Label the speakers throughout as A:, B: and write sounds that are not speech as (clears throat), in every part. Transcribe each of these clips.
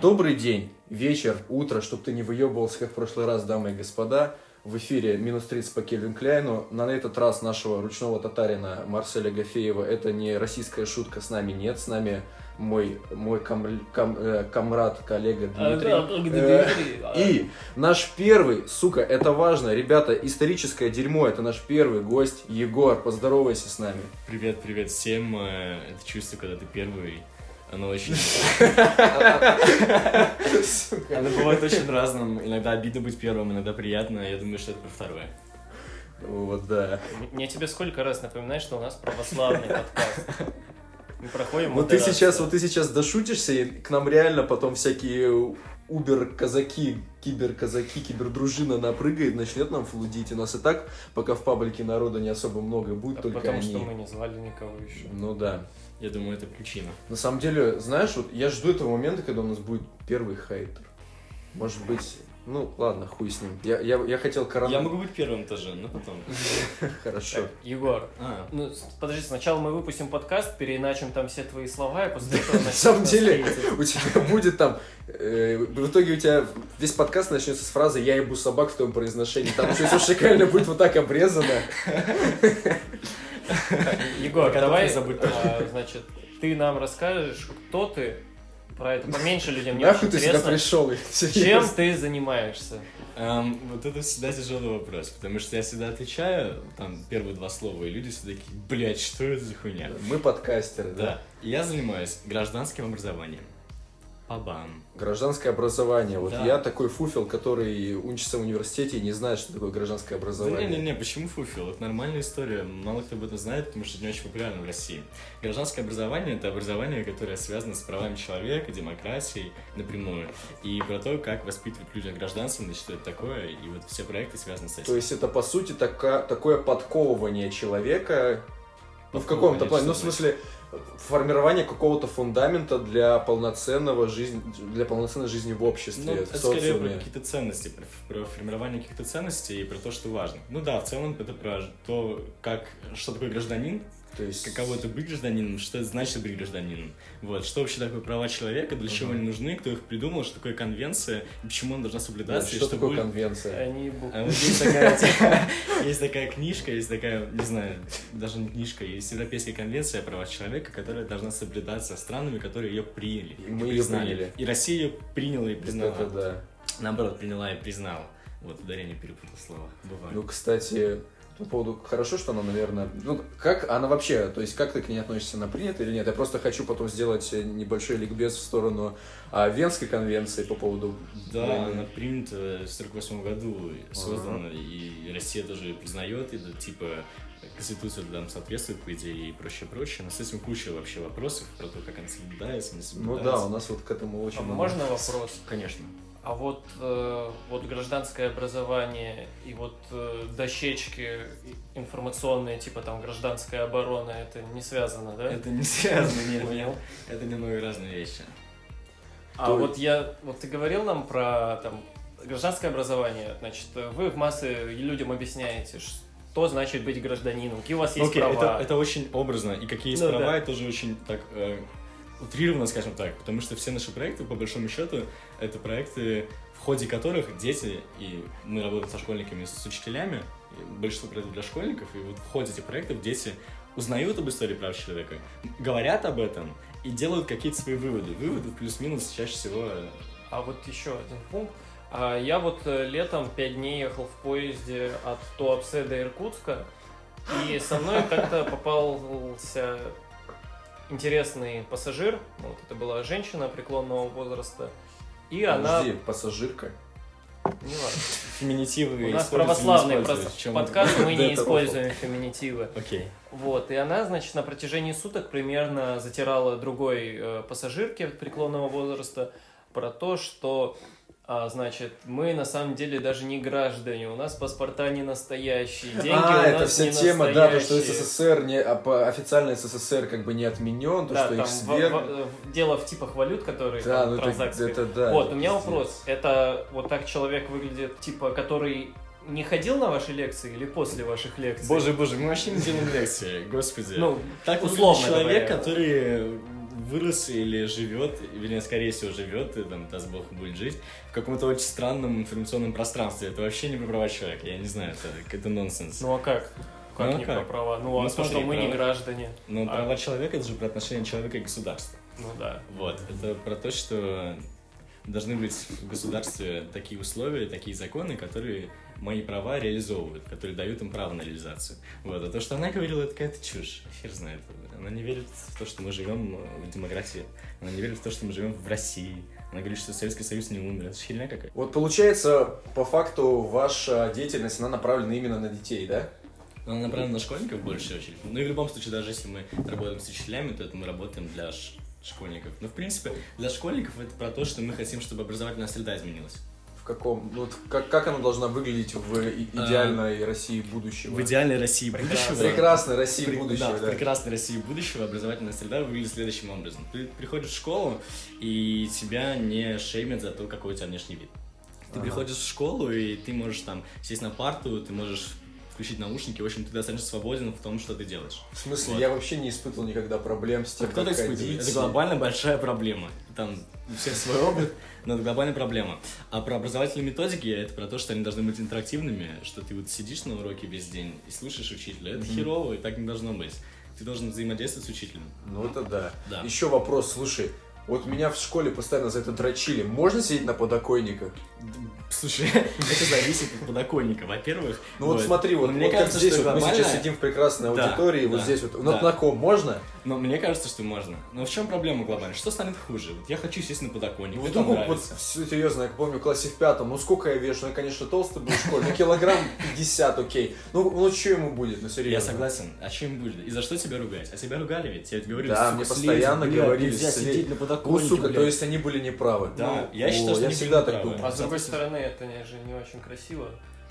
A: Добрый день, вечер, утро, чтобы ты не выебывался, как в прошлый раз, дамы и господа. В эфире «Минус 30» по Кельвин Кляйну. На этот раз нашего ручного татарина Марселя Гафеева. Это не российская шутка, с нами нет. С нами мой, мой кам- кам- э, камрад, коллега Дмитрий.
B: А, а, Дмитрий,
A: Э,
B: а.
A: И наш первый, сука, это важно, ребята, историческое дерьмо, это наш первый гость Егор. Поздоровайся с нами.
C: Привет, привет всем. Э, Это чувство, когда ты первый, оно очень... Оно бывает очень разным. Иногда обидно быть первым, иногда приятно. Я думаю, что это про второе.
A: Вот, да.
B: Мне тебе сколько раз напоминать, что у нас православный подкаст. Мы проходим
A: Вот ты
B: модерацию.
A: сейчас, вот ты сейчас дошутишься, и к нам реально потом всякие убер-казаки, кибер-казаки, кибердружина напрыгает, начнет нам флудить. И нас и так, пока в паблике народа не особо много будет,
B: Да
A: только
B: А Потому
A: они.
B: что мы не звали никого еще.
A: Ну да.
C: Я думаю, это причина.
A: На самом деле, знаешь, вот я жду этого момента, когда у нас будет первый хейтер. Может быть, ну ладно, хуй с ним. Я, я, я хотел корона...
C: Я могу быть первым тоже, но потом.
A: Хорошо.
B: Так, Егор,
C: А,
B: ну с- подожди, сначала мы выпустим подкаст, переиначим там все твои слова, и после этого
A: На
B: начнём
A: самом
B: нас
A: деле,
B: хейтить.
A: у тебя (laughs) будет там... э, в итоге у тебя весь подкаст начнется с фразы «Я ебу собак» в твоем произношении. Там еще все шикарно будет вот так обрезано.
B: Егор,
C: Котов
B: давай,
C: не забудь
B: а, значит, ты нам расскажешь, кто ты, про это поменьше людям не очень
A: Нахуй ты сюда
B: интересно.
A: пришел?
B: Чем ты занимаешься?
C: эм, вот это всегда тяжелый вопрос, потому что я всегда отвечаю, там, первые два слова, и люди все такие, блядь, что это за хуйня?
A: Мы подкастеры, да.
C: Да. И Я занимаюсь гражданским образованием. Пабам.
A: Гражданское образование. Вот
C: Да.
A: я такой фуфел, который учится в университете и не знает, что такое гражданское
C: Да не, не,
A: образование.
C: не, почему фуфел? Это нормальная история. Мало кто об этом знает, потому что это не очень популярно в России. Гражданское образование это образование, которое связано с правами человека, демократией напрямую. И про то, как воспитывать людей гражданство, значит, что это такое. И вот все проекты связаны с
A: То
C: этим.
A: есть это, по сути, така- такое подковывание человека ну, в
C: Подковывание,
A: каком-то плане, ну, в
C: что
A: смысле, формирование какого-то фундамента для полноценного жизни, для полноценной жизни в обществе,
C: Ну,
A: в
C: это скорее про
A: социуме.
C: какие-то ценности, про, про формирование каких-то ценностей и про то, что важно. Ну да, в целом это про то, как, что такое гражданин,
A: То есть...
C: каково это быть гражданином, что это значит быть гражданином. Вот, что вообще такое права человека, для чего
A: Мгм.
C: они нужны, кто их придумал, что такое конвенция, и почему она должна
A: Да,
C: соблюдаться. и
A: что такое
C: будет-
A: конвенция?
B: Они бу-
C: А вот есть такая, типа, (laughs) есть такая книжка, есть такая, не знаю, даже не книжка, есть Европейская конвенция о правах человека, которая должна соблюдаться странами, которые ее приняли.
A: И
C: и
A: мы её
C: признали.
A: приняли.
C: И Россия ее приняла и признала.
A: Это да.
C: Наоборот, приняла и признала. Вот, ударение перепутал слова. Бывает.
A: Ну, кстати, по поводу... Хорошо, что она, наверное... Ну, как она вообще... То есть, как ты к ней относишься? Она принята или нет? Я просто хочу потом сделать э, небольшой ликбез в сторону а, Венской конвенции по поводу...
C: Да,
A: войны.
C: она принята в 1948 году, создана, и Россия даже признает, и да, типа Конституция там соответствует, по идее, и прочее, прочее. Но с этим куча вообще вопросов про то, как она соблюдается, не
A: Ну
C: соблюдается.
A: да, у нас вот к этому очень...
B: А
A: много-
B: можно вопрос?
C: Конечно.
B: А вот, э, вот гражданское образование и вот э, дощечки информационные, типа там гражданская оборона, это не связано, да?
C: Это не связано, нет,
B: Понял.
C: нет. Это немного разные вещи.
B: А
A: То
B: вот я, вот ты говорил нам про там гражданское образование, значит, э, вы в массы людям объясняете, что значит быть гражданином, какие у вас есть
C: Окей,
B: права.
C: Это, это очень образно. И какие есть
B: Ну
C: права,
B: да.
C: это тоже очень так э, утрированно, скажем так. Потому что все наши проекты, по большому счету, это проекты, в ходе которых дети, и мы работаем со школьниками, и с учителями, и большинство проектов для школьников, и вот в ходе этих проектов дети узнают об истории прав человека, говорят об этом и делают какие-то свои выводы. Выводы плюс-минус чаще всего... э,
B: А вот еще один пункт. А, Я вот э, летом пять дней ехал в поезде от Туапсе до Иркутска, и со мной как-то попался интересный пассажир. Ну, Вот это была женщина преклонного возраста. И она...
A: Подожди, пассажирка.
B: Не важно.
C: Феминитивы
B: У нас
C: используются, не
B: православный
C: используются.
B: просто
C: В чём-
B: подкаст, мы
A: Да,
B: не
A: это
B: используем феминитивы.
C: Окей.
B: Вот, и она, значит, на протяжении суток примерно затирала другой э, пассажирке преклонного возраста про то, что, а, значит, мы на самом деле даже не граждане, у нас паспорта не настоящие, деньги
A: а,
B: у
A: это
B: нас
A: вся
B: не
A: тема, да, то, что
B: настоящие.
A: СССР, не, а, по- официально СССР как бы не отменен, то,
B: Да,
A: что
B: там
A: их
B: в-
A: свергли.
B: в- в- дело в типах валют, которые
A: Да,
B: там
A: ну это,
B: транзакции.
A: это да.
B: вот, у меня
A: пиздец.
B: вопрос, это вот так человек выглядит, типа, который не ходил на ваши лекции или после ваших лекций?
C: Боже, боже, мы вообще не делаем лекции, господи.
B: ну,
C: Так
B: Условно
C: условно человек,
B: говоря.
C: который вырос или живет, вернее, скорее всего, живет, и там, даст бог, будет жить, в каком-то очень странном информационном пространстве. Это вообще не про права человека, я не знаю, это, это нонсенс.
B: Ну а как? Как
C: Ну, а
B: не
C: как?
B: про права? Ну,
C: Ну,
B: а то,
C: смотри,
B: что мы не
C: права-
B: граждане.
C: Но
B: А.
C: права человека — это же про отношение человека и государства.
B: Ну да.
C: Вот, это про то, что должны быть в государстве такие условия, такие законы, которые мои права реализовывают, которые дают им право на реализацию. Вот, а то, что она говорила, это какая-то чушь. Хер знает. Она не верит в то, что мы живем э, в демократии. Она не верит в то, что мы живем в России. Она говорит, что Советский Союз не умер. Это ж херня какая.
A: Вот получается, по факту, ваша деятельность, она направлена именно на детей, да?
C: Она направлена на школьников в большую очередь. Ну и в любом случае, даже если мы работаем с учителями, то это мы работаем для ш- школьников. Но в принципе, для школьников это про то, что мы хотим, чтобы образовательная среда изменилась.
A: В каком, ну, вот как, как она должна выглядеть в и-
C: А,
A: идеальной России будущего?
C: В идеальной России
B: Прекрасно.
C: будущего.
A: Прекрасной России
C: Пре- да,
A: будущего,
C: в
A: да.
C: прекрасной России будущего образовательная среда выглядит следующим образом. Ты приходишь в школу, и тебя не шеймят за то, какой у тебя внешний вид. Ты
A: Ага.
C: приходишь в школу, и ты можешь там сесть на парту, ты можешь включить наушники, в общем, ты достаточно свободен в том, что ты делаешь.
A: В смысле,
C: Вот.
A: я вообще не испытывал никогда проблем с
C: А
A: тем,
C: кто
A: как
C: так
A: ходить.
C: испытывает? Это глобально большая проблема. Там у всех свой опыт, но это глобальная проблема. А про образовательные методики это про то, что они должны быть интерактивными, что ты вот сидишь на уроке весь день и слушаешь учителя. Это
A: Мгм.
C: херово, и так не должно быть. Ты должен взаимодействовать с учителем.
A: Ну это да.
C: Да.
A: Еще вопрос, слушай, вот меня в школе постоянно за это дрочили. Можно сидеть на подоконниках?
C: Д- Слушай, (laughs) это зависит от подоконника, во-первых.
A: Ну вот, смотри, вот,
C: Но мне
A: вот как
C: кажется,
A: здесь
C: что
A: вот мы сейчас
C: глобально-
A: сидим в прекрасной
C: Да,
A: аудитории, вот
C: да,
A: здесь вот. Ну,
C: да.
A: Вот на ком можно?
C: Но мне кажется, что можно. Но в чем проблема глобально? Что станет хуже? Вот я хочу сесть на подоконник.
A: Ну,
C: это
A: вот, ну, вот
C: нравится.
A: всё серьезно, я помню, в классе в пятом, ну сколько я вешу, ну, я, конечно, толстый был в школе, ну, килограмм 50, окей. Ну, ну что ему будет, ну серьезно.
C: Я согласен. А чем будет? И за что тебя ругать? А тебя ругали ведь? Я ведь говорю,
A: Да,
C: сука,
A: мне
C: слезь,
A: постоянно
C: блядь,
A: говорили,
C: нельзя
A: слезь.
C: сидеть на
A: Ну,
C: подоконнике,
A: сука,
C: блядь.
A: то есть они были неправы.
C: Да,
A: Ну,
C: я считаю,
A: о,
C: что
A: я
C: они
A: всегда
C: были
A: так
C: правы.
A: думал.
B: А с другой
C: Достаточно.
B: стороны, это не- же не очень красиво.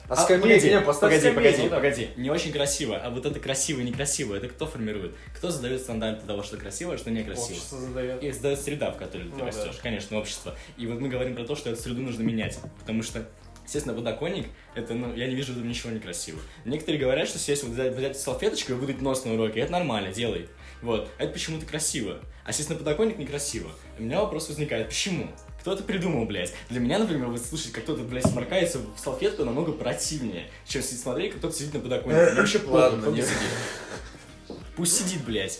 A: А
C: А,
A: скамейки,
C: погоди,
A: не, поставь
C: погоди,
A: скамейки.
C: погоди,
B: ну да.
C: погоди. Не очень красиво. А вот это красиво и некрасиво, это кто формирует? Кто задает стандарты того, что красиво, а что некрасиво?
B: Общество задает.
C: Их задает среда, в которой ты
B: Ну да.
C: растешь, конечно, общество. И вот мы говорим про то, что эту среду нужно менять, потому что Естественно, подоконник, это, ну, я не вижу в этом ничего некрасивого. Некоторые говорят, что если вот взять, взять салфеточку и выдать нос на уроке, это нормально, делай. Вот. А Это почему-то красиво. А сесть на подоконник некрасиво. У меня вопрос возникает, почему? Кто это придумал, блядь? Для меня, например, вот слушать, как кто-то, блядь, сморкается в салфетку намного противнее, чем сидеть смотреть, как кто-то сидит на подоконнике. Мне вообще похуй,
A: Ладно,
C: кто
B: (laughs)
C: где
A: нет.
C: сидит. Пусть сидит, блядь.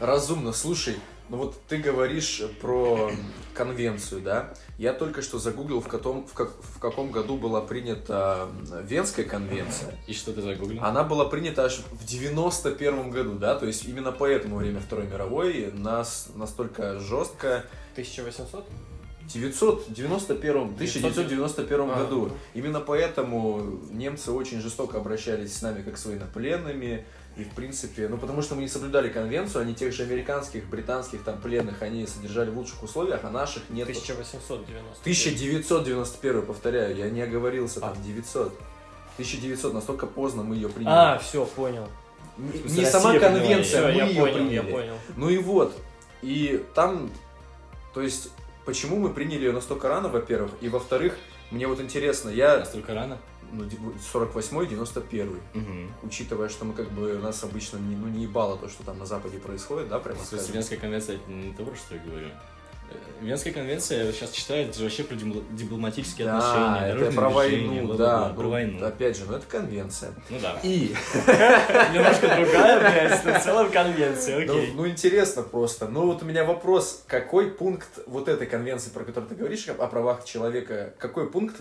A: Разумно, слушай, ну вот ты говоришь про конвенцию, да? Я только что загуглил, в, каком- в, как- в каком году была принята м, Венская конвенция.
C: И что ты загуглил?
B: А
A: Она была принята аж в 91 году, да? То есть именно поэтому время Второй мировой нас настолько жестко
B: 1800?
A: 991, 1991
B: А.
A: году. Именно поэтому немцы очень жестоко обращались с нами как с военнопленными. И, в принципе, ну потому что мы не соблюдали конвенцию, они тех же американских, британских там пленных, они содержали в лучших условиях, а наших нет.
B: 1890.
A: 1991, повторяю, я не оговорился, там 900. 1900, настолько поздно мы ее приняли.
B: А, все, понял.
A: Н- не
C: Россия
A: сама
C: приняла
A: конвенция,
B: Все,
A: мы
B: я
A: ее
B: понял,
A: приняли.
B: я понял.
A: Ну и вот. И там, то есть, почему мы приняли ее настолько рано, во-первых, и во-вторых, мне вот интересно, я
C: Настолько рано?
A: ну, 48-й, 91
C: Угу.
A: учитывая, что мы как бы нас обычно не, ну, не ебало то, что там на Западе происходит, да, прямо
C: В смысле,
A: скажем.
C: Венская конвенция это не то, про что я говорю. Э, Венская конвенция, я сейчас читаю, это же вообще про димл- дипломатические
A: Да,
C: отношения,
A: это
C: дорожные
A: про
C: движения,
A: войну,
C: бла-бла-бла,
A: да,
C: про
A: ну,
C: войну.
A: опять же, ну это конвенция.
C: Ну да.
A: И,
C: Немножко другая, блядь, но в целом конвенция,
A: ну,
C: окей.
A: ну, интересно просто, ну вот у меня вопрос, какой пункт вот этой конвенции, про которую ты говоришь, о правах человека, какой пункт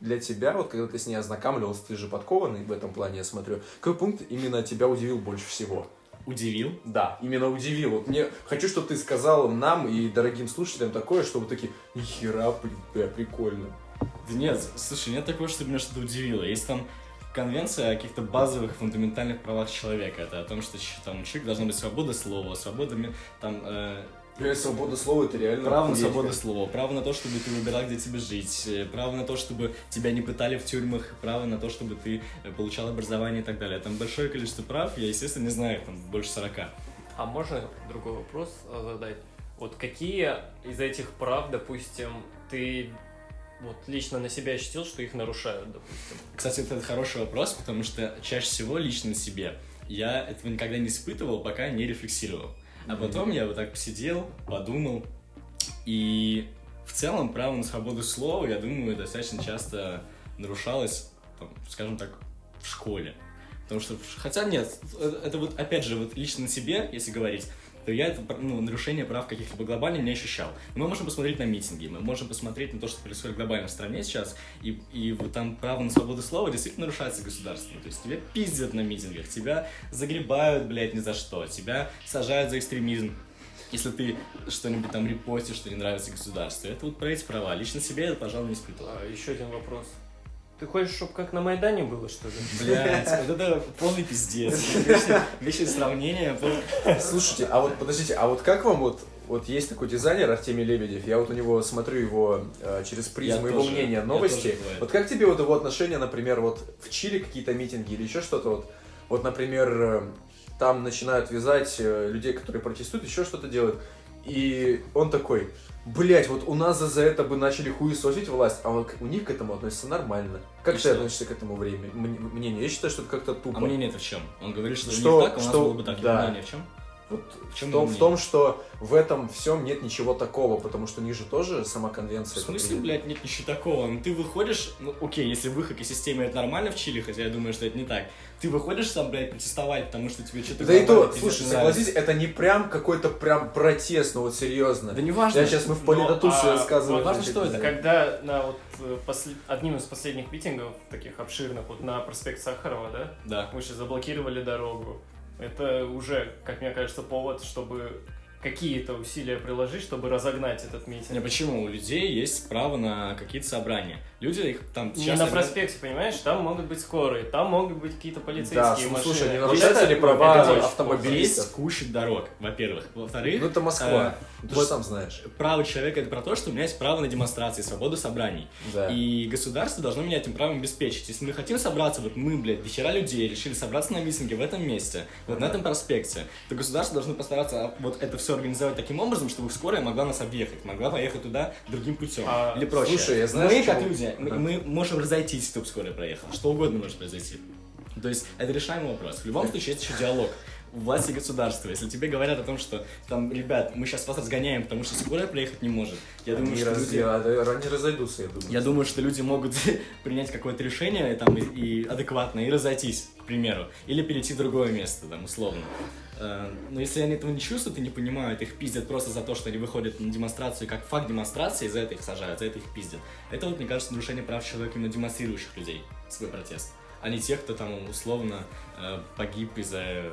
A: для тебя, вот когда ты с ней ознакомливался, ты же подкованный в этом плане, я смотрю, какой пункт именно тебя удивил больше всего?
C: Удивил.
A: Да, именно удивил. Вот мне хочу, чтобы ты сказал нам и дорогим слушателям такое, чтобы такие, нихера, блин, бля, прикольно.
C: Да нет, слушай, нет такого, чтобы меня что-то удивило. Есть там конвенция о каких-то базовых фундаментальных правах человека. Это о том, что щ- там, у человека должна быть свобода слова, свобода ми- там, э,
A: Блядь, свобода слова это реально.
C: Право на
A: охуеть,
C: свободу
A: как.
C: слова, право на то, чтобы ты выбирал, где тебе жить, э, право на то, чтобы тебя не пытали в тюрьмах, право на то, чтобы ты э, получал образование и так далее. Там большое количество прав, я, естественно, не знаю, там больше 40.
B: А можно другой вопрос а, задать? Вот какие из этих прав, допустим, ты вот лично на себя ощутил, что их нарушают, допустим?
C: Кстати, вот это хороший вопрос, потому что чаще всего лично себе я этого никогда не испытывал, пока не рефлексировал. А потом я вот так посидел, подумал, и в целом право на свободу слова, я думаю, достаточно часто нарушалось, там, скажем так, в школе. Потому что, хотя нет, это, это вот опять же, вот лично на себе, если говорить, то я это ну, нарушение прав каких-либо глобально не ощущал. Но мы можем посмотреть на митинги, мы можем посмотреть на то, что происходит глобально в стране сейчас, и, и вот там право на свободу слова действительно нарушается государством. То есть тебя пиздят на митингах, тебя загребают, блядь, ни за что, тебя сажают за экстремизм. Если ты что-нибудь там репостишь, что не нравится государству, это вот про эти права. Лично себе я, пожалуй, не испытывал.
B: А, еще один вопрос. Ты хочешь, чтобы как на Майдане было, что ли?
C: Блять, вот это полный пиздец. Вещи сравнения.
A: Слушайте, а вот подождите, а вот как вам вот вот есть такой дизайнер Артемий Лебедев, я вот у него смотрю его э, через призму
C: Я
A: его
C: тоже,
A: мнения,
C: я
A: новости.
C: тоже бывает.
A: Вот как тебе вот его отношение, например, вот в Чили какие-то митинги или еще что-то вот, вот, например, э, там начинают вязать э, людей, которые протестуют, еще что-то делают, и он такой, блять, вот у нас за- за это бы начали хуесосить власть, а вот у них к этому относятся нормально. Как
C: И
A: ты
C: что?
A: относишься к этому времени, м- мнению? Я считаю, что это как-то тупо.
C: А мнение это в чем? Он говорит, что,
A: Что-
C: не так, а у нас
A: что-
C: было бы так.
A: да.
C: Мнение в чем?
A: Вот
C: В
A: в,
C: чем
A: том,
C: мнение?
A: в том, что в этом всем нет ничего такого, потому что ниже тоже сама конвенция.
C: В смысле,
A: как бы,
C: блядь, нет ничего такого. Ну ты выходишь, ну окей, если в их экосистеме это нормально в Чили, хотя я думаю, что это не так. Ты выходишь там, блядь, протестовать, потому что тебе что-то
A: Да и то,
C: глобально пиздец
A: слушай,
C: не
A: согласись, это не прям какой-то прям протест, ну вот серьезно.
C: нравится. Да не важно.
A: Я сейчас мы в политотусе
B: Ну, а
A: рассказываем.
B: вот
C: важно, что это.
B: Когда на вот э, после- одним из последних митингов, таких обширных, вот на проспект Сахарова, да,
C: Да.
B: мы же заблокировали дорогу. Это уже, как мне кажется, повод, чтобы какие-то усилия приложить, чтобы разогнать этот
C: Не,
B: митинг.
C: почему? У людей есть право на какие-то собрания. Люди их там
B: Не
C: часто-
B: на проспекте, понимаешь? Там могут быть скорые, там могут быть какие-то полицейские
A: Да, ну,
B: машины.
A: слушай, не
B: Вот
A: нарушаются
B: это-
A: ли
B: ну,
A: права а
B: это очень
A: автомобилистов?
C: Есть куча дорог, во-первых. Во-вторых,
A: Ну это Москва. Ты же
C: А, вот-
A: сам знаешь.
C: право человека это про то, что у меня есть право на демонстрации, свободу собраний.
A: Да.
C: И государство должно меня этим правом обеспечить. Если мы хотим собраться, вот мы, блядь, дохера людей решили собраться на митинге в этом месте, вот на этом проспекте, то государство должно постараться а, вот это все организовать таким образом, чтобы скорая могла нас объехать, могла поехать туда другим путем
B: А,
C: или проще.
A: слушай, я знаю,
C: мы,
A: что-
C: как люди, мы,
A: Да.
C: мы можем разойтись, чтобы скорая проехала. Что угодно может произойти. То есть это решаемый вопрос. В любом случае, есть еще диалог власти и государства. Если тебе говорят о том, что там, ребят, мы сейчас вас разгоняем, потому что скорая проехать не может, я думаю,
A: Они
C: что
A: раз-
C: люди-
A: а, они разойдутся, я думаю.
C: я думаю, что люди могут (laughs) принять какое-то решение и там, и, и адекватно, и разойтись, к примеру, или перейти в другое место, там, условно. Э, Но если они этого не чувствуют и не понимают, их пиздят просто за то, что они выходят на демонстрацию как факт демонстрации, и за это их сажают, за это их пиздят. Это вот, мне кажется, нарушение прав человека именно демонстрирующих людей, свой протест, а не тех, кто там условно э, погиб из-за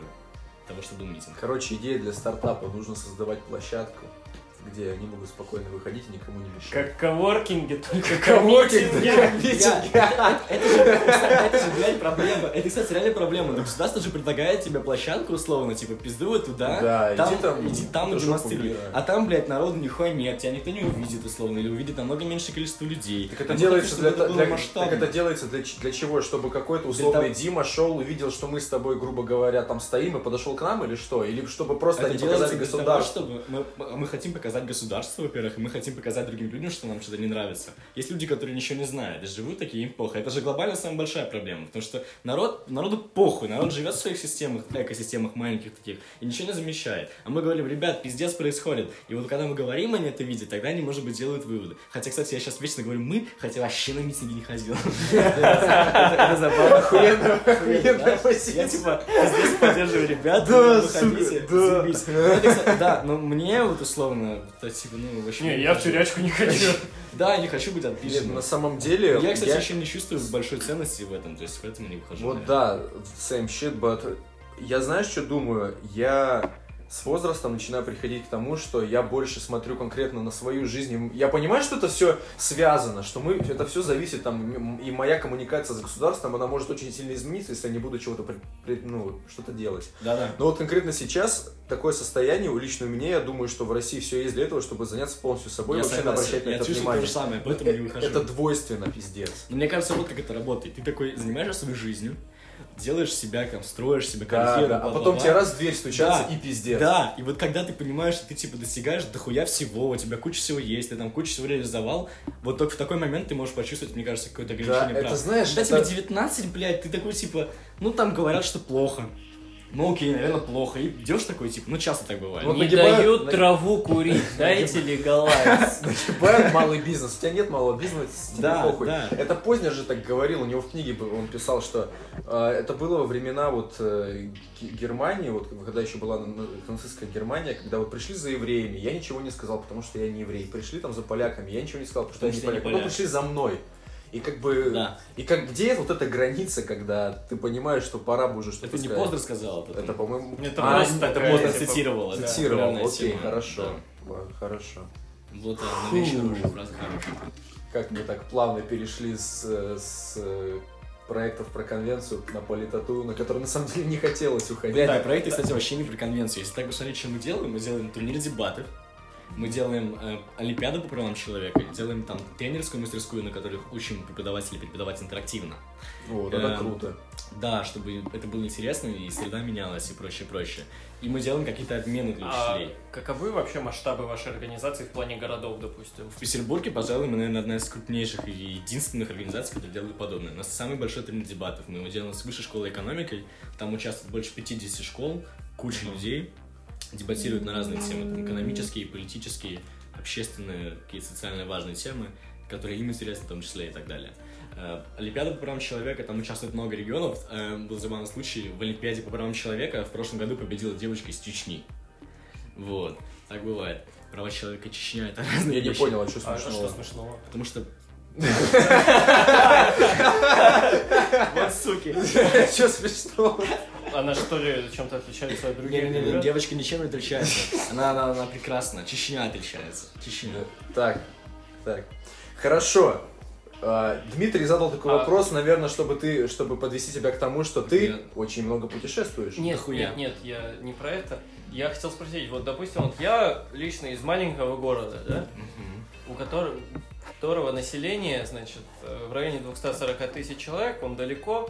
C: того, что был митинг.
A: Короче, идея для стартапа. Нужно создавать площадку, где они могут спокойно выходить и никому не мешать.
B: Как коворкинги, только
A: Коворкинг,
B: коммитинги.
A: да, митинги.
C: Это же, это же, блядь, проблема. Это, кстати, реально проблема. Но Государство же предлагает тебе площадку условно, типа, пизды вот туда.
A: Да,
C: там,
A: иди там,
C: иди там и
A: эту жопу
C: демонстрируй.
A: убирай.
C: А там, блядь, народу нихуя нет, тебя никто не увидит, условно, или увидит намного меньшее количество людей.
A: Так это
C: Мы
A: делается
C: хотим,
A: для,
C: чтобы это было
A: для-
C: масштабно.
A: так это делается для, ч- для чего? Чтобы какой-то условный
C: того-
A: Дима шел, увидел, что мы с тобой, грубо говоря, там стоим и подошел к нам или что? Или чтобы просто
C: Это
A: они
C: делается
A: показали
C: для того,
A: государству?
C: чтобы мы, мы хотим показать государству, во-первых, и мы хотим показать другим людям, что нам что-то не нравится. Есть люди, которые ничего не знают, и живут такие, им похуй. Это же глобально самая большая проблема, потому что народ, народу похуй, народ живет в своих системах, экосистемах маленьких таких, и ничего не замечает. А мы говорим, ребят, пиздец происходит. И вот когда мы говорим, они это видят, тогда они, может быть, делают выводы. Хотя, кстати, я сейчас вечно говорю «мы», хотя вообще на митинги не ходил. Это (laughs) это забавно.
A: Охуенно,
C: Охуенно, да?
A: охуенная позиция.
C: Я типа
B: (laughs)
C: здесь поддерживаю ребят,
A: Да,
C: вы
A: сука,
C: ходите,
A: да.
C: ну, заебись. Ну, это, кстати, Да, но мне вот условно, то есть, типа, ну, вообще...
B: Не, я в тюрячку не хочу.
C: Да, я не хочу быть
A: Нет,
C: отписанным.
A: на самом деле...
C: Я, кстати,
A: я-
C: еще не чувствую большой ценности в этом, то есть поэтому не выхожу.
A: Вот
C: наверное.
A: да, same shit, but... Я знаешь, что думаю? Я с возрастом начинаю приходить к тому, что я больше смотрю конкретно на свою жизнь. Я понимаю, что это все связано, что мы, это все зависит, там, м- и моя коммуникация с государством, она может очень сильно измениться, если я не буду чего-то, пред- пред- ну, что-то делать.
C: Да-да.
A: Но вот конкретно сейчас такое состояние, у лично у меня, я думаю, что в России все есть для этого, чтобы заняться полностью собой и
C: Я
A: вообще не
C: согласен.
A: обращать на
C: Я
A: это
C: чувствую то
A: внимание. Э,
C: же самое, поэтому не выхожу.
A: Это двойственно, пиздец.
C: Но мне кажется, вот как это работает. Ты такой занимаешься своей жизнью, делаешь себя, там, строишь себе
A: Да,
C: карьеру,
A: да. А
C: бла-бла-бла.
A: потом тебе раз в дверь стучатся
C: Да.
A: и пиздец.
C: Да, и вот когда ты понимаешь, что ты типа достигаешь дохуя всего, у тебя куча всего есть, ты там куча всего реализовал, вот только в такой момент ты можешь почувствовать, мне кажется, какое-то ограничение
A: это
C: прав. типа,
A: знаешь,
C: Когда
A: это-
C: тебе 19, блядь, ты такой типа, ну там говорят, что плохо. ну окей, наверное, плохо. И идешь такой, типа, ну часто так бывает.
A: Вот
B: не
A: нагибают-
B: дают
A: наг-
B: траву курить, дайте легалайз.
A: Бэнд малый бизнес. У тебя нет малого бизнеса, тебе
C: Да,
A: похуй.
C: да.
A: Это Познер же так говорил, у него в книге был- он писал, что э, это было во времена вот э, Г- Германии, вот когда еще была на- нацистская Германия, когда вот пришли за евреями, я ничего не сказал, потому что я не еврей. Пришли там за поляками, я ничего не сказал, потому что я не поляк.
C: Потому что я не
A: Потом
C: поляк.
A: пришли за мной. И как бы,
C: Да.
A: и как где вот эта граница, когда ты понимаешь, что пора бы уже что-то
C: Это не
A: сказать?
C: Поздно сказал об этом.
A: Это, по-моему,
B: Это
A: а,
B: просто
A: это
B: такая,
A: Познер
C: Поздно
B: типа,
C: цитировала. да,
A: цитировал.
C: популярная
A: Окей,
C: тема,
A: хорошо.
C: да.
A: Ладно, Хорошо.
C: Вот да,
A: Фу.
C: на вещи хорошая фраза хорошая.
A: Как мы так плавно перешли с, э, с э, проектов про конвенцию на политоту, на который на самом деле не хотелось уходить.
C: Блядь, да, проекты, кстати, вообще не про конвенцию. Если так посмотреть, что мы делаем, мы делаем турнир дебатов, мы делаем э, олимпиаду по правам человека, делаем там тренерскую мастерскую, на которых учим преподавателей преподавать интерактивно.
A: Вот, это
C: Эм,
A: круто.
C: Да, чтобы это было интересно, и среда менялась, и проще, проще. И мы делаем какие-то обмены для
B: А
C: учителей.
B: каковы вообще масштабы вашей организации в плане городов, допустим?
C: В Петербурге, пожалуй, мы, наверное, одна из крупнейших и единственных организаций, которые делают подобное. У нас самый большой турнир дебатов. Мы его делаем с высшей школой экономикой. Там участвует больше 50 школ, куча людей. Дебатируют на разные темы. Там экономические, политические, общественные, какие-то социально важные темы, которые им интересны в том числе и так далее. Э, Олимпиада по правам человека, там участвует много регионов. Э, Был забавный случай, в Олимпиаде по правам человека в прошлом году победила девочка из Чечни. Вот, так бывает. Права человека Чечня это (laughs) разные
A: Я не
C: вещи.
A: понял, а что
B: А что
A: смешного?
B: смешного?
C: Потому что... Вот суки.
A: (laughs) Что смешного?
B: (laughs) Она что ли чем-то отличается от других? ребят?
C: Девочка ничем не
A: (laughs)
C: отличается. Она, она, она прекрасна. Чечня отличается. Чечня.
A: Так, так. Хорошо. А, Дмитрий задал такой
B: А-
A: вопрос, наверное, чтобы ты, чтобы подвести тебя к тому, что ты
C: Я-
A: очень много путешествуешь.
B: Нет,
C: Дохуя.
B: нет, нет, я не про это. Я хотел спросить, вот, допустим, вот я лично из маленького города, да, у которого, которого население, значит, э, в районе 240 тысяч человек, он далеко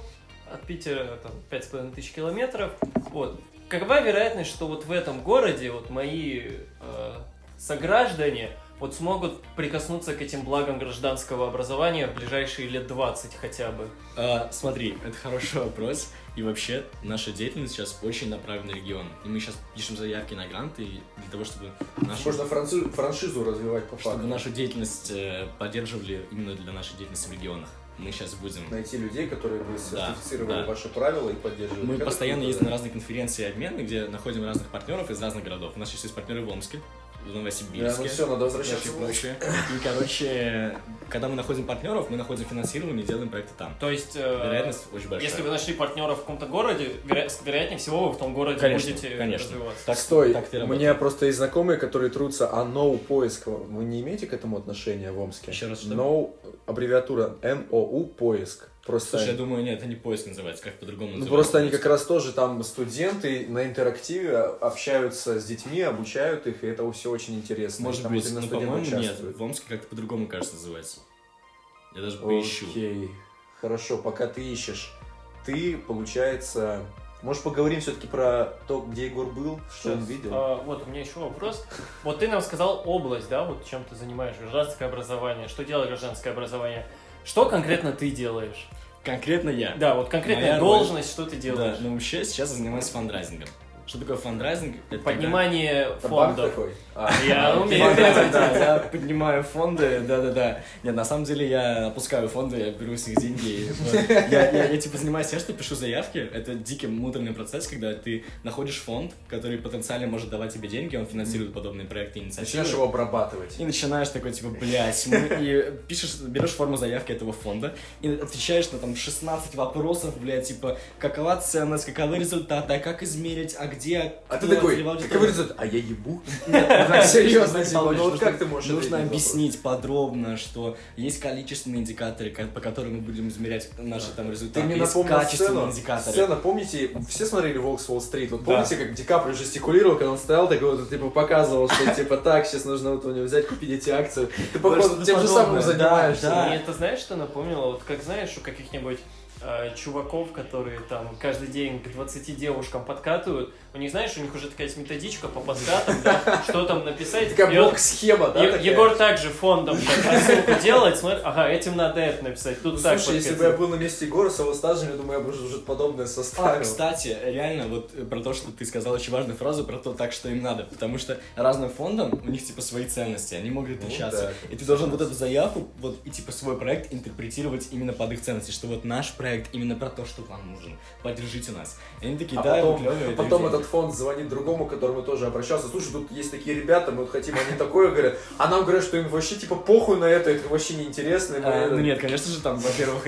B: от Питера, там, 5,5 тысяч километров, вот. Какова вероятность, что вот в этом городе вот мои э, сограждане вот смогут прикоснуться к этим благам гражданского образования в ближайшие лет 20 хотя бы?
C: А, Смотри, это хороший вопрос. И вообще, наша деятельность сейчас очень направлена на регион. И мы сейчас пишем заявки на гранты и для того, чтобы нашу,
A: Можно франци- франшизу развивать по
C: чтобы
A: факту.
C: нашу деятельность э, поддерживали именно для нашей деятельности в регионах. Мы сейчас будем
A: Найти людей, которые бы сертифицировали
C: да.
A: ваши правила и поддерживали.
C: Мы
A: Это
C: постоянно
A: круто,
C: ездим
A: да.
C: на разные конференции и обмены, где находим разных партнеров из разных городов. У нас сейчас есть партнеры в Омске, в
A: Да,
C: Новосибирске.
A: ну все, надо возвращаться.
C: прочее, прочее. И, короче, когда мы находим партнеров, мы находим финансирование и делаем проекты там.
B: То есть... э,
C: Вероятность очень большая.
B: Если вы нашли партнера в каком-то городе, веро- с- вероятнее всего вы в том городе
C: Конечно,
B: будете
C: конечно.
B: развиваться.
C: Так,
A: Стой,
C: так ты
A: у
C: работаешь.
A: меня просто есть знакомые, которые трутся о ноу поиск. Вы не имеете к этому отношения в Омске?
C: Еще раз что?
A: No, аббревиатура НОУ поиск. Просто,
C: Слушай, я думаю, типа, нет, это не поиск называется, как по-другому
A: ну,
C: называется.
A: просто они как раз тоже там студенты на интерактиве общаются с детьми, обучают их, и это все очень интересно.
C: Может
A: Там
C: быть,
A: именно
C: но,
A: студенты
C: по-моему, нет.
A: участвуют.
C: В Омске как-то по-другому, кажется, называется. Я даже поищу.
A: Окей. Хорошо, пока ты ищешь, ты, получается... Может, поговорим все-таки про то, где Егор был, что он
B: Сейчас,
A: видел?
B: а, вот, у меня еще вопрос. Вот ты нам сказал область, да, вот чем ты занимаешься, гражданское образование, что делает гражданское образование. Что конкретно ты делаешь?
C: Конкретно я.
B: Да, вот конкретная
C: Моя роль-
B: должность, что ты
C: Да,
B: делаешь?
C: но вообще сейчас я занимаюсь фандрайзингом. Что такое фандрайзинг? Это когда-
B: Поднимание
A: Это банк
B: фондов.
A: такой? А.
B: Я умею.
A: Банк,
C: Да,
A: да,
B: это.
C: да,
A: (laughs)
C: я поднимаю фонды, да-да-да. Нет, на самом деле я опускаю фонды, я беру с них деньги. и, ну, Я, я- я, типа занимаюсь тем, что пишу заявки. Это дикий муторный процесс, когда ты находишь фонд, который потенциально может давать тебе деньги, он финансирует подобные проекты и инициативы.
A: Начинаешь его обрабатывать.
C: И начинаешь такой, типа, блядь, мы... и пишешь, берешь форму заявки этого фонда и отвечаешь на там 16 вопросов, блядь, типа, какова ценность, каковы результаты, а как измерить, а где...
A: А ты
C: кто
A: такой,
C: целевая
A: каковы
C: аудитория?»
A: результаты? А я
C: (laughs)
A: ебу. (laughs)
C: Да,
A: Серьезно,
C: нужно
A: типа, ну вот
C: получить,
A: как ты можешь
C: Нужно
A: ответить на вопрос?
C: объяснить подробно, что есть количественные индикаторы, ко- по которым мы будем измерять наши там
A: Ты
C: результаты.
A: мне
C: Есть
A: напомнил
C: качественные
A: сцену.
C: индикаторы.
A: Сцена, помните, все смотрели «Волк с Уолл-стрит», вот
B: Да.
A: помните, как Ди Каприо жестикулировал, когда он стоял, такой вот, типа, показывал, что, типа, так, сейчас нужно вот у него взять, купить эти акции. Ты, походу,
C: Что-то
A: тем же самым
C: подобное. Да,
A: занимаешься.
C: да.
B: Мне это знаешь, что напомнило? Вот как знаешь, у а, каких-нибудь э, чуваков, которые там каждый день к 20 девушкам подкатывают, У них, знаешь, у них уже такая есть методичка по подкатам, да, что там написать. и
A: Такая
B: он-
A: блок-схема, да?
B: Е-
A: такая?
B: Егор также фондом так рассылку делает, смотрит, ага, этим надо это написать,
A: Ну,
B: тут так
A: Слушай, если бы я
B: подкатил.
A: был на месте Егора с его стажем, я думаю, я бы уже уже подобное
C: А,
A: составил.
C: кстати, реально, вот э, про то, что ты сказал очень важную фразу про то, так что им надо. Потому что разным фондам у них типа свои ценности, они могут
A: Ну
C: отличаться.
A: да,
C: и ты должен вот эту заявку, вот и типа свой проект интерпретировать именно под их ценности, что вот наш проект именно про то, что вам нужен. Поддержите нас. И они такие,
A: А
C: да,
A: потом-
C: вы клёвые,
A: Потом
C: даёте».
A: этот фонд звонит другому, к которому тоже обращался. Слушай, тут есть такие ребята, мы вот хотим, они такое говорят. А нам говорят, что им вообще типа похуй на это, это вообще неинтересно. и мы
C: А,
A: это-
C: ну нет, конечно же, там, во-первых,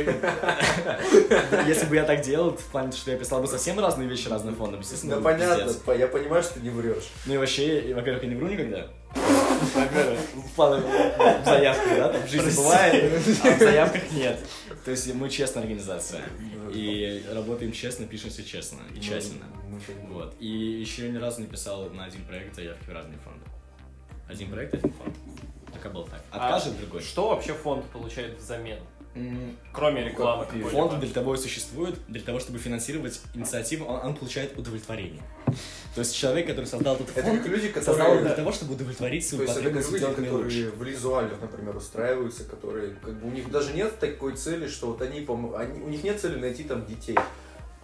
C: если бы я так делал, в плане, что я писал бы совсем разные вещи разным фондом,
A: Да
C: естественно. было бы
A: Ну, понятно,
C: ну, пиздец.
A: по- я понимаю, что ты не врешь.
C: Ну и вообще, и, во-первых, я не вру никогда. Во-первых, (laughs) в плане ну, в заявках, да, там в жизни
B: Прости.
C: бывает, а в заявках нет. То есть мы честная организация. И работаем честно, пишем все честно и тщательно.
A: Ну, ну,
C: Вот. И еще ни разу не писал на один проект заявки в разные фонды. Один проект, один фонд. Пока был так. Откажет другой.
B: Что вообще фонд получает взамен?
C: М,
B: Кроме рекламы
A: Какой
B: какой-либо.
C: Фонд для того Ну, и существует, для того, чтобы финансировать инициативу, он, он получает удовлетворение. То есть человек, который создал этот
A: Это как
C: фонд,
A: люди,
C: создал его
A: которые...
C: для того, чтобы удовлетворить
A: То
C: свою
A: есть Типа, это как
C: потребность
A: люди,
C: делать мир лучше.
A: которые в визуале, например, устраиваются, которые как бы у них даже нет такой цели, что вот они, пом- они- у них нет цели найти там детей.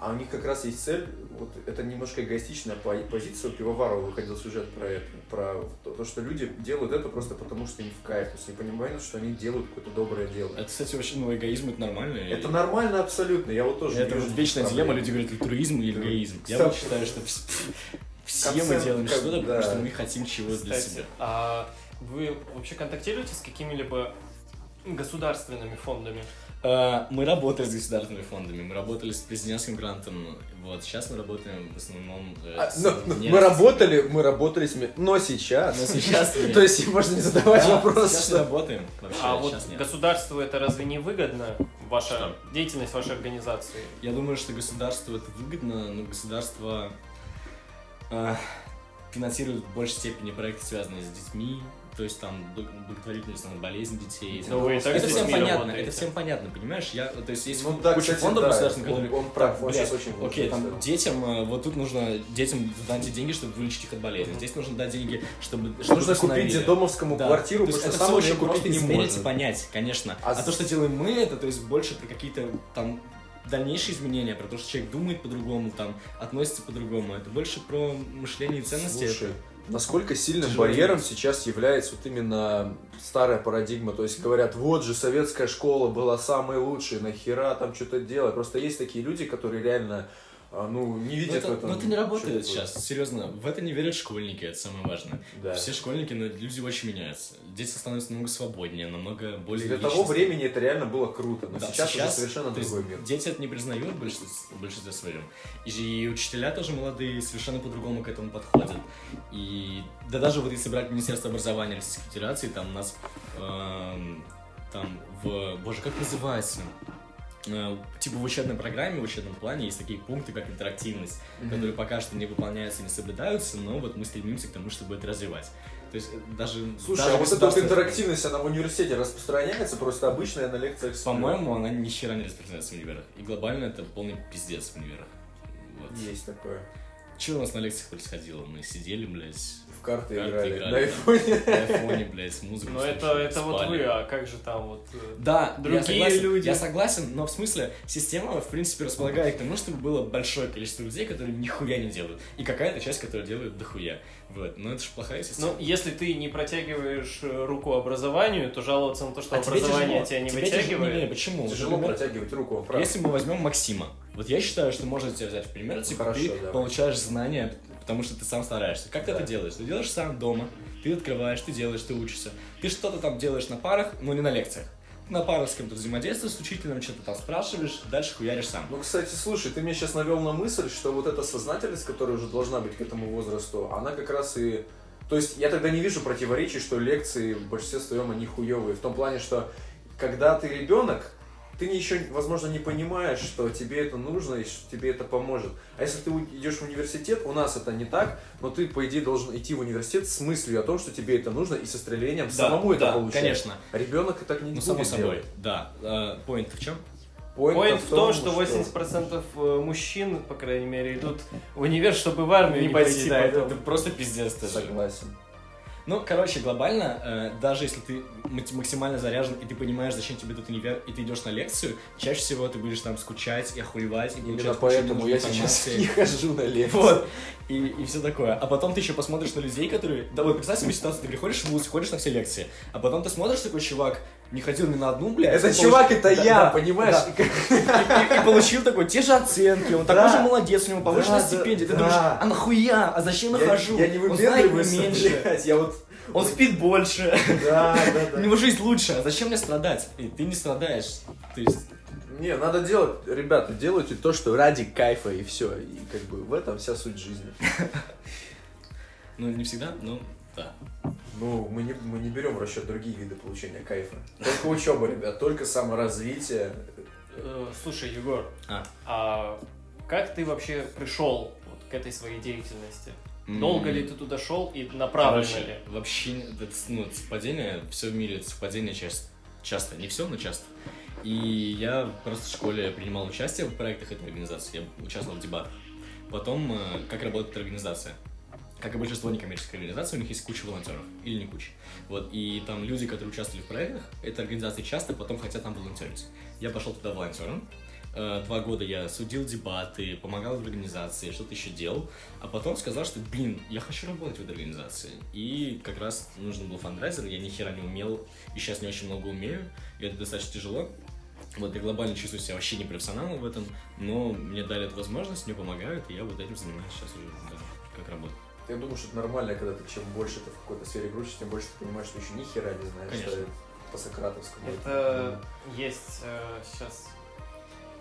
A: А у них как раз есть цель, вот это немножко эгоистичная по- позиция у Пивоварова выходил сюжет про это, про то, то, что люди делают это просто потому, что им в кайф, то есть не понимают, что они делают какое-то доброе дело.
C: Это, кстати, очень, ну, эгоизм это нормально. и-
A: Это нормально абсолютно, я вот тоже не
C: это
A: вижу
C: вот вечная
A: проблем.
C: дилемма, люди говорят, альтруизм или
A: Да.
C: эгоизм. Я
A: Кстати,
C: вот считаю, что вс- все мы
A: концепт,
C: делаем
A: как-
C: что-то,
A: да.
C: потому что мы хотим чего-то для
B: Кстати,
C: себя.
B: а вы вообще контактируете с какими-либо государственными фондами?
C: Э, Мы работали с государственными фондами, мы работали с президентским грантом, вот, сейчас мы работаем в основном э,
A: А,
C: с
A: ну, ну,
C: не-
A: мы работали, мы работали с ми- но сейчас.
C: Но Ну, сейчас
A: (laughs)
C: нет.
A: То есть можно не задавать
C: Да,
A: вопрос,
C: сейчас
A: что
C: не работаем, вообще,
B: а вот
C: сейчас нет.
B: государству это разве не выгодно? Ваша
C: Что?
B: деятельность вашей организации?
C: Я думаю, что государству это выгодно, но государство э, финансирует в большей степени проекты, связанные с детьми, то есть там бл- благотворительность на болезнь детей.
B: Ну, вы и так
C: это
B: с
C: всем
B: детьми
C: понятно,
B: работаете.
C: это всем понятно, понимаешь? Я, то есть есть
A: Ну
C: фон-
A: да,
C: куча
A: кстати,
C: фондов
A: да,
C: государственных,
A: он-
C: которые...
A: он прав,
C: Так,
A: он
C: блядь,
A: сейчас очень
C: Окей,
A: вложился.
C: там детям, э, вот тут нужно детям дать деньги, чтобы вылечить их от болезни. Здесь нужно дать деньги, чтобы...
A: Нужно
C: чтобы
A: купить
C: восстановили.
A: дедомовскому
C: Да.
A: квартиру,
C: То есть
A: потому
C: это
A: что
C: всё
A: сам еще
C: очень
A: купить
C: просто
A: не
C: измерить и
A: может.
C: понять, конечно.
A: А
C: А,
A: с-
C: то, что делаем мы, это то есть больше про какие-то там дальнейшие изменения, про то, что человек думает по-другому, там относится по-другому. Это больше про мышление и ценности.
A: Слушай, насколько сильным
C: Тяжело
A: барьером
C: измерить.
A: сейчас является вот именно старая парадигма, то есть говорят, вот же советская школа была самой лучшей, нахера там что-то делать. Просто есть такие люди, которые реально, а, ну, не
C: Но
A: видят
C: это,
A: в этом.
C: но это не работает
A: чего-то.
C: сейчас, серьезно. В это не верят школьники, это самое важное.
A: Да.
C: Все школьники, но люди очень меняются. Дети становятся намного свободнее, намного более
A: Для того
C: личностными.
A: времени это реально было круто, но
C: Да,
A: сейчас,
C: сейчас,
A: уже совершенно
C: то есть
A: другой мир.
C: Дети это не признают в большинстве, в большинстве своем. И, же- и учителя тоже молодые, совершенно по-другому к этому подходят. И да даже вот если брать Министерство образования Российской Федерации, там у нас эм, там в боже как называется Э, типа в учебной программе, в учебном плане есть такие пункты, как интерактивность,
A: Мгм.
C: которые пока что не выполняются, не соблюдаются, но вот мы стремимся к тому, чтобы это развивать. То есть э, даже...
A: Слушай,
C: даже
A: а вот эта вот
C: государство-
A: интерактивность, она в университете распространяется, просто обычно я на лекциях смотрю.
C: по-моему, она ни хера не распространяется в универах. И глобально это полный пиздец в универах. Вот.
A: Есть такое.
C: Что у нас на лекциях происходило? Мы сидели, блядь,
A: В карты,
C: Карты
A: играли.
C: играли,
A: На
C: да.
A: айфоне.
C: на айфоне, блядь, с музыкой.
B: Но Ну, это,
C: слушали,
B: это вот
C: спали.
B: вы, а как же там вот... э,
C: Да,
B: Другие
C: я согласен,
B: люди.
C: Я согласен, но в смысле система, в принципе, располагает к тому, чтобы было большое количество людей, которые нихуя не делают. И какая-то часть, которая делает дохуя. Вот, но это же плохая система.
B: Ну, если ты не протягиваешь э, руку образованию, то жаловаться на то, что
C: А тебе
B: образование
C: тяжело.
B: тебя не
C: Тебе тяжело-
B: вытягивает.
C: не, не, почему? Вот,
A: Тяжело
C: например,
A: протягивать руку, он прав.
C: Если мы возьмем Максима, вот я считаю, что можно тебя взять в пример, типа
A: Хорошо,
C: ты
A: давай.
C: получаешь знания, потому что ты сам стараешься. Как ты
A: Да.
C: это делаешь? Ты делаешь сам дома, ты открываешь, ты делаешь, ты учишься. Ты что-то там делаешь на парах, но не на лекциях. Ты На парах с кем-то взаимодействуешь с учителем, что-то там спрашиваешь, дальше хуяришь сам.
A: Ну, кстати, слушай, ты меня сейчас навел на мысль, что вот эта сознательность, которая уже должна быть к этому возрасту, она как раз и... То есть я тогда не вижу противоречий, что лекции в большинстве своем они хуевые. В том плане, что когда ты ребенок, ты не- еще, возможно, не понимаешь, что тебе это нужно и что тебе это поможет. А если ты у- идешь в университет, у нас это не так, но ты, по идее, должен идти в университет с мыслью о том, что тебе это нужно, и со стрелением
C: Да,
A: самому это
C: да,
A: получать.
C: конечно.
A: Ребенок и так не
C: Ну,
A: будет
C: само собой,
A: делать.
C: да. Поинт в чем?
B: Поинт в том, что 80% мужчин, по крайней мере, идут в универ, чтобы в армию не,
C: Не пойти, да, это,
B: потом.
C: это просто пиздец. ты же.
A: Согласен.
C: Ну, короче, глобально, э, даже если ты мати- максимально заряжен и ты понимаешь, зачем тебе тут универ, и ты идешь на лекцию, чаще всего ты будешь там скучать и охуевать, и
A: Именно
C: получать кучу
A: поэтому
C: ненужной
A: я сейчас (laughs)
C: информации.
A: не хожу на лекции.
C: Вот. И, и все такое. А потом ты еще посмотришь на людей, которые... Да вот, представь себе ситуацию, ты приходишь в вуз, ходишь на все лекции, а потом ты смотришь, такой чувак, не ходил ни на одну, блядь.
A: Это
C: и
A: чувак,
C: получ-
A: это
C: Да,
A: я,
C: да,
A: понимаешь?
C: да. И, и получил такой те же оценки, он такой
A: Да.
C: же молодец, у него повышенная
A: Да, да,
C: стипендия. Ты
A: да.
C: думаешь, а нахуя? А зачем я
A: Я-
C: хожу?
A: Я не
C: он знает
A: выпендриваюсь,
C: не меньше.
A: блядь, я вот...
C: Он спит больше.
A: (laughs) Да, да,
C: У него жизнь лучше. А зачем мне страдать? И ты не страдаешь. То есть,
A: Не, надо делать, ребята, делайте то, что ради кайфа и все. И как бы в этом вся суть жизни.
C: ну, не всегда, ну, да.
A: Ну, мы не, мы не берем в расчет другие виды получения кайфа. Только учеба, ребят, только саморазвитие.
B: Э, Слушай, Егор,
C: А.
B: а как ты вообще пришел вот к этой своей деятельности? Долго ли ты туда шел и направленно ли?
C: Короче, вообще, не- это, ну, это совпадение, все в мире это совпадение часто, часто, не все, но часто. И я просто в школе принимал участие в проектах этой организации, я участвовал в дебатах. Потом, э, как работает эта организация. Как и большинство некоммерческих организаций, у них есть куча волонтеров. Или не куча. Вот, и там люди, которые участвовали в проектах, этой организации часто потом хотят там волонтерить. Я пошел туда волонтером. Э, Два года я судил дебаты, помогал в организации, что-то еще делал. А потом сказал, что, блин, я хочу работать в этой организации. И как раз нужен был фандрайзер, я ни хера не умел, и сейчас не очень много умею, и это достаточно тяжело. Вот я глобально чувствую себя вообще не профессионалом в этом, но мне дали эту возможность, мне помогают, и я вот этим занимаюсь сейчас уже, да, как работа.
A: Я думаю, что это нормально, когда ты чем больше ты в какой-то сфере крутишься, тем больше ты понимаешь, что еще ни хера не знаешь.
C: Конечно.
A: что по Сократовскому.
B: Это есть сейчас.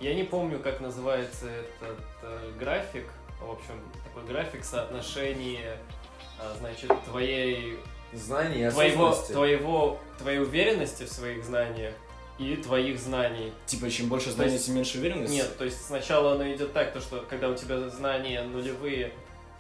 B: Я не помню, как называется этот э, график. В общем, такой график соотношения, э, значит, твоей
A: Знание и
B: твоего
A: осознанности.
B: твоего твоей уверенности в своих знаниях и твоих знаний.
C: Типа, чем больше знаний,
B: есть-
C: тем меньше уверенности?
B: Нет, то есть сначала оно идет так, то что когда у тебя знания нулевые,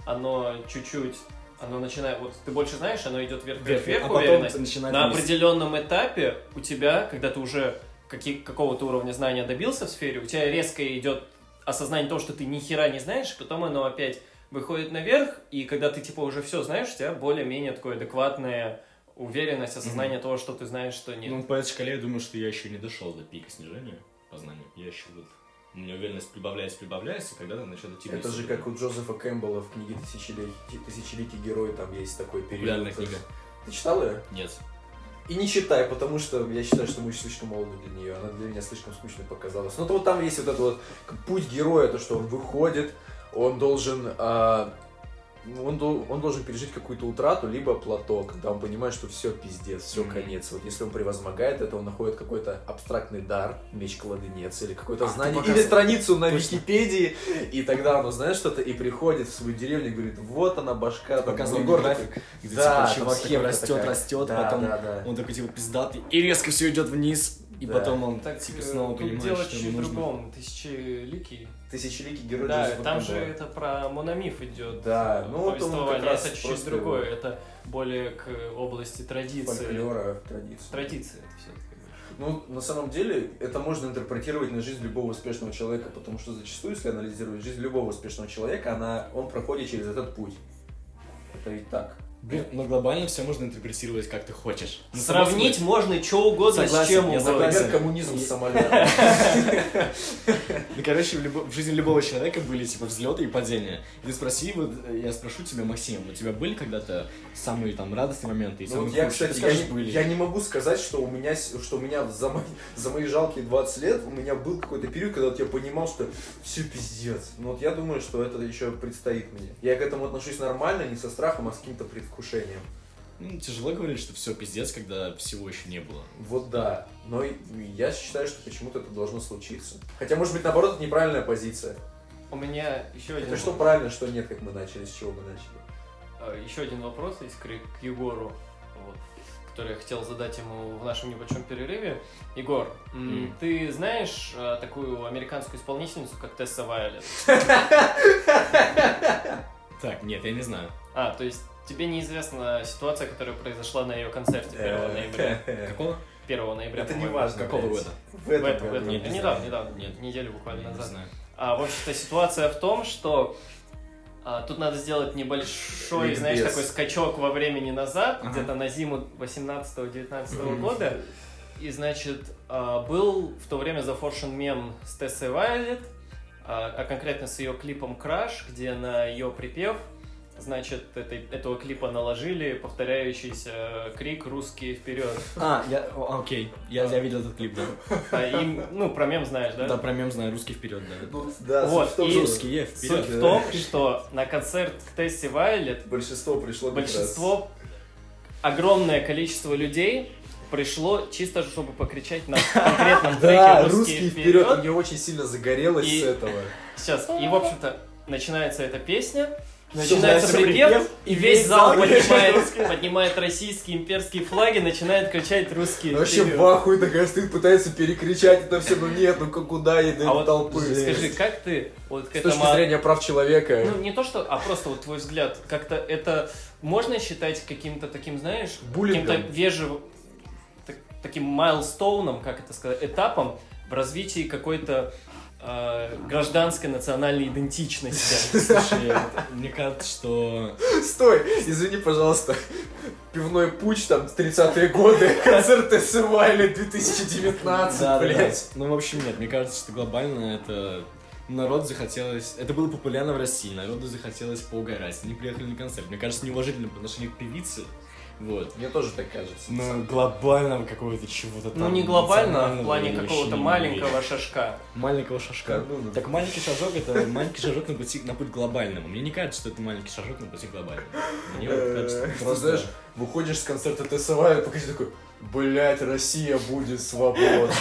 B: оно чуть-чуть, оно начинает, вот ты больше знаешь, оно идет вверх, вверх, вверх,
C: а потом
B: уверенность.
C: ты начинаешь...
B: На
C: вниз.
B: определенном этапе у тебя, когда ты уже каки- какого-то уровня знания добился в сфере, у тебя резко идет осознание того, что ты ни хера не знаешь, потом оно опять выходит наверх, и когда ты типа уже все знаешь, у тебя более-менее такое адекватная уверенность, осознание того, что ты знаешь, что нет.
C: Ну, по этой шкале я думаю, что я еще не дошел до пика снижения по знаниям. Я еще вот... У меня уверенность прибавляется, прибавляется, и когда-то начнет идти
A: Это
C: вниз.
A: же как у Джозефа Кэмпбелла в книге «Тысячелетий, тысячелетий герой», там есть такой период.
C: Популярная книга.
A: Ты читал ее?
C: Нет.
A: И не читай, потому что я считаю, что мы еще слишком молоды для нее. Она для меня слишком скучной показалась. Но то вот там есть вот этот вот к- путь героя, то, что он выходит, он должен... а, ну, он, дол- он должен пережить какую-то утрату, либо плато, когда он понимает, что все пиздец, все
C: Мгм.
A: конец. Вот если он превозмогает это, он находит какой-то абстрактный дар, меч-кладенец, или какое-то
C: А, ты
A: знание,
C: показывал.
A: или страницу на
C: Точно.
A: Википедии, и тогда оно знает что-то, и приходит в свою деревню и говорит, вот она башка, там,
C: Показывал
A: Егор такой,
C: график, где
A: да,
C: типа
A: там
C: чувак такой
A: схема
C: растет,
A: такая.
C: растет,
A: Да,
C: потом
A: да, да.
C: он такой типа пиздатый и резко все идет вниз, и
A: Да.
C: потом он
B: так
C: типа
B: э,
C: снова
B: тут
C: понимает,
B: дело
C: что
B: чуть
C: ему нужно.
B: другом, тысячеликий.
A: Тысячеликий герой
B: Да,
A: Джозефа
B: там же
A: Кэмпбелла.
B: это про мономиф идет.
A: Да,
B: э,
A: ну, вот он как
B: повествование,
A: раз
B: это чуть-чуть
A: просто
B: другое,
A: его-
B: это более к области традиции.
A: фольклора традицию.
B: Традиции это все-таки.
A: Ну, на самом деле, это можно интерпретировать на жизнь любого успешного человека, потому что зачастую, если анализировать жизнь любого успешного человека, она, он проходит через этот путь. Это ведь так.
C: Блин, но глобально все можно интерпретировать как ты хочешь. Ну, само
B: Сравнить
C: собой.
B: можно что угодно с
C: Согласен,
B: чем
C: я
B: угодно.
C: согласен.
A: Например, коммунизм с Сомали.
C: Ну, короче, в, любо- в жизни любого человека были типа взлеты и падения. И ты спроси, вот э, я спрошу тебя, Максим, у тебя были когда-то самые там радостные моменты и
A: Ну,
C: самые
A: вот я,
C: худшие? Ты
A: кстати, я
C: скажешь,
A: не, я не могу сказать, что у меня, с- что у меня за мои, (laughs) за мои жалкие 20 лет у меня был какой-то период, когда вот я понимал, что все пиздец. Но вот я думаю, что это еще предстоит мне. Я к этому отношусь нормально, не со страхом, а с каким-то предвкушением.
C: Ну, тяжело говорить, что все пиздец, когда всего еще не было.
A: Вот да. Но и- я считаю, что почему-то это должно случиться. Хотя, может быть, наоборот, это неправильная позиция.
B: У меня еще один,
A: Это что правильно, что нет, как мы начали, с чего мы начали.
B: э, еще один вопрос есть к, Ре- к Егору, вот, который я хотел задать ему в нашем небольшом перерыве. Егор, м,
C: М.
B: ты знаешь э, такую американскую исполнительницу, как Тесса Вайлет?
C: Так, нет, я не знаю.
B: А,
A: (laughs)
B: то есть тебе неизвестна ситуация, которая произошла на ее концерте 1 ноября.
A: Э,
C: Какого?
B: 1 ноября.
A: Это не
B: по-моему.
A: важно.
C: Какого
A: блядь.
C: года?
A: В
B: В этом,
A: этом
B: в этом.
A: году.
C: Я не
B: Недавно,
C: знаю.
B: недавно,
C: Нет.
B: неделю буквально
C: Я не
B: назад.
C: знаю.
B: А, в общем-то, ситуация в том, что а, тут надо сделать небольшой,
A: Ликбез.
B: знаешь, такой скачок во времени назад,
C: Ага.
B: где-то на зиму 18-19
C: Мгм.
B: года. И, значит, а, был в то время зафоршен мем с Тессой Вайлет, а а конкретно с ее клипом «Краш», где на ее припев, значит, этой- этого клипа наложили повторяющийся э, крик «Русские вперед!».
C: А, я, о, окей, я, я видел этот клип, да.
B: А им, ну, про мем знаешь, да?
C: Да, про мем знаю, русский вперед, да. э,
A: Ну, да,
B: Вот,
A: суть в том,
B: и-
A: что
C: Русские
B: Суть
C: вперед.
B: в том, что на концерт к Тессе Вайлет
A: большинство пришло как раз.
B: большинство, огромное количество людей пришло чисто, чтобы покричать
A: (laughs)
B: на конкретном треке
A: Да,
B: «Русские
A: русские вперед. У меня очень сильно загорелось
B: И-
A: с этого.
B: Сейчас, и, в общем-то, начинается эта песня,
A: Всё,
B: начинается
A: нравится
B: припев,
A: припев,
B: и весь зал
A: кричит
B: поднимает, поднимает российские имперские флаги, начинает кричать русские
A: Вообще
B: вперед».
A: в ахуе такая стоит, пытается перекричать это все, но нет, ну как куда ей
B: А
A: дают
B: вот
A: толпы.
B: скажи, как ты вот к
A: С
B: этому а
A: точки зрения прав человека.
B: Ну, не то что, а просто вот твой взгляд, как-то это можно считать каким-то таким, знаешь,
A: Буллингом.
B: каким-то вежевым, так- таким майлстоуном, как это сказать, этапом в развитии какой-то э, гражданской национальной идентичности.
C: э, Слушай, мне кажется, что...
A: (laughs) Стой, извини, пожалуйста. Пивной путь, там, 30-е
B: (laughs)
A: годы, концерт Вайлет 2019,
C: Да, да, да.
A: блядь.
C: Ну, в общем, нет, мне кажется, что глобально это... Народ захотелось... Это было популярно в России, народу захотелось поугарать. Они приехали на концерт. Мне кажется, неуважительно по отношению к певице. Вот.
A: Мне тоже так кажется.
C: Но глобального какого-то чего-то там...
B: (laughs) Ну, не глобально, а в
C: национального
B: плане
C: я
B: какого-то
C: ещё не
B: маленького шажка.
C: Маленького шажка.
A: Да ну нафиг.
C: Так маленький шажок это маленький шажок на пути на путь к глобальному. Мне не кажется, что это маленький шажок на пути к глобальному. Мне вот кажется,
A: Э,
C: это
A: Ты
C: просто-
A: знаешь, выходишь с концерта Вайлет, пока ты такой, блядь, Россия будет свободна.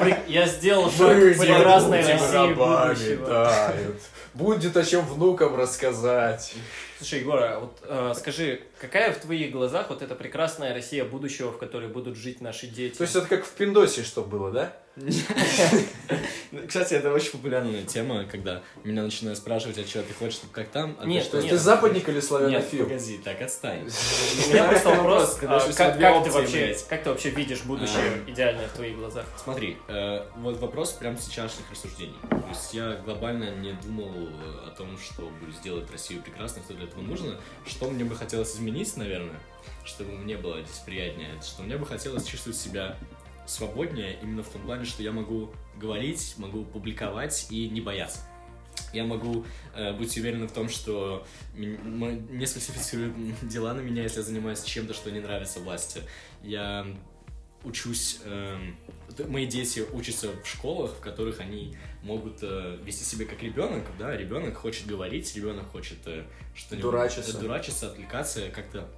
B: При- Я сделал шаг
A: Мы
B: к прекрасной
A: будем
B: России
A: рабами,
B: будущего.
A: да, и вот Будет о чем внукам рассказать.
B: Слушай, Егор, а вот э, скажи, какая в твоих глазах вот эта прекрасная Россия будущего, в которой будут жить наши дети?
A: То есть это как в Пиндосе что было, да?
C: Ну, Кстати, это очень популярная тема, когда меня начинают спрашивать, а что ты хочешь, чтобы как там? А ты
B: Нет,
C: что?
A: То есть
B: Нет.
A: ты западник или
C: Нет,
A: славянофил?
C: погоди,
A: (laughs)
C: так отстань.
B: У меня просто вопрос,
C: Когда
B: а,
C: же у
B: как,
C: тебя две
B: как ты
C: опции,
B: вообще,
C: блядь?
B: как ты вообще видишь будущее идеальное в твоих глазах?
C: Смотри, э, вот вопрос прям сейчасшних рассуждений. То есть я глобально не думал э, о том, что будет сделать Россию прекрасной, что для этого нужно. Что мне бы хотелось изменить, наверное, чтобы мне было здесь приятнее, это что мне бы хотелось чувствовать себя свободнее именно в том плане, что я могу говорить, могу публиковать и не бояться. Я могу э, быть уверенным в том, что м- м- не сфальсифицируют (laughs) дела на меня, если я занимаюсь чем-то, что не нравится власти. Я учусь, эм, т- мои дети учатся в школах, в которых они могут э, вести себя как ребенок, да, ребенок хочет говорить, ребенок хочет э, что-нибудь
A: Дурачиться.
C: э, дурачиться, отвлекаться, как-то.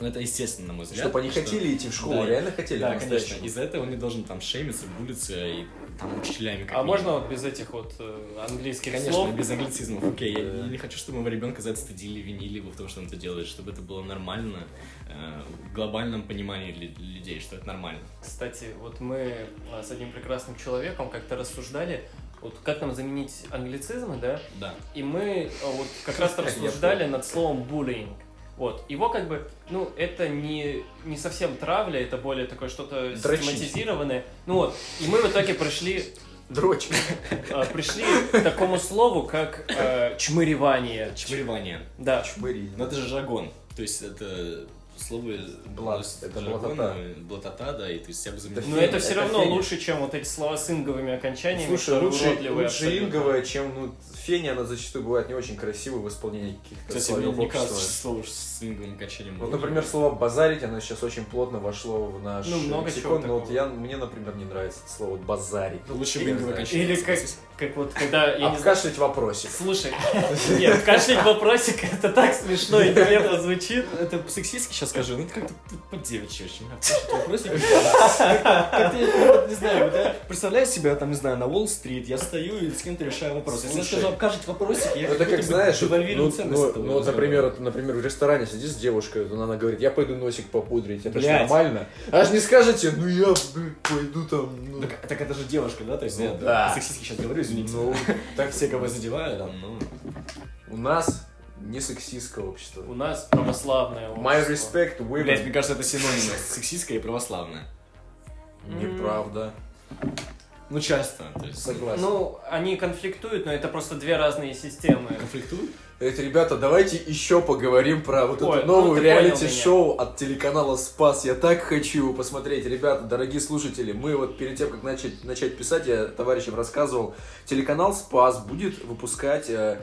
C: Ну, Это естественно, на мой взгляд.
A: Чтобы они
C: потому что-
A: хотели идти в школу,
C: Да.
A: реально хотели
C: Да,
A: по-настоящему.
C: конечно. Из-за этого он не должен там шеймиться, булиться и там учителями. как
B: А
C: минимум.
B: можно вот без этих вот э, английских
C: Конечно,
B: слов?
C: без англицизмов. Окей, я- я
A: Да.
C: не хочу, чтобы моего ребенка за это стыдили, винили его в том, что он это делает, чтобы это было нормально э, в глобальном понимании лю- людей, что это нормально.
B: Кстати, вот мы а, с одним прекрасным человеком как-то рассуждали, вот как нам заменить англицизмы, да?
C: Да.
B: И мы а, вот как раз
A: Конечно.
B: рассуждали над словом буллинг. Вот. Его как бы, ну, это не, не совсем травля, это более такое что-то
A: Дрочить.
B: систематизированное. Ну вот, и мы в итоге пришли
A: Дрочь.
B: э, пришли к такому слову, как э, чмыревание.
C: Чмыревание.
B: Да.
A: Чмыри.
B: Ну,
C: Но это же жаргон. То есть это слово...
A: Блат.
C: из
A: Это
C: жаргона,
A: блатота.
C: блатота, да, и то есть я бы заменил...
B: Но
A: Фени,
B: это все
A: Э, это
B: равно
A: фени.
B: лучше, чем вот эти слова с инговыми окончаниями.
A: Слушай,
B: которые
A: лучше,
B: уродливые
A: лучше
B: абсолютно.
A: инговая, чем ну, фени, она зачастую бывает не очень красивой в исполнении каких-то
C: Кстати,
A: слоев
C: мне не
A: общества.
C: кажется, что слово с инговым качанием...
A: Вот, например, слово «базарить», оно сейчас очень плотно вошло в наш
B: Ну, много
A: лексикон,
B: чего
A: но вот
B: такого.
A: я, мне, например, не нравится это слово «базарить».
C: Лучше
A: Я
C: в
A: не
C: инговое
A: знаю.
C: качание.
B: Или как,
C: согласись.
B: как вот когда, я не знаю,
A: Обкашлять вопросик. (laughs)
B: слушай, нет, кашлять вопросик, это так смешно и нелепо звучит.
C: Это сексистски сейчас скажу, ну это как-то по девичьи очень. Вопрос Как-то я ну, вот не знаю, вот я представляю себя там, не знаю, на Уолл-стрит, я стою и с кем-то решаю вопрос. Если я
A: Слушай,
C: скажу обкажет вопросики, я
A: Ну, Это как,
C: будто бы
A: знаешь, вот,
C: девальвирую
A: ну,
C: ценность
A: ну,
C: этого
A: ну, вот,
C: разговора.
A: например, вот, например, в ресторане сидишь с девушкой, вот она говорит, я пойду носик попудрить, это же
C: Блядь.
A: нормально. А ж не скажете, ну я блин, пойду там, ну...
C: Так, так это же девушка, да? То есть
A: Ну
C: я
A: да.
C: сексистски сейчас говорю, извините.
A: Ну,
C: так все, кого я задеваю, там, ну...
A: у нас не сексистское общество.
B: У нас православное
A: My
B: общество.
A: respect, women.
C: Блять, мне кажется, это синонимы сексистское и православное.
B: М.
A: Неправда.
C: Ну, часто. То есть,
A: Согласен.
B: Ну, они конфликтуют, но это просто две разные системы.
C: конфликтуют?
A: Эх, ребята, давайте еще поговорим про вот
B: Ой,
A: эту
B: ну
A: новую
B: ты понял
A: реалити-шоу от телеканала Спас. Я так хочу посмотреть. Ребята, дорогие слушатели, мы вот перед тем, как начать, начать писать, я товарищам рассказывал, телеканал Спас будет выпускать э,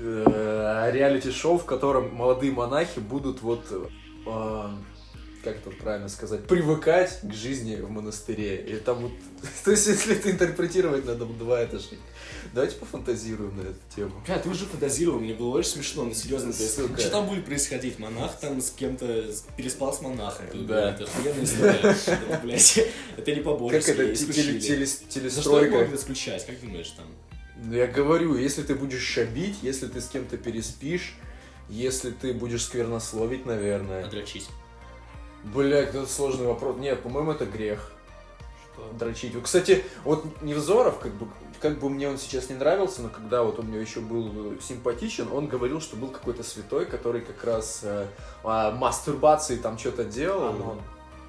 A: э, реалити-шоу, в котором молодые монахи будут вот, э, как это правильно сказать, привыкать к жизни в монастыре. И там вот, (laughs) то есть если это интерпретировать, надо два этажа. Давайте пофантазируем на эту тему.
D: Бля, ты уже фантазировал, мне было очень смешно, но серьезно, ты
A: Сука.
C: Что там будет происходить? Монах там с кем-то с- переспал с монахом. Это,
A: Да.
D: (laughs)
C: Это охуенная история. Это, блядь, это не побольше.
A: Как это те- теле-
B: Ну,
A: телес-
C: За что их
A: телестройка?
C: могут исключать? Как думаешь там?
A: Ну, Я говорю, если ты будешь шабить, если ты с кем-то переспишь, если ты будешь сквернословить,
B: А
A: наверное.
C: Отрочить.
A: Блять, это сложный вопрос. Нет, по-моему, это грех.
B: Что?
A: Дрочить. Вот, Кстати, вот Невзоров, как бы, как бы мне он сейчас не нравился, но когда вот он мне еще был э, симпатичен, он говорил, что был какой-то святой, который как раз э, а, мастурбации там что-то делал.
B: Анон.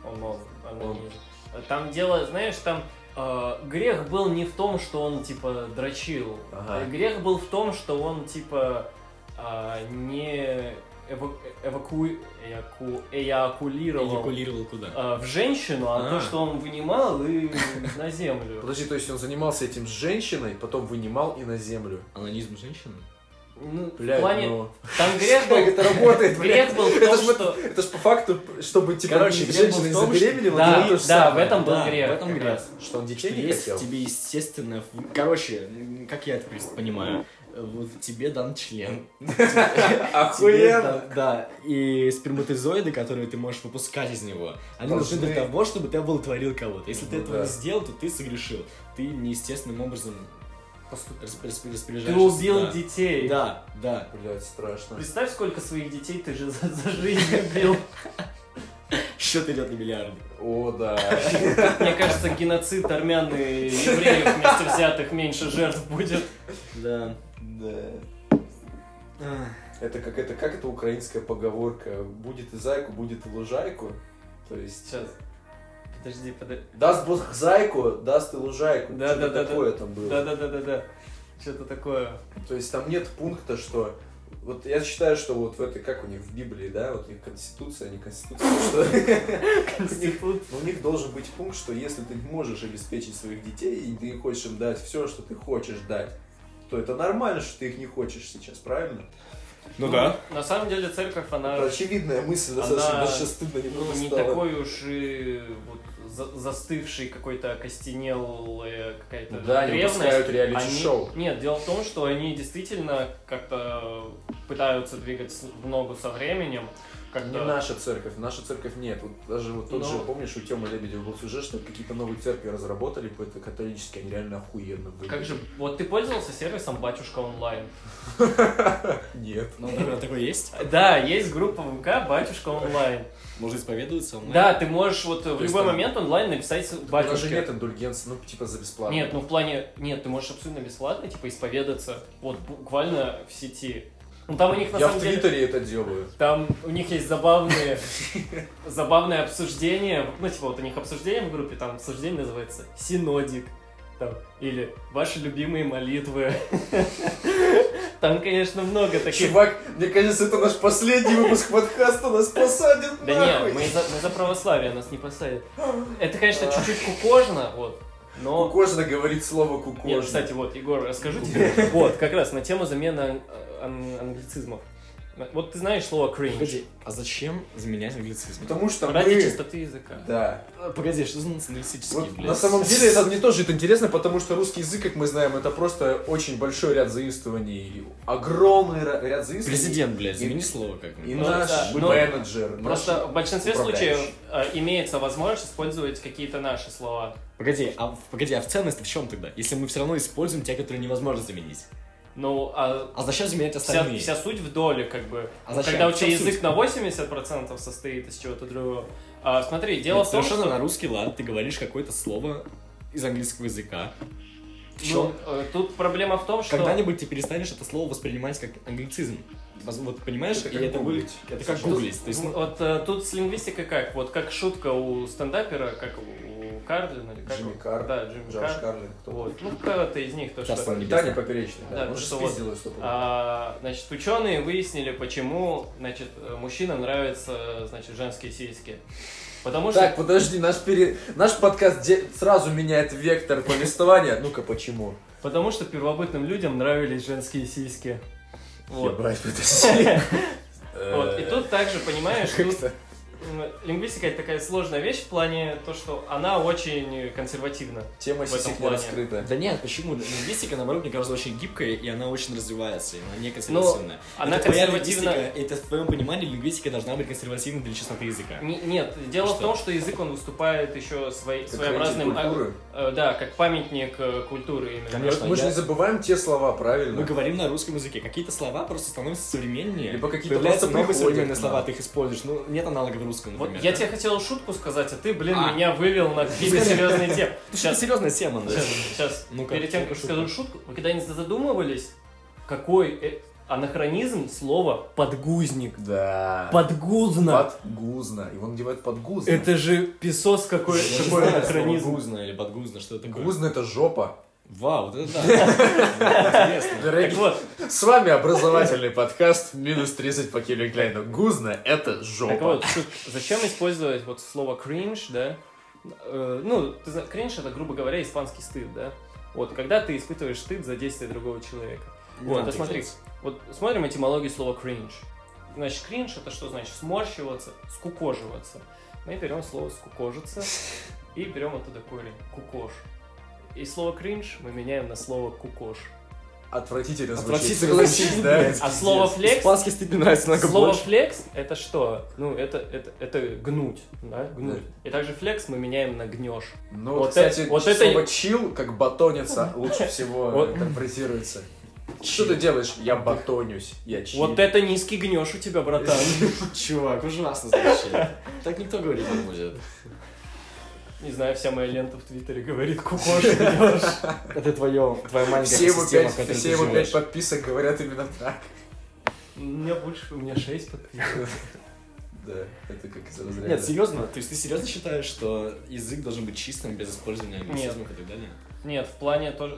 B: Анон. Анонизм.
A: Он.
B: А Там дело, знаешь, там э, грех был не в том, что он типа дрочил.
A: Ага.
B: Грех был в том, что он типа а, не эва- эваку... эяку- эякулировал
C: Эякулировал куда?
B: а, в женщину, а,
C: А.
B: то, что он вынимал и (laughs) на землю.
A: Подожди, то есть он занимался этим с женщиной, потом вынимал и на землю.
C: Анонизм женщины?
B: Ну, в
A: Блядь,
B: плане...
A: ну...
B: Там грех
A: Как
B: был...
A: это работает, блядь?
B: Грех был в
A: Это
B: том,
A: ж вот-
B: что...
A: Это ж по факту, чтобы типа
C: Короче, грех был
A: женщина
C: в том, что-
A: забеременела,
B: Да,
A: делала то же
B: да, в
A: самое.
B: этом был
C: Да,
B: грех.
C: в этом
B: как
C: грех.
B: раз.
A: Что он
C: Что
A: детей не
C: есть
A: хотел?
C: тебе естественно... в- Короче, м, как я это просто понимаю, э, вот тебе дан член. Тебе
A: Охуенно!
C: дан- Да, и сперматозоиды, которые ты можешь выпускать из него, они нужны
A: Должны.
C: для того, чтобы ты оплодотворил кого-то. Если ты
A: Ну
C: этого
A: да.
C: не сделал, то ты согрешил. Ты неестественным образом расп- расп- распоряжаешься.
B: Ты убил
C: да.
B: детей.
C: Да, да.
A: Блять, страшно.
B: Представь, сколько своих детей ты же за, за жизнь убил.
C: Счет идет на миллиарды.
A: О, да. (laughs)
B: Мне кажется, геноцид армян и евреев вместе взятых меньше жертв будет.
C: Да.
A: Да. Это как это, как это украинская поговорка? Будет и зайку, будет и лужайку. То есть...
B: Сейчас. Подожди, подожди.
A: Даст бог зайку, даст и лужайку.
B: Да,
A: Что-то
B: да, да,
A: такое там было.
B: Да-да-да-да-да. Что-то такое.
A: То есть там нет пункта, что вот я считаю, что вот в этой, как у них в Библии, да, вот у них конституция, не конституция, что у них-
B: Институт.
A: но у них должен быть пункт, что если ты можешь обеспечить своих детей, и ты хочешь им дать все, что ты хочешь дать, то это нормально, что ты их не хочешь сейчас, правильно?
C: Ну да.
B: На самом деле церковь,
A: Это
B: она
A: очевидная мысль, достаточно
B: она,
A: даже сейчас стыдно
B: ну,
A: немного
B: не
A: стало.
B: такой уж и вот, за- застывший какой-то окостенелая какая-то
A: Да, они
B: древность.
A: выпускают реалити-шоу.
B: Они- Нет, дело в том, что они действительно как-то пытаются двигаться в ногу со временем. Как-то...
A: Не наша церковь, наша церковь нет. Вот даже вот тот
B: Ну.
A: же, помнишь, у Тёмы Лебедева был сюжет, что какие-то новые церкви разработали, какой-то католические, они реально охуенно были.
B: Как же, вот ты пользовался сервисом «Батюшка онлайн»?
A: Нет.
C: Ну, например, такой есть.
B: Да, есть группа ВК «Батюшка онлайн».
C: Можно исповедоваться онлайн.
B: Да, ты можешь вот э, в
C: есть
B: любой
C: там-
B: момент онлайн написать с-
A: У нас же
B: «Батюшке».
A: нет индульгенции, ну типа за бесплатно.
B: Нет, ну в плане, нет, ты можешь абсолютно бесплатно, типа, исповедаться, вот, буквально в сети. Ну там у них, на
A: Я в
B: самом деле,
A: Твиттере это делаю.
B: там у них есть забавные, забавные обсуждения, ну типа вот у них обсуждение в группе, там обсуждение называется «Синодик», там, или «Ваши любимые молитвы». (laughs) Там, конечно, много таких
A: Чувак, мне кажется, это наш последний выпуск подкаста, нас посадят
B: Да
A: нахуй.
B: нет, мы за, мы за православие, нас не посадят. Это, конечно, чуть-чуть кукожно, вот, но...
A: Кукожно говорит слово кукожно.
B: Нет, кстати, вот, Егор, расскажу тебе. Вот, как раз на тему замены ан- ан- англицизмов. Вот ты знаешь слово cringe?
C: Погоди, а зачем заменять англицизм?
A: Потому что
B: Ради
A: мы...
B: чистоты языка.
A: Да.
C: А, Погоди, что за националистический,
A: Вот
C: блядь?
A: на самом деле это мне тоже это интересно, потому что русский язык, как мы знаем, это просто очень большой ряд заимствований, огромный ра- ряд заимствований.
C: Президент, блядь,
A: И-
C: замени слово как-нибудь.
A: И
B: Ну,
A: наш
B: да, ну,
A: менеджер. наш-
B: Просто в большинстве
A: управляющий.
B: случаев э, имеется возможность использовать какие-то наши слова.
C: Погоди, а в- погоди, а в ценность в чем тогда? Если мы все равно используем те, которые невозможно заменить.
B: Ну, а
C: А зачем заменять
B: вся,
C: остальные?
B: вся суть в доле, как бы.
C: А зачем?
B: Когда у
C: В
B: тебя
C: чем суть?
B: язык на 80% состоит из чего-то другого. А, смотри, дело
C: Нет,
B: в том,
C: совершенно
B: что...
C: на русский лад ты говоришь какое-то слово из английского языка. В
B: Ну,
C: чем?
B: э, тут проблема в том, что...
C: Когда-нибудь ты перестанешь это слово воспринимать как англицизм. Воз- Вот понимаешь,
A: Это
C: и
A: как
C: это будет.
A: гуглить.
C: Это как
A: Тут-
C: гуглить. То есть,
B: Вот э, тут с лингвистикой как? Вот как шутка у стендапера, как у Карлин или как
A: Джимми
B: его?
A: Карр,
B: Да, Джимми
A: Джордж
B: Карр.
A: Карлин, кто?
B: Вот. Ну, кто-то из них, то что...
C: Царство небесное.
A: Таня поперечная, да.
B: Да,
A: Он
B: то,
A: же
B: что вот,
A: спиздил её стопудово.
B: А, значит, ученые выяснили, почему, значит, мужчинам нравятся, значит, женские сиськи. Потому что...
A: Так, подожди, наш, пере... наш подкаст де- сразу меняет вектор повествования. Ну-ка, почему?
B: Потому что первобытным людям нравились женские сиськи. Вот.
A: Ебать,
B: (laughs)
A: подожди.
B: Вот. И тут также, понимаешь, тут
A: Э, (laughs) Как-то.
B: м, лингвистика это такая сложная вещь в плане то, что она очень консервативна.
A: Тема
B: в этом
A: сисек не
B: плане.
A: раскрыта.
C: ну, Да нет, почему? Лингвистика, наоборот, мне кажется, очень гибкая, и она очень развивается, и она не консервативная.
B: Ну, она
C: Это твоя
B: консервативна-
C: лингвистика, Это в твоем понимании лингвистика должна быть консервативной для чистоты языка.
B: Не- нет, дело
C: Что?
B: в том, что язык он выступает еще своей,
A: Как
B: своеобразным,
A: эти культуры.
B: а, э, да, как памятник э, культуры именно.
C: Конечно.
A: Мы же
C: я-
A: не забываем те слова,
C: Мы
A: правильно?
C: говорим на русском языке. Какие-то слова просто становятся современнее.
A: Либо какие-то
C: Появляются
A: просто
C: новые
A: приходят
C: современные
A: к
C: слова,
A: нам.
C: ты их используешь. Ну, нет аналогов русского,
B: Вот
C: например.
B: я тебе хотел шутку сказать, а ты, блин,
C: А.
B: меня вывел на какие-то серьезные темы.
C: Сейчас
B: Сейчас,
C: серьезная тема, (laughs) да?
B: сейчас, сейчас.
C: Ну-ка,
B: перед тем, как
C: шутка.
B: скажу шутку, вы когда-нибудь задумывались, какой э, анахронизм слова подгузник?
A: Да.
B: Подгузно.
A: Подгузно. Его надевают под гузно.
B: Это же песос какой,
C: Я не
B: какой
C: знаю, слово
B: анахронизм.
C: Гузно или подгузно, что это такое.
A: Гузно это жопа.
C: Вау, вот это (laughs) да. Интересно.
B: Так
A: Дорогие,
B: вот,
A: с вами образовательный подкаст минус 30 по Кевин Кляйну. Гузно это
B: так
A: жопа.
B: вот, шут, зачем использовать вот слово кринж, да? Э, Ну, ты зна- кринж это, грубо говоря, испанский стыд, да? Вот, когда ты испытываешь стыд за действия другого человека.
C: Не
B: Вот,
C: надо
B: да смотри,
C: так
B: вот смотрим этимологию слова кринж. Значит, кринж это что значит? Сморщиваться, скукоживаться. Мы берем слово скукожиться и берем оттуда корень. Кукош. И слово кринж мы меняем на слово кукош.
A: Отвратительно звучит.
C: Отвратительно
A: Согласись,
C: звучит,
A: да?
C: блядь.
B: А слово
C: делать.
B: флекс.
C: Испанский стыд мне нравится намного
B: Слово
C: больше.
B: флекс это что? Ну, это, это, это гнуть, да? Гнуть. И также флекс мы меняем на гнешь.
A: Ну,
B: Вот
A: вот, кстати,
B: это- вот это-
A: слово «чил» как
B: (laughs)
A: «батониться» лучше всего
B: Вот.
A: интерпретируется. Что ты делаешь? Я батонюсь, я чил.
B: Вот это низкий гнешь у тебя, (laughs) братан.
C: Чувак, ужасно звучит. Так никто говорить не будет.
B: Не знаю, вся моя лента в Твиттере говорит кукош, гнешь.
C: Это твое, твоя маленькая
A: Все его
C: система,
A: пять,
C: в которой ты
A: все его пять
C: живешь.
A: подписок говорят именно так.
B: (laughs) У меня больше, у меня 6 подписчиков.
A: Да, это как из разряда.
C: Нет, серьезно? То есть ты серьезно считаешь, что язык должен быть чистым, без использования англицизмов и так далее?
B: Нет, в плане тоже...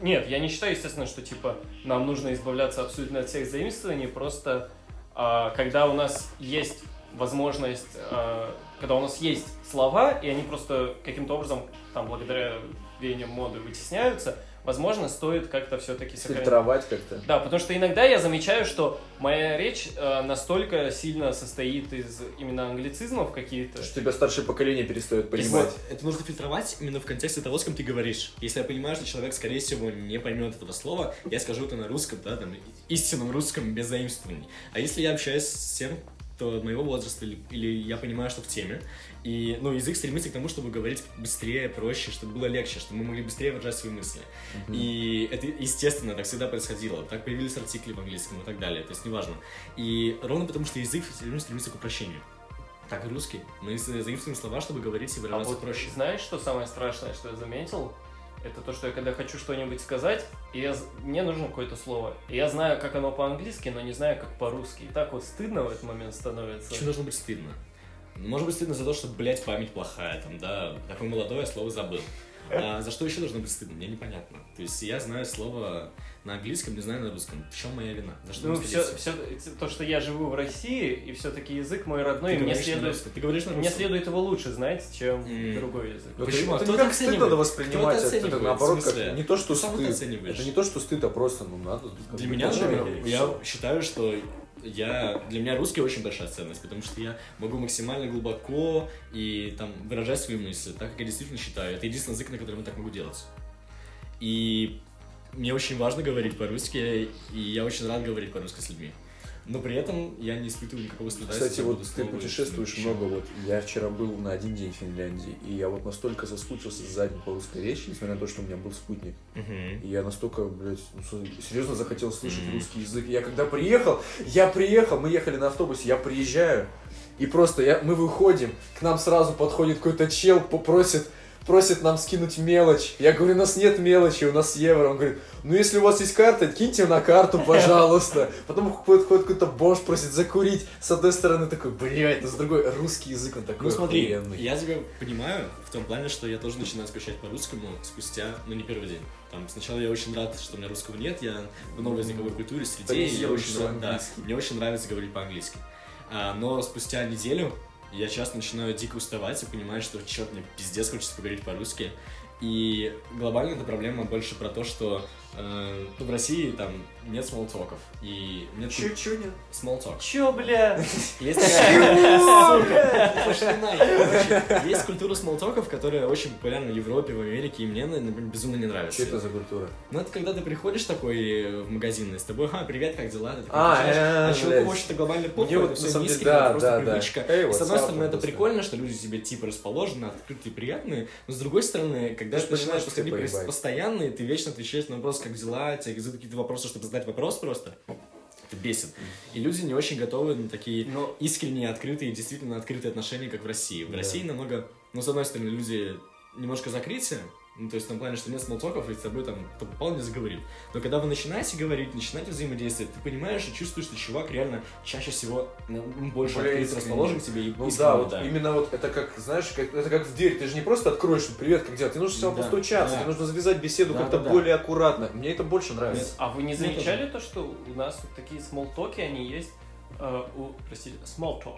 B: Нет, я не считаю, естественно, что, типа, нам нужно избавляться абсолютно от всех заимствований, просто а, когда у нас есть возможность, а, когда у нас есть слова, и они просто каким-то образом, там, благодаря веяниям моды вытесняются, возможно, стоит как-то все-таки сохранить.
A: Фильтровать как-то.
B: Да, потому что иногда я замечаю, что моя речь а, настолько сильно состоит из именно англицизмов какие-то.
A: Что тебя старшее поколение перестает понимать.
C: Вот, это нужно фильтровать именно в контексте того, с кем ты говоришь. Если я понимаю, что человек, скорее всего, не поймет этого слова, я скажу это на русском, да, там, истинном русском, без заимствований. А если я общаюсь с тем, кто моего возраста, или, или я понимаю, что в теме, и, ну, язык стремится к тому, чтобы говорить быстрее, проще, чтобы было легче, чтобы мы могли быстрее выражать свои мысли.
A: Мгм.
C: И это, естественно, так всегда происходило. Так появились артикли в английском и так далее, то есть неважно. И ровно потому, что язык все время стремится к упрощению. Так и русский. Мы за- заимствуем слова, чтобы говорить и
B: А
C: выражаться
B: вот
C: проще.
B: знаешь, что самое страшное, что я заметил? Это то, что я когда хочу что-нибудь сказать, и я з- мне нужно какое-то слово. И я знаю, как оно по-английски, но не знаю, как по-русски. И так вот стыдно в этот момент становится.
C: Почему должно быть стыдно? Ну, Может быть стыдно за то, что, блядь, память плохая, там, да, такой молодой, а слово забыл. А за что еще должно быть стыдно? Мне непонятно. То есть я знаю слово на английском, не знаю на русском. В чем моя вина? За что
B: Ну,
C: мне
B: все,
C: стыдиться?
B: все, то, что я живу в России, и все-таки язык мой родной,
C: Ты
B: ну и мне
C: говоришь на
B: следует,
C: русском. Ты говоришь на русском.
B: мне следует его лучше знать, чем
C: М.
B: другой язык.
A: Ну,
C: Почему?
A: Это,
C: Кто
A: не
C: это
A: как стыд
C: оценивает?
A: надо
C: Кто
A: воспринимать, это,
C: это оценивает?
A: наоборот
C: В
A: как
C: смысле?
A: не то, что
C: Ты сам это
A: стыд.
C: оцениваешь.
A: Это не то, что стыд, а просто, ну, надо. как
C: Для
A: бы,
C: меня,
A: даже
C: например,
A: и
C: я
A: всё.
C: считаю, что я, для меня русский очень большая ценность, потому что я могу максимально глубоко и там выражать свои мысли, так как я действительно считаю. Это единственный язык, на котором я так могу делать. И мне очень важно говорить по-русски, и я очень рад говорить по-русски с людьми. Но при этом я не испытываю никакого стыда.
A: Кстати,
C: если я
A: вот
C: буду
A: ты
C: слово
A: путешествуешь
C: или
A: много, вот я вчера был на один день в Финляндии, и я вот настолько соскучился за по русской речи, несмотря на то, что у меня был спутник,
C: Мгм.
A: и я настолько, блядь, ну, с- серьезно захотел слышать
C: Мгм.
A: русский язык. Я когда приехал, я приехал, мы ехали на автобусе, я приезжаю, и просто я, мы выходим, к нам сразу подходит какой-то чел, попросит просит нам скинуть мелочь. Я говорю, у нас нет мелочи, у нас евро. Он говорит, ну если у вас есть карта, киньте на карту, пожалуйста. Потом ходит ходит какой-то бомж, просит закурить. С одной стороны такой, блядь, а с другой русский язык, он такой
C: Ну смотри,
A: охуенный.
C: я тебя понимаю в том плане, что я тоже начинаю скучать по-русскому спустя, ну не первый день. Там сначала я очень рад, что у меня русского нет, я в новой языковой культуре среде, и я
A: Понизил
C: очень
A: его
C: рад- да,
A: английский.
C: мне очень нравится говорить по-английски. А, но спустя неделю я часто начинаю дико уставать и понимаю, что черт, мне пиздец хочется говорить по-русски. И глобально эта проблема больше про то, что э, ну, в России там нет смолтоков. И нет
A: Чё, нет? (laughs)
C: смолток.
B: Чё, бля?
C: Есть такая- Сука, пошли нахер. Короче, Есть культура смолтоков, которая очень популярна в Европе, в Америке, и мне, например, безумно не нравится.
A: Чё это за культура?
C: Ну, это когда ты приходишь такой э, в магазин, и с тобой, ха, привет, как дела? Ты такой
A: А,
C: отвечаешь.
A: э,
C: а человеку,
A: блядь.
C: в общем-то, глобально
A: Мне
C: похуй,
A: вот,
C: это
A: на
C: все
A: самом деле,
C: английский,
A: да,
C: это просто
A: да, да.
C: привычка.
A: Эй,
C: И с одной
A: WhatsApp
C: стороны, это
A: просто.
C: прикольно, что люди тебе типа расположены, открытые, приятные, но с другой стороны, когда
A: Ты ж
C: ты начинаешь
A: понимаешь, что
C: поступить
A: ты поебать.
C: постоянные, ты вечно отвечаешь на вопрос, как дела, тебе задают какие-то вопросы, чтобы задать вопрос просто. Это бесит. И люди не очень готовы на такие
B: Ну,
C: искренние, открытые, действительно открытые отношения, как в России. В
A: Да.
C: России намного, ну, с одной стороны, люди немножко закрытие, ну, то есть в том плане, что нет смолтоков, и с тобой там кто попал, не заговорит. Но когда вы начинаете говорить, начинаете взаимодействовать, ты понимаешь и чувствуешь, что чувак реально чаще всего ну, больше
A: Более
C: открыт,
A: искренний.
C: расположен к тебе и
B: типа,
A: Ну
C: искренне,
A: да, вот именно вот это как, знаешь, как, это как в дверь. Ты же не просто откроешь привет, как дела. Тебе нужно сначала
C: Да,
A: постучаться,
C: да.
A: тебе нужно завязать беседу
C: Да,
A: как-то
C: да, да.
A: более аккуратно. Мне это больше нравится.
B: а вы не
C: Мне
B: замечали то, что у нас вот такие смолтоки, они есть э, у... Простите, small talk.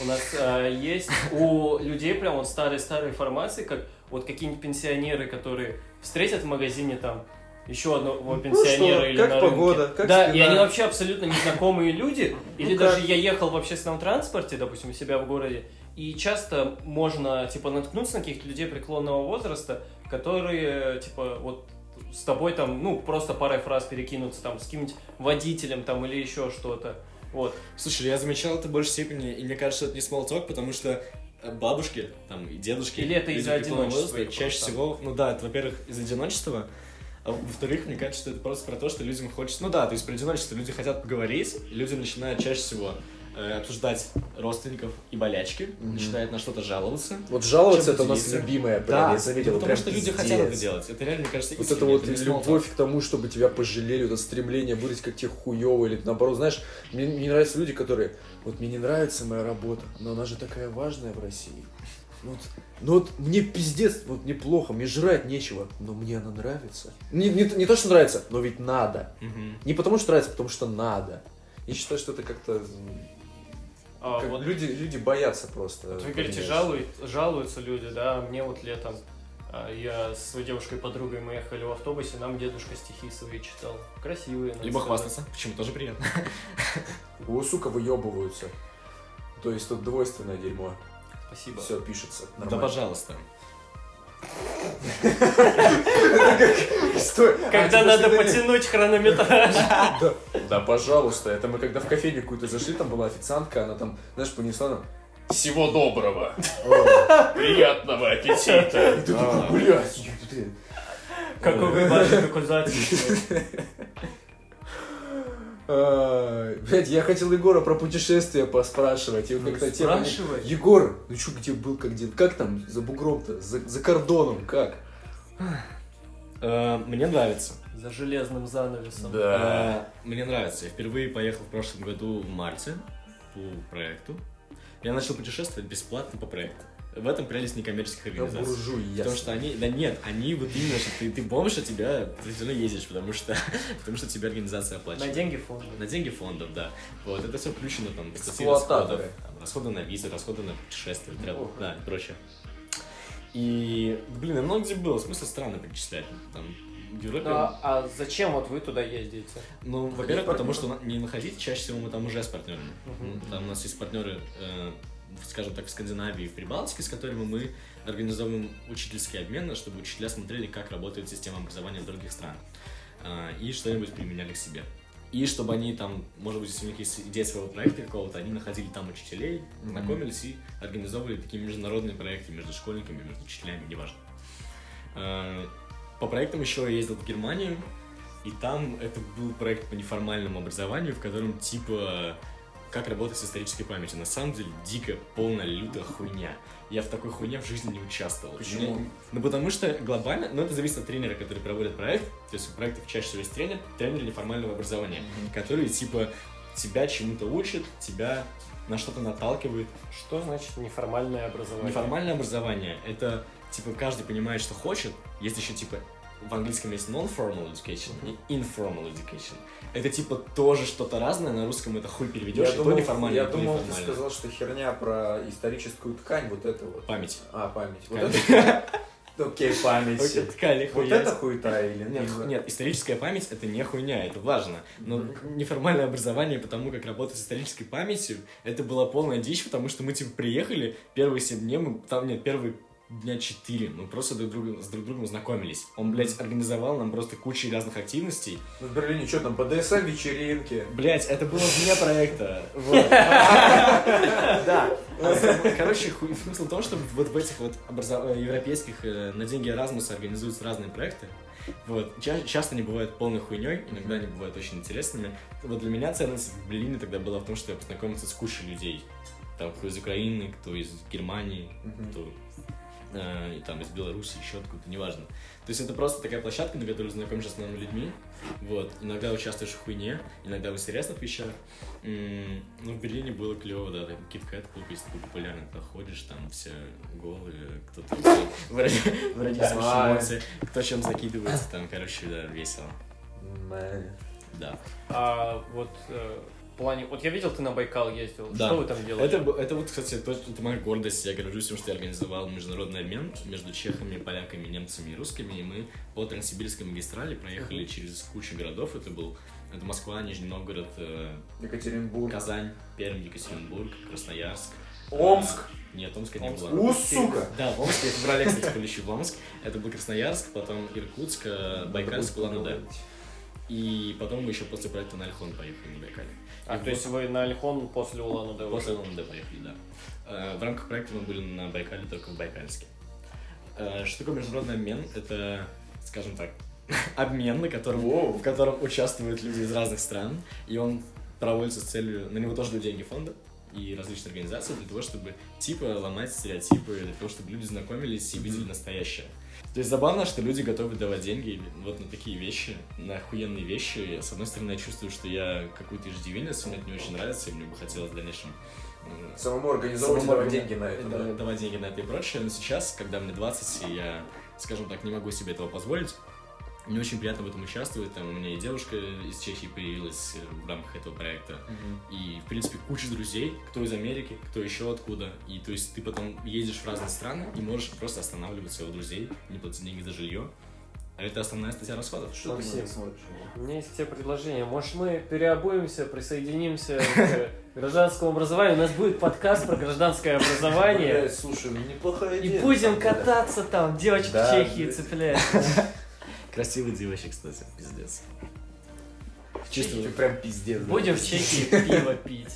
B: У нас э, есть у людей прям вот старые-старые формации, как вот какие-нибудь пенсионеры, которые встретят в магазине там еще одного пенсионера
A: Ну что,
B: или
A: как
B: на рынке.
A: погода, как
B: да, и
A: спина?
B: они вообще абсолютно незнакомые люди. Или
A: Ну
B: даже
A: как?
B: я ехал в общественном транспорте, допустим, у себя в городе, и часто можно, типа, наткнуться на каких-то людей преклонного возраста, которые, типа, вот с тобой там, ну, просто парой фраз перекинуться, там, с каким-нибудь водителем, там, или еще что-то. Вот.
C: Слушай, я замечал это в большей степени, и мне кажется, это не смолток, потому что э, бабушки там и дедушки
B: Или это
C: люди
B: из-за
C: преклонного
B: одиночества
C: возраста,
B: их
C: чаще
B: просто.
C: всего ну да это во-первых из одиночества а во-вторых мне кажется что это просто про то что людям хочется ну да то есть про одиночество люди хотят поговорить люди начинают чаще всего э, обсуждать родственников и болячки
A: Мгм.
C: начинают на что-то жаловаться
A: Вот жаловаться
C: Чем
A: это у нас
C: поделиться?
A: любимое, прям, я
C: ну,
A: заметил.
C: потому
A: прям
C: что люди
A: пиздец.
C: хотят это делать это реально мне кажется
A: Вот это
C: искренне,
A: вот
C: не small talk.
A: любовь к тому, чтобы тебя пожалели, вот это стремление выдать как тебе хуёво, или наоборот, знаешь, мне не нравятся люди, которые, вот мне не нравится моя работа, но она же такая важная в России. Ну Вот, ну вот мне пиздец, вот мне плохо, мне жрать нечего, но мне она нравится. Не, не, не то, что нравится, но ведь надо.
C: Мгм.
A: Не потому, что нравится, а потому что надо. Я считаю, что это как-то... м,
B: А
A: как
B: вот
A: люди, люди боятся просто.
B: Вот Вы говорите,
A: поменять.
B: жалуют, жалуются люди, да, мне вот летом, а, я со своей девушкой-подругой, мы ехали в автобусе, нам дедушка стихи свои читал. Красивые. надо
C: либо
B: сказать.
C: хвастаться почему тоже приятно
A: О, сука, выебываются. То есть тут двойственное дерьмо.
B: Спасибо.
A: Все пишется.
C: да
A: Нормально.
C: пожалуйста
A: Стой.
B: Когда
A: А,
B: надо
A: типа,
B: потянуть хронометраж.
A: Да, да, пожалуйста. Это мы когда в кофейню какую-то зашли, там была официантка, она там, знаешь, понесла нам.
E: Всего доброго.
A: «О,
E: Приятного аппетита.
A: и ты такой, блядь, блин».
B: Какой вы ваши (laughs) доказательства?
A: А, Блядь, я хотел Егора про путешествия поспрашивать. И вот
B: Ну,
A: как-то тема-
B: спрашивай.
A: Егор, ну чё, где был, как где? Как там за бугром-то? За, за кордоном, как?
C: Э, мне нравится
B: За железным занавесом.
C: Э, Мне нравится. Я впервые поехал в прошлом году в марте по проекту. Я начал путешествовать бесплатно по проекту. В этом прелесть некоммерческих
A: Я
C: организаций.
A: буржуй, я.
C: Потому что они, да нет, они вот именно, что ты, ты бомж, а тебя, ты все равно ездишь, потому что, (laughs) потому что тебе организация
B: На
C: оплачивает.
B: деньги фонда.
C: На деньги фондов, да. Вот, это все включено там в статьи
A: Эксплуататоры.
C: расходов. Там, расходы на визы, расходы на путешествия, travel,
B: Ох.
C: да, и прочее. И, блин, я много где было, смысл странно перечислять. Там, в Европе...
B: А а зачем вот вы туда ездите?
C: Ну, во-первых, потому что на- не находить, чаще всего мы там уже с партнерами.
B: Мгм.
C: Ну, Там у нас есть партнеры, э, в- скажем так, в Скандинавии и в Прибалтике, с которыми мы организовываем учительские обмены, чтобы учителя смотрели, как работает система образования в других странах. Э, И что-нибудь применяли к себе. И чтобы они там, может быть, если у них есть идея своего проекта какого-то, они находили там учителей,
A: Мгм.
C: знакомились и организовывали такие международные проекты между школьниками, между учителями, неважно. Э, По проектам еще я ездил в Германию, и там это был проект по неформальному образованию, в котором типа как работать с исторической памятью. На самом деле, дико, полная, лютая хуйня. Я в такой хуйне в жизни не участвовал.
A: Почему?
C: Мне- Ну, потому что глобально, ну, это зависит от тренера, который проводит проект. То есть у проектов чаще всего есть тренер, тренер неформального образования, который, типа, тебя чему-то учит, тебя на что-то наталкивает.
B: Что значит неформальное образование?
C: Неформальное образование — это, типа, каждый понимает, что хочет. Есть еще, типа, в английском есть non-formal education и informal education. Это, типа, тоже что-то разное, на русском это хуй переведешь, и то неформально,
A: я
C: и то
A: думал, ты
C: неформально.
A: сказал, что херня про историческую ткань, вот это вот.
C: Память.
A: А, память. Вот
C: Память.
A: это... Окей, память.
C: Окей, ткань,
A: Вот
C: хуя.
A: это хуета или
C: Нет,
A: или-
C: нет, историческая память это не хуйня, это важно. Но неформальное образование, потому как работать с исторической памятью, это была полная дичь, потому что мы типа приехали, первые семь дней, мы, там нет, первые дня четыре, мы просто друг друга, с друг другом знакомились. Он, блядь, организовал нам просто кучу разных активностей.
A: Ну, в Берлине что там, БДСМ вечеринки?
C: Блять, это было вне проекта.
A: (laughs)
C: Вот. Да. А, Короче, ху- смысл в том, что вот в этих вот образо- э, европейских э, на деньги Erasmus организуются разные проекты. Вот. Ча- Часто они бывают полной хуйней, иногда они бывают очень интересными. Вот для меня ценность в Берлине тогда была в том, что я познакомился с кучей людей. Там кто из Украины, кто из Германии,
A: Мгм.
C: кто э, и там из Беларуси, еще откуда-то, неважно. То есть это просто такая площадка, на которой знакомишься с новыми людьми. Вот. Иногда участвуешь в хуйне, иногда в интересных вещах. М, Ну, в Берлине было клево, да, там кит-кат клуб есть такой популярный, ты ходишь, там все голые, кто-то выра- (laughs) выразительные
A: Давай.
C: эмоции, кто чем закидывается, там, короче, да, весело.
A: Мэ.
C: Да.
B: А вот э, в плане... Вот я видел, ты на Байкал ездил.
C: Да.
B: Что вы там делали?
C: Это, б- это вот, кстати, то, что это моя гордость. Я горжусь тем, что я организовал международный обмен между чехами, поляками, немцами и русскими. И мы по Транссибирской магистрали проехали через кучу городов. Это был это Москва, Нижний Новгород, э,
A: Екатеринбург.
C: Казань, Пермь, Екатеринбург, Красноярск.
A: Омск.
C: Э, Нет, Омска не
B: Омск.
C: было.
A: У, сука!
C: Да, в Омске я в феврале, кстати, полечу в Омск. Это был Красноярск, потом Иркутск, э, Байкальск, Улан-Удэ. И потом мы еще после проекта на Альхон поехали на Байкале.
B: А,
C: И
B: то есть вы на Альхон после Улан-Удэ уже?
C: После ЛНД поехали, да. Э, В рамках проекта мы были на Байкале, только в Байкальске. Э, Что такое международный обмен? Это, скажем так, (laughs) обмен, на котором,
A: Воу.
C: в котором участвуют люди из разных стран, и он проводится с целью... На него тоже идут деньги фонда и различные организации для того, чтобы типа ломать стереотипы, для того, чтобы люди знакомились и видели настоящее. То есть забавно, что люди готовы давать деньги вот на такие вещи, на охуенные вещи. И, С одной стороны, я чувствую, что я какой-то иждивенец, мне это не очень нравится, и мне бы хотелось в дальнейшем м,
A: Самому организовывать
C: Самому
A: давать
C: органи-
A: деньги на это,
C: да,
A: да.
C: давать деньги на это и прочее. Но сейчас, когда мне 20, и я, скажем так, не могу себе этого позволить, мне очень приятно в этом участвовать. Там у меня и девушка из Чехии появилась э, в рамках этого проекта. И, в принципе, куча друзей, кто из Америки, кто еще откуда. И то есть ты потом едешь в разные страны и можешь просто останавливаться у друзей, не платить деньги за жилье. А это основная статья расходов.
A: Что ты
B: Максим.
A: сегодня смотришь?
B: У меня есть тебе предложение. Может, мы переобуемся, присоединимся к (laughs) гражданскому образованию? У нас будет подкаст про гражданское образование.
A: Блядь, слушай, ну неплохая
B: И
A: идея.
B: будем
A: на самом деле.
B: кататься там, девочек
A: Да,
B: в Чехии
A: блядь.
B: цеплять.
C: Красивый девочек, кстати, пиздец.
A: Чисто ты прям пиздец. да.
B: Будем в Чехии пиво пить.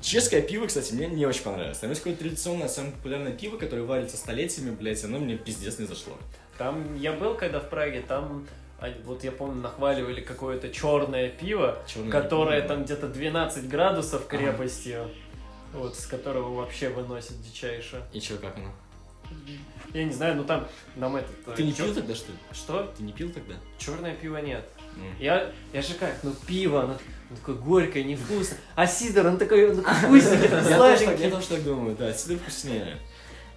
C: Чешское пиво, кстати, мне не очень понравилось. Там есть какое-то традиционное, самое популярное пиво, которое варится столетиями, блядь, оно мне пиздец не зашло.
B: Там я был, когда в Праге, там они- вот я помню, нахваливали какое-то черное пиво,
C: Чёрное
B: которое
C: пиво.
B: там где-то 12 градусов крепостью, вот с которого вообще выносит дичайше.
C: И чё, как оно?
B: Я не знаю, ну там нам этот... э,
C: Ты не
B: чёр-
C: пил тогда, что ли?
B: Что?
C: Ты не пил тогда?
B: Черное пиво нет.
C: Ну.
B: Я, я же как, ну пиво, оно, оно такое горькое, невкусное. А сидор, он такой, он такой
C: Я
B: вкусненький, такой
C: тоже так- я
B: сладенький.
C: тоже так думаю, да, сидр вкуснее.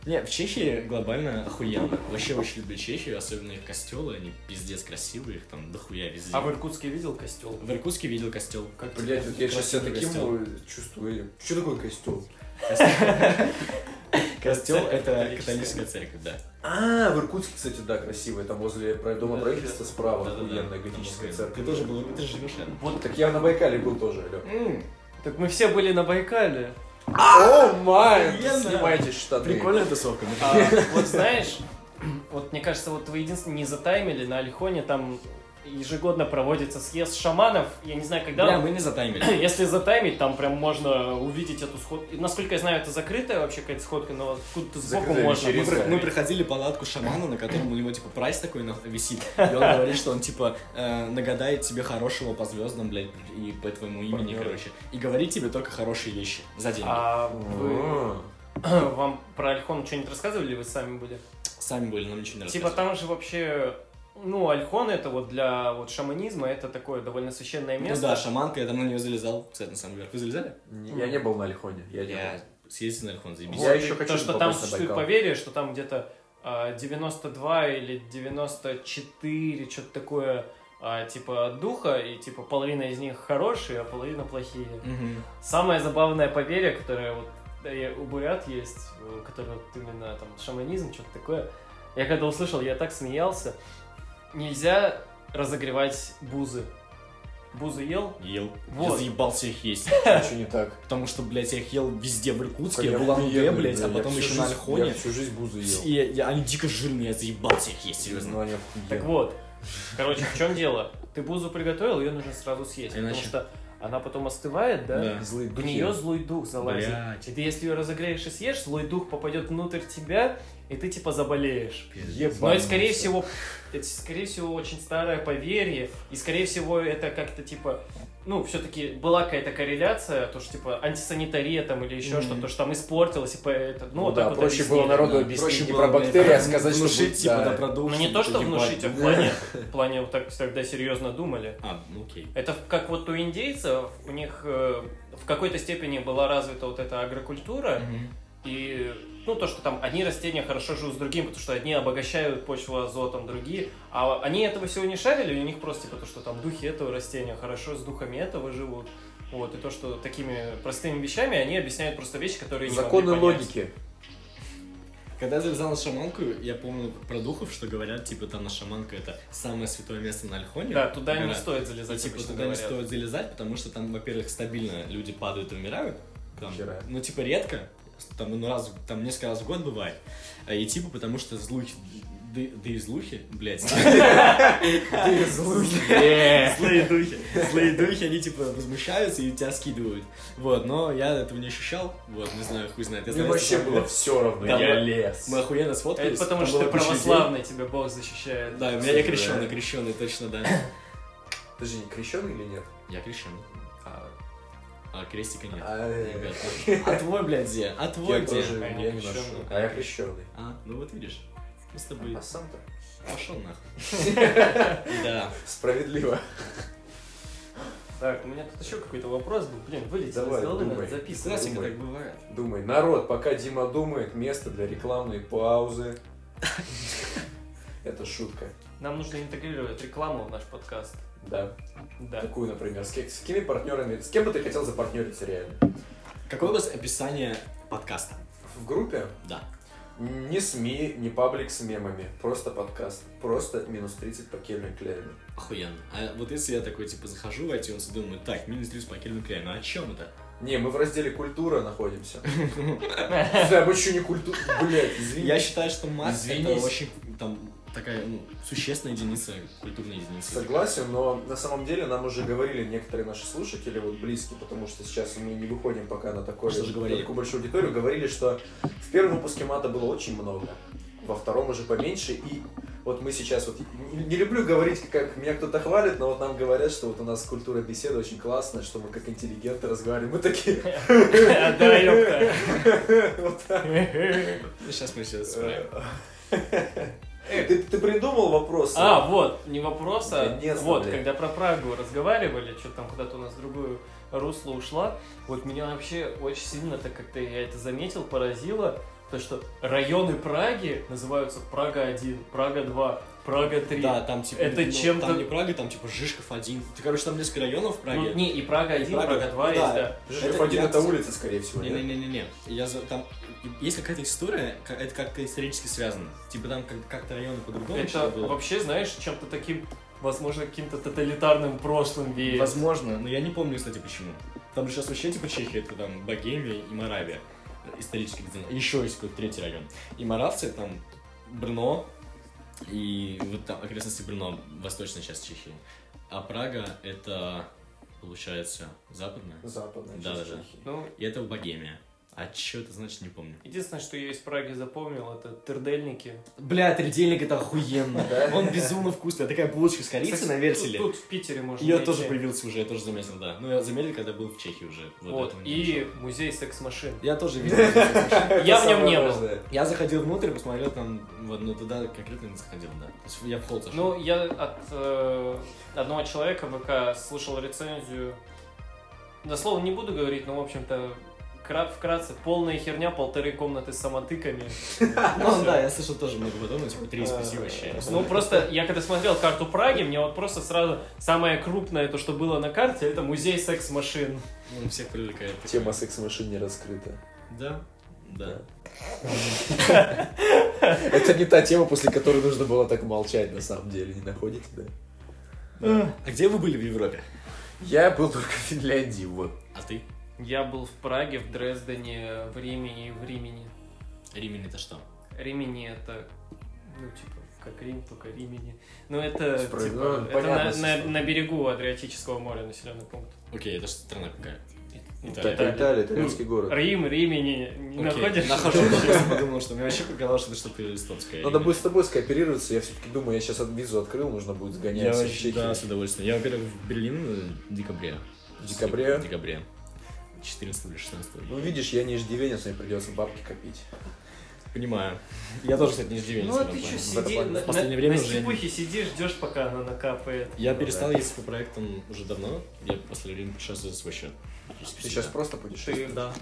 C: Не, в Чехии глобально охуенно. Вообще очень люблю Чехию, особенно их костелы, они пиздец красивые, их там дохуя везде.
B: А в Иркутске видел костел?
C: В Иркутске видел костел.
B: Как
A: Блять, вот я сейчас себя
C: Красивый
A: таким
C: костёл.
A: э, чувствую. Что такое костюм?
C: (laughs) Костел
B: Церковь
C: это
B: католическая.
C: католическая церковь, да.
A: А, в Иркутске, кстати, да, красивая. Там возле про- дома
C: Да,
A: правительства справа
C: Да-да-да,
A: охуенная
C: там
A: готическая
C: охуенно.
A: церковь.
C: Ты тоже был, ты же живешь рядом.
A: Вот так я на Байкале был тоже, алё.
B: Так мы все были на Байкале.
A: О, май!
C: Охуенно!
A: Снимайте штаны.
C: Прикольная тусовка. мы
B: (clears throat) А, вот знаешь, вот мне кажется, вот вы единственное не затаймили на Альхоне, там ежегодно проводится съезд шаманов. Я не знаю, когда.
C: Бля,
B: он. (clears throat)
C: мы не затаймили.
B: Если затаймить, там прям можно увидеть эту сходку. И, Насколько я знаю, это закрытая вообще какая-то сходка, но откуда-то сбоку
A: Закрытая
B: можно.
C: Мы,
A: вечеринка.
C: при- мы приходили палатку шамана, на котором у него типа прайс такой на- висит. И он говорит, что он типа э, нагадает тебе хорошего по звездам, блядь, и по твоему имени,
A: Партнёра.
C: короче. И говорит тебе только хорошие вещи за деньги.
B: А вы...
A: А,
B: (clears throat) вам про Альхон что-нибудь рассказывали, вы сами были?
C: Сами были, нам ничего не
B: Типа
C: рассказывали.
B: там же вообще, ну, Альхон это вот для вот шаманизма, это такое довольно священное
C: Ну
B: место.
C: да, шаманка, я там на нее залезал. Кстати, на самом верх. Вы залезали?
A: не- Я не был на Лихоне. Я не
C: Я
A: был.
C: съездил на Альхон, заебись.
A: Я
B: Вот,
A: ещё
B: и
A: хочу
B: то, что там
A: попасть на
B: существует
A: Байкал.
B: поверье, что там где-то а, 92 или 94, что-то такое, а, типа, духа, и, типа, половина из них хорошие, а половина плохие.
C: Мгм.
B: Самое забавное поверье, которое вот э, у бурят есть, э, которое вот именно там шаманизм, что-то такое. Я когда услышал, я так смеялся. Нельзя разогревать бузы. Бузы ел?
C: Ел. Я
B: Вот.
C: заебал всех есть.
A: Ничего не так.
C: Потому что, блядь, я их ел везде в Иркутске,
A: Я
C: в Улан-Удэ,
A: охуенный,
C: блядь, а
A: я
C: потом
A: всю
C: еще на
A: жизнь- Я
C: Альхоне.
A: всю жизнь бузы
C: И
A: ел.
C: я- я- они дико жирные, я заебал всех есть, серьезно.
A: Ну, они
B: Так
A: охуенные.
B: вот, короче, в чем дело? (laughs) Ты бузу приготовил, ее нужно сразу съесть,
C: Иначе-
B: потому что она потом остывает, да?
C: Да.
A: Злые
B: В
A: духи.
B: нее злой дух залазит.
C: Блядь.
B: И ты, если ее разогреешь и съешь, злой дух попадет внутрь тебя, и ты типа заболеешь.
A: Ебануться.
B: Но Ну, это, скорее всего, это, скорее всего, очень старое поверье, и, скорее всего, это как-то, типа, ну, все-таки была какая-то корреляция, то, что, типа, антисанитария там или еще
C: Мгм.
B: что-то, то, что там испортилось, и по- это, ну,
A: Ну,
B: вот
A: да,
B: так вот
A: проще
B: объяснили.
A: было народу
C: Да,
A: объяснить
C: проще
A: не
C: было,
A: про
C: блядь,
A: бактерии, а сказать, что
C: внушить,
A: будет,
C: типа,
A: да.
C: да, про
B: Ну,
C: душу,
B: не то, что
C: ебать.
B: внушить, а
C: (laughs)
B: в плане, в плане, вот так всегда серьезно думали.
C: А, ну окей.
B: Это в- как вот у индейцев, у них э, в какой-то степени была развита вот эта агрокультура, и ну то, что там одни растения хорошо живут с другим, потому что одни обогащают почву азотом, другие, а они этого всего не шарили, и у них просто типа то, что там духи этого растения хорошо с духами этого живут. Вот, и то, что такими простыми вещами они объясняют просто вещи, которые не могли
A: Законы
B: понять.
A: логики.
C: Когда я залезал на шаманку, я помню про духов, что говорят, типа, там на шаманка это самое святое место на Альхоне.
B: Да, туда не
C: Говорят.
B: стоит
C: И,
B: залезать,
C: типа,
B: обычно
C: туда не
B: говорят.
C: стоит залезать, потому что там, во-первых, стабильно люди падают и умирают. Там,
A: Хера.
C: ну, типа, редко. Там, ну, раз, там несколько раз в год бывает. А, И типа, потому что злухи... Да, да и злухи,
B: (laughs)
C: блядь.
B: Э.
C: Злые духи. Злые духи, они типа возмущаются и тебя скидывают. Вот, но я этого не ощущал. Вот, не знаю, хуй знает. Я
A: Мне
C: залез
A: вообще
C: на
A: было
C: шаманку.
A: все равно,
C: Да,
A: я
C: мы-
A: лез.
C: Мы охуенно сфоткались.
B: Это потому
C: там
B: что
C: было
B: ты
C: куча людей.
B: православный, тебя Бог защищает.
C: Да, у меня я крещеный, крещеный, точно, да.
A: Подожди, не крещеный или нет?
C: Я крещеный. А крестика нет.
A: А
C: Ребят, А твой, блядь, где? А твой
A: я
C: где?
A: тоже,
B: А я
A: я
B: не
A: не ношу.
B: крещёный.
A: А я крещеный.
C: А, ну вот видишь. Мы с тобой
A: А сам-то?
C: пошел нахуй. Да.
A: (laughs) Справедливо.
B: Так, у меня тут еще какой-то вопрос был. Блин, вылетел
A: Давай,
B: из головы,
A: думай.
B: надо
A: Знаешь,
B: записывать.
A: Классика так
C: бывает.
A: Думай, народ, пока Дима думает, место для рекламной паузы. Это шутка.
B: Нам нужно интегрировать рекламу в наш подкаст.
A: Да. (laughs)
B: Да.
A: Какую, например? С, ке- с какими партнерами? С кем бы ты хотел запартнериться реально?
C: Какое у вас описание подкаста?
A: В группе?
C: Да.
A: Не СМИ, не паблик с мемами. Просто подкаст. Просто минус 30 по Кельвин Кляйну.
C: Охуенно. А вот если я такой, типа, захожу в iTunes и думаю, так, минус 30 по Кельвину Кляйну, о чем это?
A: Не, мы в разделе культура
B: (laughs)
A: находимся. Да, мы еще не культура. Блять, извини.
C: Я считаю, что Марс это
A: Извинись.
C: очень, там, такая, ну, существенная единица, культурная единица.
A: Согласен, но на самом деле нам уже говорили некоторые наши слушатели, вот близкие, потому что сейчас мы не выходим пока на, такое,
C: Что же
A: на
C: говорили?
A: такую большую аудиторию, говорили, что в первом выпуске мата было очень много, во втором уже поменьше, и вот мы сейчас вот, не, не люблю говорить, как меня кто-то хвалит, но вот нам говорят, что вот у нас культура беседы очень классная, что мы как интеллигенты разговариваем, мы такие...
C: (laughs)
B: (laughs) Да, ёпта.
A: (laughs) Вот так.
C: Сейчас Ну, мы сейчас справим.
A: Э, Ты ты придумал вопрос?
B: А, вот, не вопрос, а
A: Наконец-то,
B: вот,
A: блин.
B: когда про Прагу разговаривали, что там куда-то у нас в другую русло ушла, вот меня вообще очень сильно, так как-то я это заметил, поразило, то, что районы Праги называются Прага-1, Прага-2, Прага-3.
C: Да, там типа.
B: Это
C: ну,
B: чем-то-
C: Там не Прага, там типа Жишков один. Ты, короче, там несколько районов в Праге.
B: Ну, не, и Прага-1,
C: Прага.
B: Прага-2
C: Ну,
B: есть,
C: да.
B: да.
A: Жив
C: это
A: один
C: я-
A: это улица, скорее всего. нет?
C: Не-не-не-не. Я за- там есть какая-то история, ка- это как-то исторически связано. Типа там как- как-то районы по-другому
B: Это
C: что-то было.
B: вообще, знаешь, чем-то таким, возможно, каким-то тоталитарным прошлым веет.
C: Возможно, но я не помню, кстати, почему. Там же сейчас вообще типа Чехия, это там Богемия и Моравия. Исторически где Еще есть какой-то третий район. И моравцы там Брно, И вот там окрестности Брно, восточная часть Чехии. А Прага это, получается, западная.
A: Западная
C: Да,
A: часть
C: да, да.
A: Чехии.
B: Ну,
C: И это Богемия. А что это значит, не помню.
B: единственное, что я из Праги запомнил, это тердельники.
C: Бля, трехдельник это охуенно.
A: Да?
C: Он безумно вкусный. Такая булочка с корицей
B: Кстати,
C: на вертеле.
B: Тут, тут в Питере можно
C: Я
B: найти.
C: тоже появился уже, я тоже заметил, да. Ну, я заметил, когда был в Чехии уже. Вот,
B: Вот,
C: этого не
B: и
C: нашел.
B: музей секс-машин.
C: Я тоже видел. это.
B: Я в нем не был.
A: Самое важное.
C: Я заходил внутрь, посмотрел там, вот, ну туда конкретно не заходил, да. То есть я в холл зашел.
B: Ну, я от э, одного человека в ВК слышал рецензию. Дословно не буду говорить, но, в общем-то, кра- вкратце, полная херня, полторы комнаты с самотыками.
C: (laughs) Ну, да, я слышал тоже много подобного, типа три из пяти вообще.
B: Ну, просто я когда смотрел карту Праги, мне вот просто сразу самое крупное, то, что было на карте, это музей секс-машин.
C: Ну, всех привлекает.
A: Тема секс-машин не раскрыта.
C: Да, да.
A: Это не та тема, после которой нужно было так молчать, на самом деле, не находите, да?
C: А где вы были в Европе?
A: Я был только в Финляндии, вот.
C: А ты?
B: Я был в Праге, в Дрездене, в Риме и в Римени.
C: Римин это что?
B: Римени это, ну, типа, как Рим, только Римени. Ну, это,
A: Справедливо.
B: типа, это
A: Понятно,
B: на, на-
A: сестра.
B: на берегу Адриатического моря населенный пункт.
C: Окей, это же страна какая?
B: Ну,
C: Италия.
B: это
A: Это Италия, итальянский город.
B: Рим, Римени, не
C: Окей,
B: находишь?
C: Нахожу, я
B: (laughs)
C: просто подумал, что мне вообще показалось, что это что-то эстонское.
A: Надо будет с тобой скооперироваться, я все-таки думаю, я сейчас визу открыл, нужно будет
C: Я
A: сгонять в
C: вообще, да,
A: Чехию.
C: с удовольствием. Я, во-первых, в Берлин в декабре.
A: В декабре?
C: В декабре. 14 или 16.
A: Ну, видишь, я не иждивенец, мне придется бабки копить.
C: Понимаю. Я тоже, кстати, не издеваюсь.
B: Ну, а ты что сиди,
A: плане.
B: на,
C: В последнее
B: на-
C: время
B: на
C: уже не-
B: степухе сидишь, ждешь, пока она накапает.
C: Я
A: Ну,
C: перестал
A: да.
C: ездить по проектам уже давно. Я в последнее время путешествую за свой счет.
A: Ты сейчас просто Ну,
B: Ты,
A: путешествуешь?
C: Да. То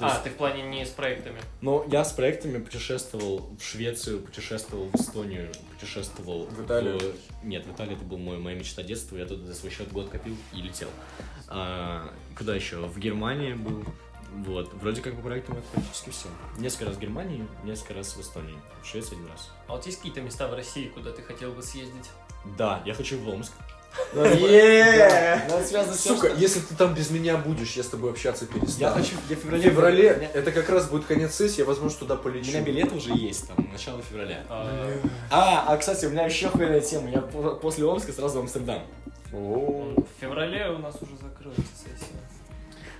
B: А,
C: есть-
B: ты в плане не с проектами.
C: Но я с проектами путешествовал в Швецию, путешествовал в Эстонию, путешествовал
A: В Италию?
C: в- Нет, в Италию это был мой, моя мечта детства. Я туда за свой счет год копил и летел. А, куда еще? В Германии был. Вот. Вроде как по проектам это практически все. Несколько раз в Германии, несколько раз в Эстонии. В Швеции один раз.
B: А вот есть какие-то места в России, куда ты хотел бы съездить?
C: Да, я хочу в Омск. ну,
A: Е-е-е!
C: Надо связано с тем,
A: Сука,
C: что-
A: если ты там без меня будешь, я с тобой общаться
C: я
A: перестану.
C: хочу... Я в
A: В
C: феврале...
A: феврале,
C: У меня-
A: это как раз будет конец сессии, я, возможно, туда
C: У
A: полечу.
C: меня билет уже есть, там, начало февраля.
B: А,
C: А, а, кстати, у меня еще хуйная тема. Я по- после Омска сразу в Амстердам.
A: О.
B: В феврале у нас уже закрылась сессия.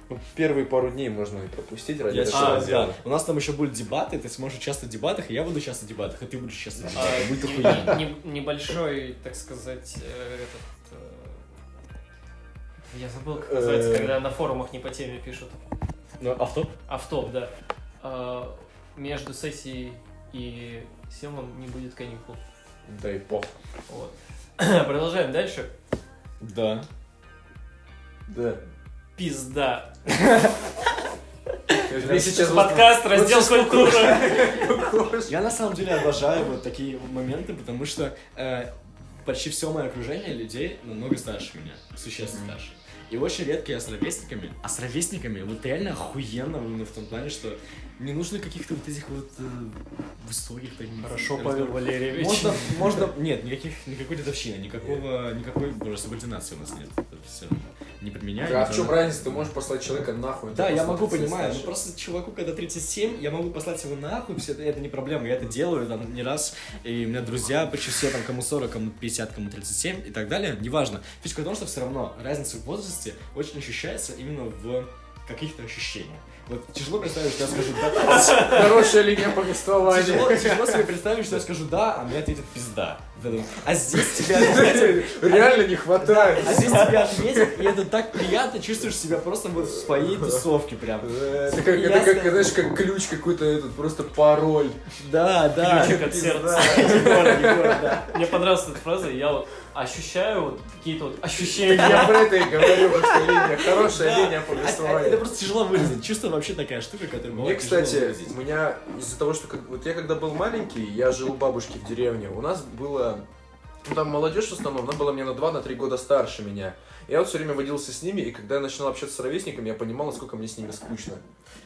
A: Ну, Первые пару дней можно и пропустить ради
C: Я
A: этого
C: считаю,
A: дела.
C: да. У нас там еще будут дебаты, ты сможешь участвовать в дебатах, и я буду участвовать в дебатах, и ты будешь участвовать в
B: А,
C: дебатах. Будет
B: не-
C: охуенно.
B: не- Небольшой, так сказать, э, этот... э, Я забыл, как называется,
A: Э.
B: когда на форумах не по теме пишут.
C: Ну,
A: а
C: автоп?
B: Автоп, да. А, Между сессией и Семом не будет каникул.
A: Да и пох.
B: Вот. (clears throat) Продолжаем дальше.
C: Да.
A: Да.
B: Пизда.
A: Я сейчас
B: Подкаст, раздел
A: (laughs)
B: культуры. (laughs)
C: Я на самом деле обожаю вот такие моменты, потому что э, почти все мое окружение людей намного старше меня, существенно старше. И очень редко я с ровесниками, а с ровесниками вот реально охуенно именно в том плане, что не нужно каких-то вот этих вот э, высоких таких разговоров.
B: Валерьевич.
C: Можно, можно, нет, никаких, никакой дедовщины, никакого, никакой, боже, субординации у нас нет. Это все не применяем.
A: А в чем разница? Ты можешь послать человека нахуй.
C: Да,
A: ты
C: я
A: просто
C: могу,
A: пацан
C: понимаю, но
A: старше.
C: просто чуваку, когда 37, я могу послать его нахуй, все это, это не проблема, я это делаю там не раз, и у меня друзья почти все там, кому 40, кому 50, кому 37 и так далее, неважно. Фишка в том, что все равно разница в возрасте очень ощущается именно в каких-то ощущениях. Вот тяжело представить, что я скажу «да»,
A: Хорошая линия повествования.
C: (laughs) Тяжело, тяжело себе представить, что я скажу да, а мне ответит пизда. Вот это вот. А здесь тебя ответят.
A: Реально не хватает.
C: (laughs) А здесь тебя ответят, и это так приятно, чувствуешь себя просто вот в своей тусовке прям.
A: Да, Э, Это как, это как, знаешь, как ключ какой-то этот, просто пароль.
C: Да, да.
B: Ключик от сердца.
C: Егор, Егор, да.
B: Мне понравилась эта фраза, и я вот ощущаю вот какие-то вот ощущения.
A: Я про это и говорю, потому что линия, хорошая
C: Да.
A: линия
C: А- а Это
A: повествования.
C: просто тяжело выразить. Чувство вообще такая штука, которую
A: Мне,
C: бывает Ну, тяжело
A: кстати,
C: выразить.
A: у меня из-за того, что как- вот я когда был маленький, я жил у бабушки в деревне, у нас было ну, там молодежь в основном, она была мне на 2-3 года старше меня. Я вот все время водился с ними, и когда я начинал общаться с ровесниками, я понимал, насколько мне с ними скучно.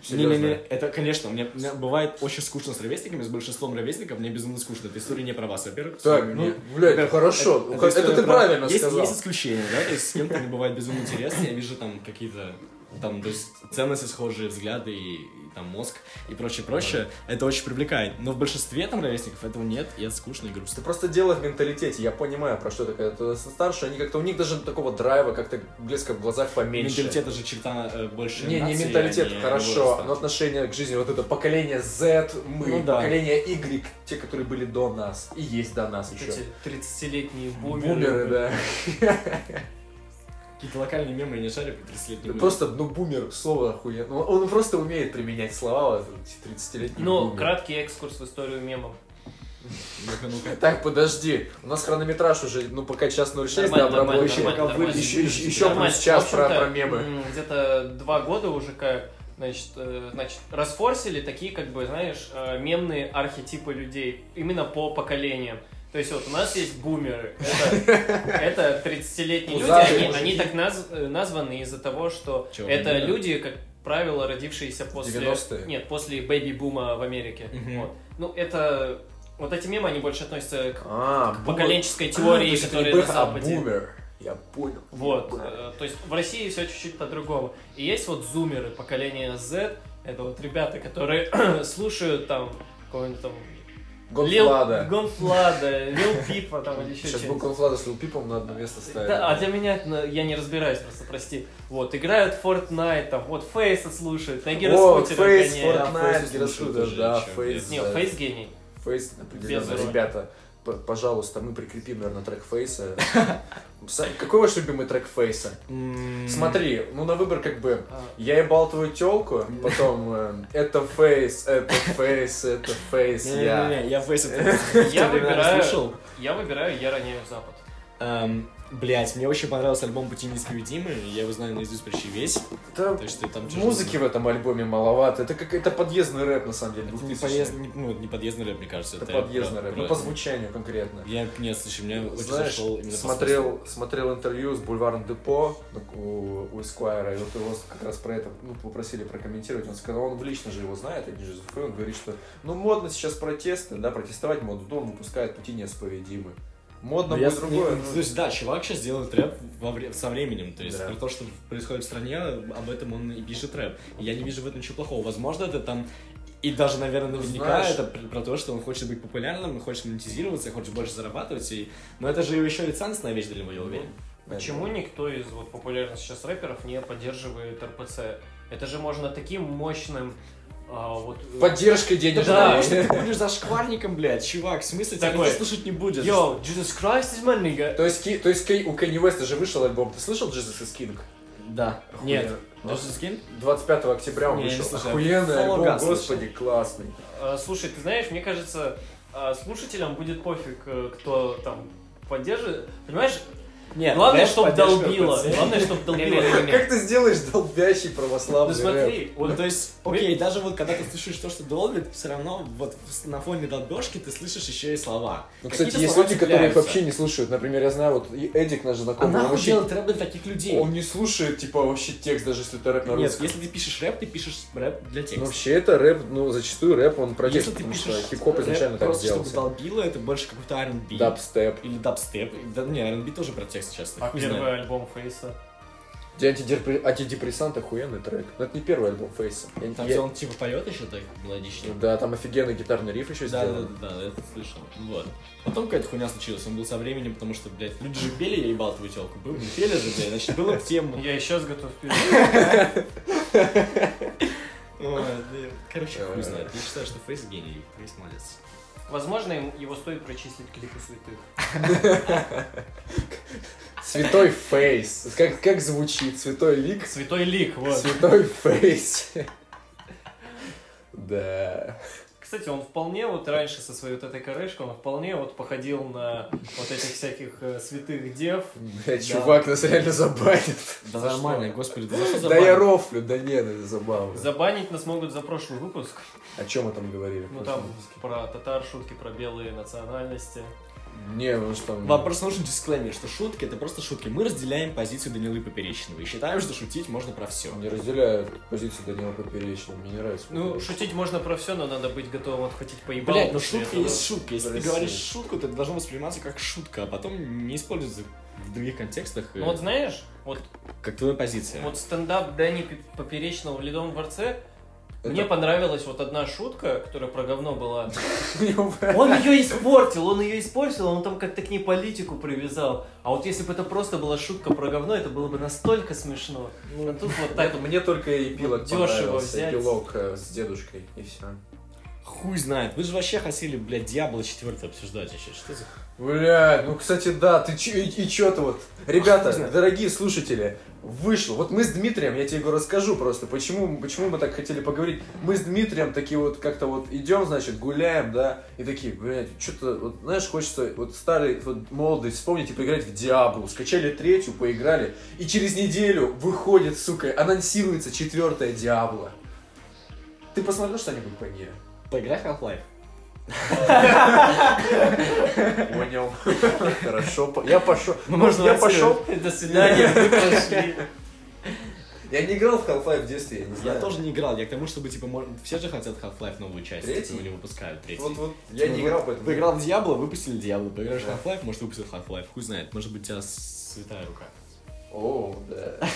A: Серьезно.
C: Не-не-не, это, конечно, мне, мне бывает очень скучно с ровесниками, с большинством ровесников мне безумно скучно. Эта история не про вас, во-первых.
A: Так,
C: Ну,
A: не- блядь,
C: во-первых,
A: хорошо, это,
C: история
A: ты
C: про-
A: правильно
C: есть,
A: сказал.
C: Есть исключения, да, то есть с кем-то мне бывает безумно интересно, я вижу там какие-то там, то есть ценности схожие, взгляды и там мозг и прочее, прочее. Это очень привлекает. Но в большинстве там ровесников этого нет, и это скучно и грустно.
A: Это просто дело в менталитете. Я понимаю, про что это. Когда ты старше, они как-то у них даже такого драйва как-то блеска в глазах поменьше.
C: Менталитет это же черта э, больше
A: Не, не
C: нации, а
A: менталитет,
C: не
A: хорошо,
C: возраста.
A: но отношение к жизни, вот это поколение Z, мы,
C: Ну да.
A: поколение Y, те, которые были до нас и есть до нас еще.
B: Эти 30-летние бумеры.
A: Бумеры, да.
C: Какие-то локальные мемы я не шарю, по 30
A: (laughs)
C: лет
A: Просто, ну, бумер, слово охуенно. Ну, Он он просто умеет применять слова, вот эти 30-летний
B: Ну,
A: бумер.
B: краткий экскурс в историю мемов.
C: Ну-ка, ну-ка.
A: Так, подожди, у нас хронометраж уже, ну, пока час 06, да,
B: Нормально, нормально,
A: рабочий.
B: нормально,
A: Пока вы-
B: нормально.
A: Еще еще- еще
B: Нормально.
A: плюс час
B: В
A: про
B: общем-то,
A: про мемы.
B: м, Где-то два года уже как, значит, э, значит, расфорсили такие, как бы, знаешь, э, мемные архетипы людей. Именно по поколениям. То есть вот у нас есть бумеры.
A: (laughs)
B: Это, это 30-летние люди.
A: Пузатые
B: Они,
A: мужики.
B: они так наз- э, названы из-за того, что
C: Чё,
B: это
C: бумеры?
B: люди, как правило, родившиеся после...
A: 90-е?
B: Нет, после бэби-бума в Америке.
C: Мгм.
B: Вот. Ну, это... Вот эти мемы, они больше относятся к
A: А, бумер.
B: поколенческой
A: А, (laughs) то
B: теории,
A: есть это не
B: которая на
A: бэх, а
B: Западе.
A: бумер. Я понял.
B: Вот,
A: Бумер.
B: э, то есть в России все чуть-чуть по-другому. И есть вот зумеры поколения Z, это вот ребята, которые (clears throat) слушают там какого-нибудь там... Лил-
A: Гонфлада.
B: Гонфлада,
A: (laughs)
B: Лил Пипа там или еще
A: Сейчас
B: что-нибудь.
A: был Гонфлада с Лил Пипом на одно место ставить.
B: Да, а для меня это, ну, я не разбираюсь просто, прости. Вот, играют в Fortnite, там, вот Фейса слушают, на
A: О,
B: Гироскутере
A: Фейс,
B: гоняют.
C: Фейс
A: Fortnite,
C: слушаю
A: Гироскутер,
C: тоже
A: да,
C: еще,
A: Фейс.
B: Не,
A: да.
B: Фейс гений.
A: Фейс, определенно.
B: Без
A: Ребята, п- пожалуйста, мы прикрепим, наверное, трек Фейса. Са- Какой ваш любимый трек Фейса? Смотри, ну на выбор как бы...
B: А,
A: Я ебал твою телку, потом э, это фейс, это фейс, это фейс, я.
C: Не-не-не, я Фейс (laughs) это в
B: Я
C: те времена
B: выбираю-
C: не слушал.
B: Я выбираю, я роняю Запад.
C: Эм, Блять, мне очень понравился альбом «Пути неисповедимы», я его знаю наизусть почти весь,
A: Да,
C: так что там... чё-то-
A: музыки в этом альбоме маловато, это как это подъездный рэп на самом деле,
C: Это не
A: 2000-й.
C: подъезд- не- ну, не подъездный рэп, мне кажется.
A: Это
C: про-
A: подъездный рэп,
C: про-
A: ну по звучанию конкретно.
C: Я, нет, слушай, меня очень
A: Знаешь,
C: зашел именно по смыслу.
A: смотрел, смотрел интервью с Бульваром Депо ну, у, у Эсквайра, и вот его как раз про это ну, попросили прокомментировать. Он сказал, он лично же его знает, это же ЗФ, он говорит, что ну модно сейчас протесты, да, протестовать модно, то он выпускает пути неисповедимы. Модно
C: Ну, я
A: будет другое.
C: не-
A: ну,
C: То есть, да, чувак сейчас делает рэп во вре- со временем. То есть,
A: Да.
C: про то, что происходит в стране, об этом он и пишет рэп. И я не вижу в этом ничего плохого. Возможно, это там... И даже, наверное, наверняка
A: Знаешь-
C: это пр- про то, что он хочет быть популярным, и хочет монетизироваться, и хочет больше зарабатывать. И... Но это же еще лицензная вещь для него, я уверен.
B: Почему никто из вот популярных сейчас рэперов не поддерживает РПЦ? Это же можно таким мощным а, вот э,
A: Поддержка денежная.
B: Да.
C: Потому что ты будешь зашкварником, блядь, чувак, в смысле тебя
B: Такой.
C: никто слушать не будет?
B: Yo, Jesus Christ is my nigga.
A: То есть, Ки- то есть Кей- у Кенни Уэста же вышел альбом. Ты слышал Jesus is King?
C: Да. Нет.
A: Ну,
C: Даже скин?
A: 25 октября он
C: Не, я не
A: вышел.
C: слышал.
A: Охуенный
C: Follow
A: альбом,
C: Gas
A: господи, классный.
B: А, Слушай, ты знаешь, мне кажется, а, слушателям будет пофиг, э, кто там поддержит. Понимаешь?
C: Нет,
B: главное,
C: рэп
B: чтобы
C: поддерживает
B: долбило.
C: пациента.
B: Главное, чтобы долбило.
A: Как ты сделаешь долбящий православный
B: Ну смотри,
C: Ну,
B: вот
C: то есть, окей, даже вот когда ты слышишь то, что долбит, все равно вот с- на фоне долбежки ты слышишь еще и слова.
A: Ну, кстати,
C: Какие-то
A: есть
C: слова
A: люди, которые их
C: цепляются.
A: вообще не слушают. Например, я знаю, вот и Эдик наш
C: А
A: знакомый, он
C: нахуй
A: вообще...
C: делать рэп для таких людей?
A: Он не слушает, типа, вообще текст, даже если это рэп на
C: Нет,
A: русском.
C: если ты пишешь рэп, ты пишешь рэп для
A: Ну,
C: текста.
A: вообще, это рэп, ну, зачастую рэп, он про текст,
C: если ты
A: потому
C: пишешь
A: что хип-хоп
C: рэп
A: изначально так
C: просто чтобы
A: делался.
C: долбило, это больше какой-то R&B.
A: Дабстеп.
C: Или дабстеп. Да, не, R&B тоже про текст часто.
B: а
C: хуй знает.
B: первый альбом Фейса.
A: Где антидепр- Антидепрессант охуенный трек. Но это не первый альбом Фейса. Я не-
C: Там,
A: я- Ну,
C: где он типа поет еще так мелодично.
A: Да, там офигенный гитарный риф еще
C: Да, да,
A: сделан.
C: да, да, я это слышал. Вот. Потом какая-то хуйня случилась, он был со временем, потому что, блядь, люди же пели, я ебал твою телку. Был, не пели же, блядь, значит, было в тему.
B: Я и сейчас готов петь.
C: Ой, да, Короче,
A: Э.
C: хуй знает. Я считаю, что Фейс гений, Фейс молодец.
B: Возможно, им- его стоит причислить к лику святых.
A: Святой Фейс. Как, как звучит? Святой Лик?
B: (laughs) Святой лик, вот.
A: Святой Фейс. (laughs) Да.
B: Кстати, он вполне вот раньше со своей вот этой корешкой, он вполне вот походил на вот этих всяких э, святых дев.
A: Бля, чувак, нас реально забанит.
C: Да нормально, господи, да за что
A: Да я
C: забанил?
A: рофлю, да нет, это забавно.
B: Забанить нас могут за прошлый выпуск.
A: О чем мы там говорили?
B: Ну там про татар, шутки про белые национальности.
A: Не, ну что там...
C: Вопрос нужен дисклеймер, что шутки это просто шутки. Мы разделяем позицию Данилы Поперечного и считаем, что шутить можно про все.
A: Не разделяю позицию Данила Поперечного, мне не нравится.
B: Ну,
A: Поперечный.
B: шутить можно про все, но надо быть готовым отхватить поебал.
C: Блять, ну шутка есть шутка. Если ты
A: Россия.
C: говоришь шутку, то это должно восприниматься как шутка, а потом не используется в других контекстах, э,
B: Ну вот знаешь, вот,
C: как твоя позиция.
B: вот стендап Дани П- Поперечного в Ледовом дворце, Мне
A: Это- (laughs)
B: понравилась вот одна шутка, которая про говно была.
A: Не уверен.
B: Он ее испортил, он ее испортил, он там как-то к ней политику привязал. А вот если бы это просто была шутка про говно, это было бы настолько смешно. А тут вот так вот.
A: Мне только эпилог
B: Вот дешево
A: понравился,
B: взять.
A: эпилог э, с дедушкой, и все.
C: Хуй знает. Вы же вообще хотели, блядь, Дьявола 4 обсуждать еще. Что за...
A: Блядь, ну кстати, да, ты чё, и, и чё ты вот? Ребята, дорогие слушатели, вышло. Вот мы с Дмитрием, я тебе его расскажу просто, почему, почему мы так хотели поговорить. Мы с Дмитрием такие вот как-то вот идем, значит, гуляем, да, и такие, блядь, что-то, вот, знаешь, хочется вот старый, вот молодость вспомнить и поиграть в Диаблу. Скачали третью, поиграли, и через неделю выходит, сука, анонсируется четвертая Диабло. Ты посмотрел что-нибудь по ней?
C: Поиграй в Half-Life.
A: Понял. (laughs) Хорошо, по- я пошел.
B: Можно
A: я
B: отсюда.
A: пошел.
B: (laughs) До свидания, вы пошли.
A: Я не играл в Half-Life в детстве, я не знаю.
C: Я тоже не играл. Я к тому, чтобы, типа, мор- все же хотят Half-Life новую часть.
A: Третий?
C: типа, или выпускают третий.
A: Вот, вот, я не играл, поэтому...
C: Поиграл в Дьявола, выпустили Дьявола. Поиграешь в
A: Да.
C: Half-Life, может, выпустил Half-Life. Хуй знает. Может быть, у тебя с- святая рука.
A: О, (laughs) да.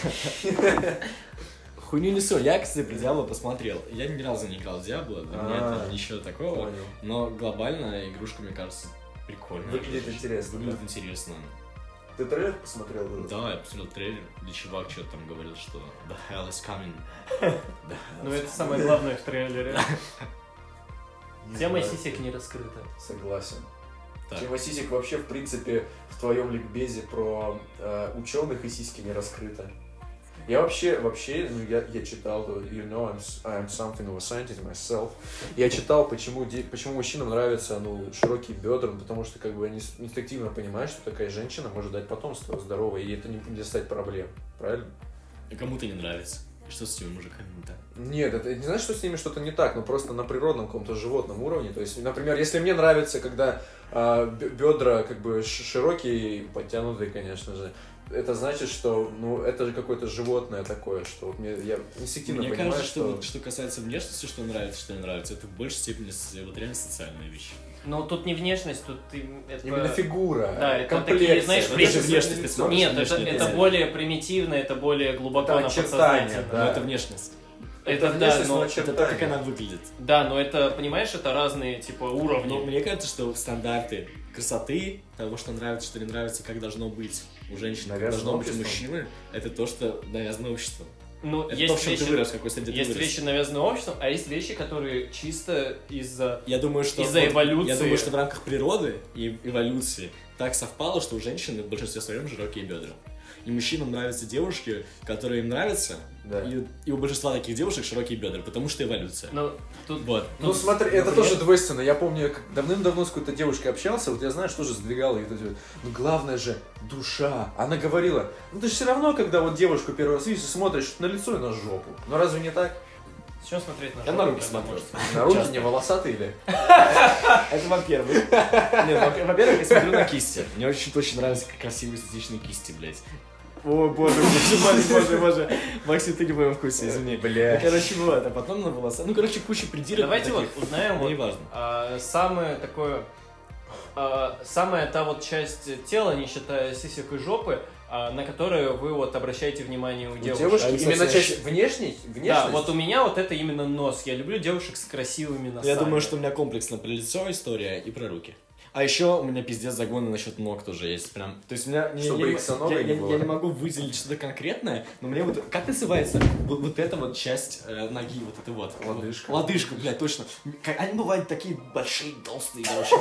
C: Хуйню несу. Я, кстати, про Дьявола посмотрел. Я ни разу не играл в Дьявола. Для меня
A: А.
C: это ничего такого.
A: Понял.
C: Но глобально игрушка, мне кажется, прикольная.
A: Выглядит интересно,
C: Выглядит интересно.
A: Ты трейлер посмотрел? Вова?
C: Да, я посмотрел трейлер, где чувак что-то там говорил, что The hell is coming.
B: Ну это самое главное в трейлере.
A: Не
B: Тема
A: знаю.
B: сисек не раскрыта.
A: Согласен.
C: Так.
A: Тема сисек вообще, в принципе, в твоем ликбезе про э, ученых и сиськи не раскрыта. Я вообще, вообще, ну, я, я читал, э, you know, I'm, s- I'm something of a scientist myself. Я читал, почему, де- почему мужчинам нравятся, ну, широкие бедра, потому что, как бы, они с- инстинктивно понимают, что такая женщина может дать потомство здоровое, и это не будет стать проблем, правильно?
C: И Кому-то не нравится. И Что с этими мужиками не так?
A: Нет, это не значит, что с ними что-то не так, но просто на природном каком-то животном уровне. То есть, например, если мне нравится, когда а, бе- бедра как бы ш- широкие, и подтянутые, конечно же, это значит, что ну это же какое-то животное такое, что вот мне, я инстинктивно
C: Мне
A: понимаю,
C: кажется, что...
A: что,
C: вот что касается внешности, что нравится, что не нравится, это в большей степени с- вот реально социальные вещи.
B: Но тут не внешность, тут им- это...
A: именно фигура,
B: типа Да, это
A: комплекция,
B: такие, знаешь,
A: это
C: это же
A: же
C: внешность, ты смотришь
B: Нет,
C: на
B: это,
C: внешний
B: это
C: вид.
B: более примитивно, это более глубоко
A: Это
B: на
A: очертания,
B: подсознательном.
A: Да.
C: Но это внешность.
B: Это,
A: Это
B: да,
A: внешность,
B: но,
A: но
C: Это
A: Очертания.
C: то, как она выглядит.
B: да, но это, понимаешь, это разные, типа,
C: Но
B: уровни.
C: мне кажется, что стандарты красоты, того, что нравится, что не нравится, как должно быть у женщины, как
A: Навязано
C: должно быть у
A: обществом.
C: мужчины, это то, что навязано обществом.
B: Ну,
C: Это то, в
B: есть
C: чем
B: вещи,
C: ты вырос, в какой среде ты
B: есть
C: вырос.
B: вещи, навязанные обществом, а есть вещи, которые чисто из-за...
C: Я думаю, что...
B: Из-за
C: вот
B: эволюции.
C: Я думаю, что в рамках природы и эволюции так совпало, что у женщины в большинстве своем широкие бедра. И мужчинам нравятся девушки, которые им нравятся,
A: (laughs) Да.
C: и, и у большинства таких девушек широкие бедра, потому что эволюция.
B: Ну, тут...
C: Вот.
A: Ну смотри, это
C: например-
A: тоже двойственно. Я помню, я как- давным-давно с какой-то девушкой общался, вот я знаю, что же сдвигала ее. Но Ну, главное же душа. Она говорила, ну ты же все равно, когда вот девушку первый раз видишь, смотришь на лицо и на жопу. Ну разве не так?
B: Зачем смотреть на
C: Я на
B: жопу,
C: руки
B: когда
C: смотрю.
B: можно?
A: На руки
C: Часто.
A: не волосатые или?
C: Это во-первых. Нет, во- во-первых, я смотрю на кисти. Мне очень очень нравятся красивые эстетичные кисти, блядь. О, боже, (laughs) боже, боже, боже. Максим, ты не в моем вкусе, извини. Ну,
A: Бля.
C: короче, бывает, а потом на волоса. Ну, короче, куча придирок.
B: Давайте вот
C: таких.
B: узнаем
C: Ну,
B: вот
C: неважно.
B: а, самое такое... а, самая та вот часть тела, не считая сисек и жопы, а, на которую вы вот обращаете внимание у
A: У
B: девушек.
A: девушки
C: они,
A: именно
C: кстати,
A: часть внешней?
B: Да,
A: Внешность?
B: вот у меня вот это именно нос. Я люблю девушек с красивыми носами.
C: Я думаю, что у меня комплексно про лицо история и про руки. А еще у меня пиздец загоны насчет ног тоже есть прям. То есть у меня... не-
A: Чтобы
C: я, не-
A: их сановой
C: я-
A: не
C: я-
A: было.
C: я не могу выделить что-то конкретное, но мне вот... Как называется вот, вот эта вот часть э, ноги, вот это вот?
A: Лодыжка.
C: Лодыжка, блядь, точно. К- Они бывают такие большие,
A: (laughs)
C: толстые, короче.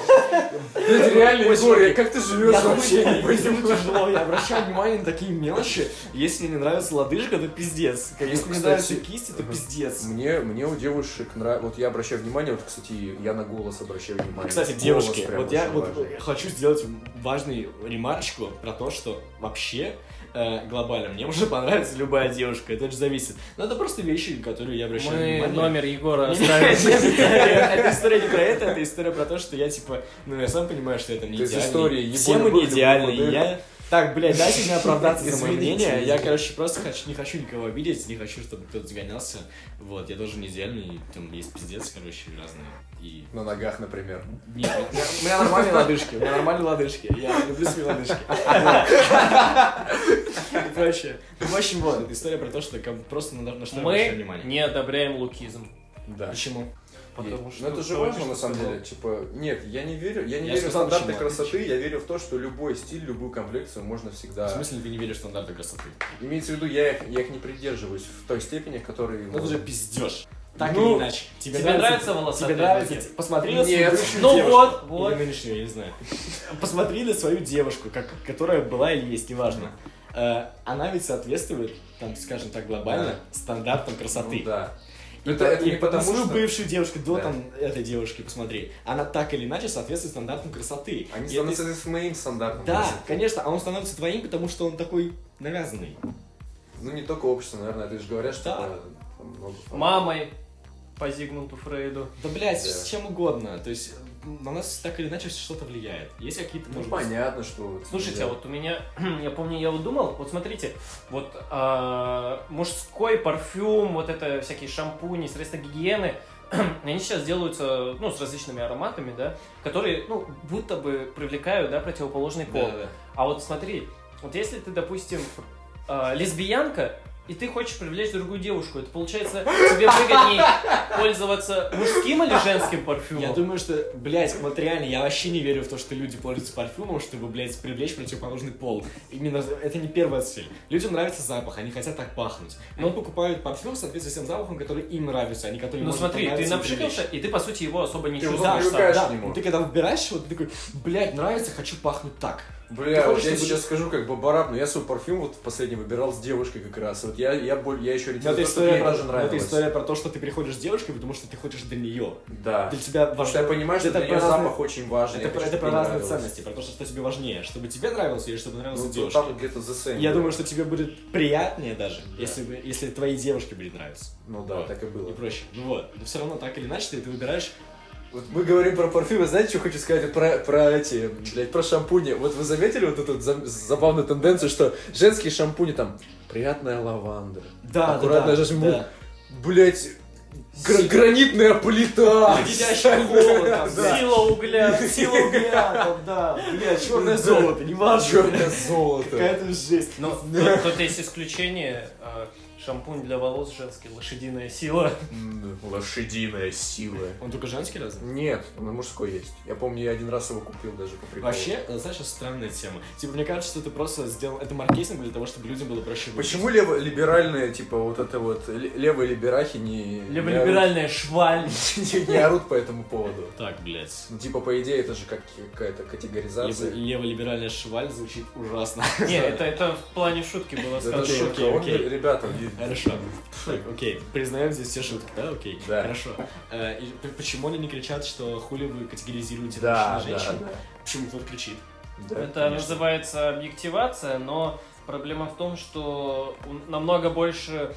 A: Блядь, реально,
C: Очень.
A: Егор, я- как ты живешь
C: Я
A: вообще?
C: хуй-
A: Не понимаю.
C: Ему тяжело, я обращаю внимание на такие мелочи. Если мне не нравится лодыжка, то пиздец. Если мне
A: кстати,
C: нравятся кисти, то
A: ага.
C: пиздец.
A: Мне, мне у девушек нравится, вот я обращаю внимание, вот, кстати, я на голос обращаю внимание.
C: Кстати,
A: Голос
C: девушки,
A: прям
C: вот я
A: очень
C: вот
A: важен.
C: хочу сделать важную ремарочку про то, что вообще э, глобально мне (laughs) может понравиться любая девушка, это же зависит. Но это просто вещи, которые я обращаю
B: Мы
C: внимание.
B: номер Егора
C: (laughs) Нет,
B: оставим.
C: нет, Это история не про это, это история про то, что я типа, ну я сам понимаю, что я там не
A: Ты с
C: идеальный.
A: историей
C: Все
A: ебаный
C: мы не
A: бык,
C: идеальны.
A: ебаный
C: и Я так, блядь, дайте мне оправдаться за мое
A: Извините.
C: мнение. Я, короче, просто хочу, не хочу никого обидеть, не хочу, чтобы кто-то загонялся. Вот, я тоже не идеальный, и там есть пиздец, короче, разные. И
A: На ногах, например.
C: нет, у меня- у меня нормальные лодыжки, у меня нормальные лодыжки. Я люблю свои лодыжки. И прочее. Ну, В общем, вот, история про то, что кому- просто на на что я обращаю
B: Мы
C: внимание.
B: не одобряем лукизм.
A: Да.
C: Почему?
B: Потому что
A: ну это же
B: кто
A: важно
B: это
A: на самом
B: сказал?
A: деле, типа, нет, я не верю, я не
C: Я
A: верю в
C: сказал,
A: стандарты
C: почему.
A: красоты, я верю в то, что любой стиль, любую комплекцию можно всегда...
C: В смысле ты не веришь в стандарты красоты?
A: Имеется в виду, я их, я их не придерживаюсь в той степени, в которой...
C: Ну, Это же пиздешь. Так
A: Ну,
C: или иначе.
B: Тебе нравятся волосатые
C: Тебе нравится?
B: ноги?
C: Посмотри на свою
A: Нет.
C: бывшую
B: Ну
C: девушку.
B: вот,
C: Или
B: вот.
C: нынешнюю, я не знаю. Посмотри на свою девушку, как, которая была или есть, неважно. Э, Она ведь соответствует, там, скажем так, глобально стандартам
A: Ну
C: красоты.
A: да.
C: И
A: Это,
C: по-
A: это
C: и
A: не потому,
C: свою
A: что...
C: бывшую девушку до
A: Да.
C: там этой девушки, посмотри. Она так или иначе соответствует стандартам красоты.
A: Они
C: И
A: становятся с моим стандартом.
C: это- Да,
A: красоты.
C: конечно, а он становится твоим, потому что он такой навязанный.
A: Ну не только общество, наверное, это же говорят, что
C: Да.
A: э, там много факторов.
B: Мамой по Зигмунту Фрейду.
C: Да, блядь,
A: Да.
C: с чем угодно. То есть на нас так или иначе что-то влияет. Есть какие-то,
A: Ну
C: может быть,
A: понятно, что...
B: Слушайте,
A: да.
B: а вот у меня, (clears throat) я помню, я вот думал, вот смотрите, вот а, мужской парфюм, вот это всякие шампуни, средства гигиены, (clears throat) они сейчас делаются, ну, с различными ароматами, да, которые, ну, будто бы привлекают, да, противоположный пол.
C: Да-да-да.
B: А вот смотри, вот если ты, допустим, а, лесбиянка, и ты хочешь привлечь другую девушку, это получается тебе выгоднее пользоваться мужским или женским парфюмом?
C: Я
A: Ну.
C: думаю, что, блядь, вот реально, я вообще не верю в то, что люди пользуются парфюмом, чтобы, блядь, привлечь противоположный пол. Именно это не первая цель. Людям нравится запах, они хотят так пахнуть. Но покупают парфюм в соответствии с тем запахом, который им нравится, а не который
B: Ну
C: может
B: смотри, ты
C: понравиться и привлечь.
B: напшикался, и ты, по сути, его особо не
A: Ты
B: чувствуешь.
A: его
C: Да,
B: сам.
A: привыкаешь
C: да,
A: к нему.
C: ты когда выбираешь, вот ты такой, блядь, нравится, хочу пахнуть так.
A: Бля,
C: Ты
A: вот
C: хочешь,
A: я
C: чтобы-
A: сейчас скажу как бабараб, но я свой парфюм вот последний выбирал с девушкой как раз. Вот я, я, боль- я еще
C: Но
A: ретил,
C: это,
A: то, что
C: история
A: мне
C: про,
A: тоже
C: но
A: нравилось.
C: это история про то, что ты приходишь с девушкой, потому что ты хочешь до нее.
A: Да.
C: Для тебя
A: Потому что я понимаю, что
C: это
A: для нее
C: про разные-
A: запах очень важен.
C: Это,
A: я
C: про-
A: хочу,
C: это
A: чтобы
C: про
A: ей
C: разные
A: нравилось.
C: ценности, про то, что, что тебе важнее, чтобы тебе нравилось или чтобы нравился
A: Ну,
C: девушке.
A: там где-то the same.
C: Я думаю, что тебе будет приятнее даже,
A: Да.
C: если, бы- если твоей девушке будет нравиться.
A: Ну да,
C: Вот.
A: так и
C: И
A: было.
C: проще. Ну вот. Но все равно так или иначе ты, ты выбираешь.
A: Вот мы говорим про парфюмы, знаете, что хочу сказать про, про эти, блядь, про шампуни. Вот вы заметили вот эту за- забавную тенденцию, что женские шампуни там приятная лаванда,
C: Да,
A: Аккуратно
C: да,
A: жажму.
C: да.
A: блять, гранитная плита.
C: Ледящий холод,
A: (laughs)
C: там,
A: Да.
B: Сила угля.
C: Сила угля, там, да. Бля, черное
A: Да.
C: золото, не важно.
A: Чёрное золото.
C: Какая-то жесть.
B: Но Ну, тут, тут есть исключение. э, Шампунь для волос женский, лошадиная сила.
A: М, да.
E: Лошадиная сила.
C: Он только женский разве?
A: Нет, он мужской есть. Я помню, я один раз его купил даже по приколу.
C: Вообще, э, знаешь, это странная тема. Типа, мне кажется, что это просто сделал... Это маркетинг для того, чтобы людям было проще выбрать.
A: Почему лево либеральные, типа, вот это вот, ле- левые либерахи не...
B: Либо
A: не орут-
C: (laughs)
B: либеральная шваль. (laughs)
A: не- не орут (laughs) по этому поводу?
C: Так, блядь.
A: Ну, типа, по идее, это же как какая-то
C: Лево-
A: категоризация.
C: Лево-либеральная шваль звучит ужасно. (laughs)
B: Не, это, это в плане шутки было
A: Да это
B: сказано.
C: шутки,
A: шутка, он-
C: окей.
A: Ребята,
C: Хорошо. Так, окей. Признаем здесь все шутки, да? Окей.
A: Да.
C: Хорошо. Э, и п- почему они не кричат, что хули вы категоризируете
A: да,
C: мужчин и
A: да,
C: женщин? Почему кто-то кричит?
A: да.
B: Это
C: конечно.
B: называется объективация, но проблема в том, что у- намного больше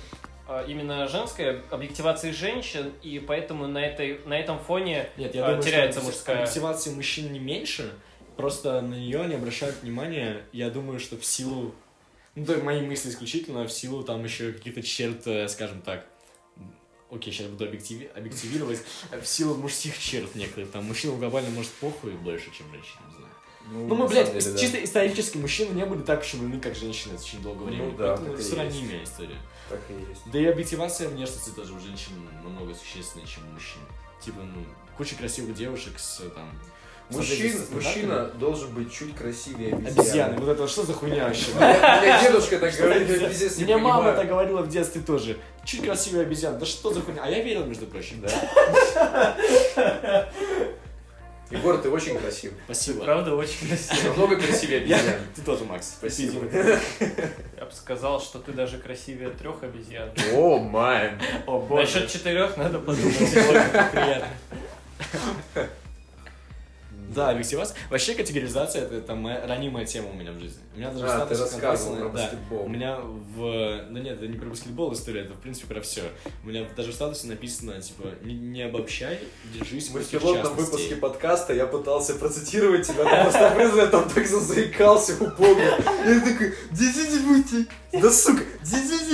B: э, именно женской объективации женщин, и поэтому на, этой, на этом фоне
C: Нет,
B: А,
C: я думаю,
B: теряется
C: что
B: мужская.
C: объективации мужчин не меньше, просто на нее не обращают внимания. Я думаю, что в силу, ну, да, мои мысли исключительно, в силу там еще каких-то черт, э, скажем так, Окей, сейчас буду объективи- объективировать. э, В силу мужских черт некоторых. Там мужчина глобально может похуй больше, чем женщина, не знаю. Ну, мы,
A: на
C: блядь,
A: самом деле, да.
C: чисто исторически мужчины не были так уж и умны, как женщины, это очень долгое
A: Ну
C: время.
A: да,
C: Поэтому
A: так
C: это
A: и
C: все
A: есть.
C: ранимая история.
A: Так и есть.
C: Да и объективация внешности тоже у женщин намного существеннее, чем у мужчин. Типа, ну, куча красивых девушек с э, там... в соответствии
A: Мужчин-
C: со
A: мужчина
C: стандартами.
A: должен быть чуть красивее
C: Обезьяны,
A: обезьяны.
C: вот это что за хуйня вообще?
A: У меня дедушка так (laughs) говорит, я пиздец не
C: Мне мама
A: понимаю.
C: так говорила в детстве тоже. Чуть красивее обезьян, да что за хуйня? А я верил, между прочим.
A: Да. Егор, ты очень красив.
C: Спасибо.
B: правда очень красиво.
A: Намного красивее
C: Я...
A: обезьян.
C: Ты тоже, Макс.
A: Спасибо.
C: Видимо.
B: Я бы сказал, что ты даже красивее трех обезьян.
A: О, майн.
C: О, боже.
B: Насчет
C: (laughs)
B: четырех надо подумать.
C: Приятно. Да, объективация. Вообще категоризация это там моя ранимая тема у меня в жизни. У меня даже в
A: А, ты
C: статусе
A: рассказывал
C: написано-
A: про
C: да.
A: баскетбол.
C: У меня в... Ну нет, это не про баскетбол история, это в принципе про все. У меня даже в статусе написано, типа, не, не обобщай, держись
A: Мы в
C: узких
A: пилотном
C: частностей».
A: выпуске подкаста я пытался процитировать тебя, но просто Фреза я там так заикался убогий. Я такой, дидите будьте, да сука, дидите.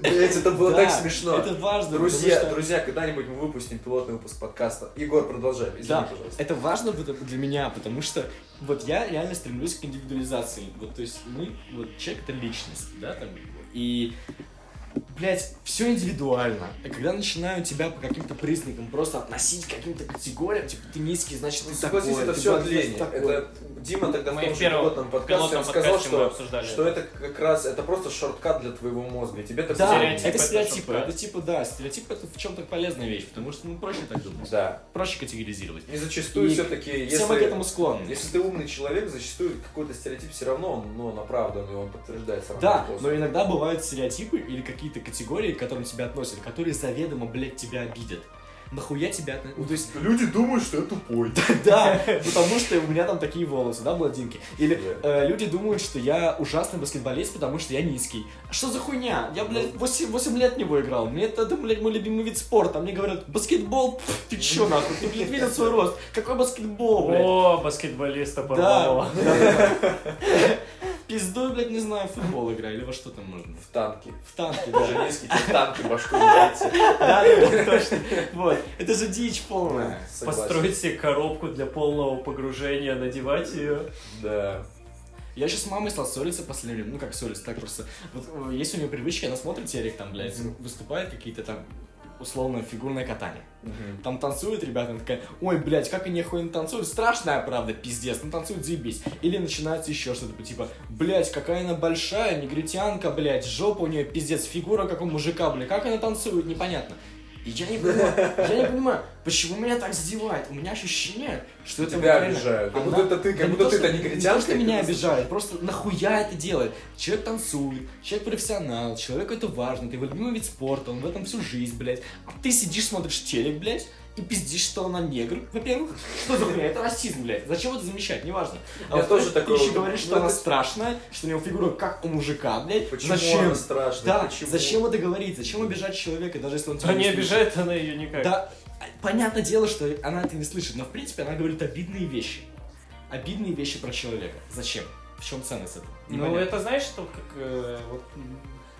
A: Блять, это было
C: Да,
A: так смешно.
C: Это важно,
A: Друзья,
C: потому что-
A: друзья, когда-нибудь мы выпустим пилотный выпуск подкаста. Егор, продолжай, извини,
C: Да,
A: пожалуйста.
C: это важно потому- для меня, потому что вот я реально стремлюсь к индивидуализации. Вот, то есть мы, вот человек это личность, да, там, и блядь, все индивидуально.
D: И когда начинают тебя по каким-то признакам просто относить к каким-то категориям, типа ты низкий, значит ты
A: Ну, Согласись,
D: такой,
A: это
D: ты
A: все от
D: бандит,
A: лени.
D: такой.
A: Это Дима тогда в
B: Мы
A: том
B: в
A: же
B: первом
A: пилотном подкасте
B: пилотном
A: рассказал,
B: подкасте мы
A: что,
B: обсуждали
A: что это как раз, это просто шорткат для твоего мозга. Тебе так
D: Да,
A: удобнее.
B: Стереотипы
C: это
B: это
C: стереотипы.
B: шутка.
C: Это типа, да, стереотипы это в чем-то полезная вещь, потому что ну проще так думать.
A: Да.
C: Проще категоризировать.
A: И зачастую
C: И
A: все-таки,
C: Все мы к
A: если,
C: этому склонны.
A: если ты умный человек, зачастую какой-то стереотип все равно, он, ну, он оправдан, и он подтверждается. равно
C: Да,
A: вопросом.
C: но иногда бывают стереотипы или какие-то категории, к которым тебя относят, которые заведомо, блядь, тебя обидят. Нахуя тебя отно- Ну, то есть,
A: люди думают, что я тупой.
C: да, потому что у меня там такие волосы, да, блондинки. Или э, люди думают, что я ужасный баскетболист, потому что я низкий. Что за хуйня? Я, блядь, 8, лет в него играл. Мне это, это, блядь, мой любимый вид спорта. А Мне говорят, баскетбол, пф, ты чё, нахуй? Ты, блядь, видел свой рост? Какой баскетбол, Ну. блядь?
B: О,
C: (laughs)
B: баскетболиста
C: Да,
B: порвало.
C: Пиздой, блядь, не знаю, в футбол играю или во что там можно.
A: В танке.
C: (laughs) В танке, да.
A: Даже низкий тебе танки башкой бьете.
C: Да, да, точно. (laughs) Вот. Это же дичь полная.
A: Согласен.
B: Построить себе коробку для полного погружения, надевать ее.
A: Да.
C: Я сейчас с мамой стал ссориться последнее время. Ну, как ссориться, так просто. Вот э, есть у нее привычка, она смотрит телек, там, блядь, выступает какие-то там условно фигурное катание.
A: Мгм.
C: Там танцуют ребята, она такая, ой, блядь, как они охуенно танцуют, страшная правда, пиздец, ну танцуют, заебись. Или начинается еще что-то, по типа, блядь, какая она большая, негритянка, блядь, жопа у нее, пиздец, фигура, как у мужика, блядь, как она танцует, непонятно. И я не понимаю, я не понимаю, почему меня так задевает, у меня ощущение, что это...
A: Тебя
C: вот реально
A: обижают. Как
C: она-
A: будто ты,
C: Да
A: как
C: а не
A: будто
C: то,
A: ты-то
C: что-
A: не
C: не то,
A: негритянка.
C: что меня обижают, просто нахуя это делает? Человек танцует, человек профессионал, человеку это важно, это его любимый вид спорта, он в этом всю жизнь, блядь. А ты сидишь, смотришь телек, блядь, и пиздишь, что она негр, во-первых. Что за хуйня? Это расизм, блядь. Зачем это замечать? Неважно.
A: Я
C: А во-вторых,
A: тоже
C: Ты
A: такой
C: еще
A: вот,
C: говоришь,
A: ну,
C: что
A: это-
C: она страшная, что у него фигура как у мужика, блядь.
A: Почему
C: зачем?
A: она страшная?
C: Да,
A: Почему?
C: зачем это говорить? Зачем обижать человека, даже если он тебя
B: А не
C: слышит?
B: обижает она ее никак.
C: Да, а, понятное дело, что она это не слышит, но в принципе она говорит обидные вещи. Обидные вещи про человека. Зачем? В чем ценность этого?
B: Ну,
C: Непонятно.
B: это знаешь, что как э, вот,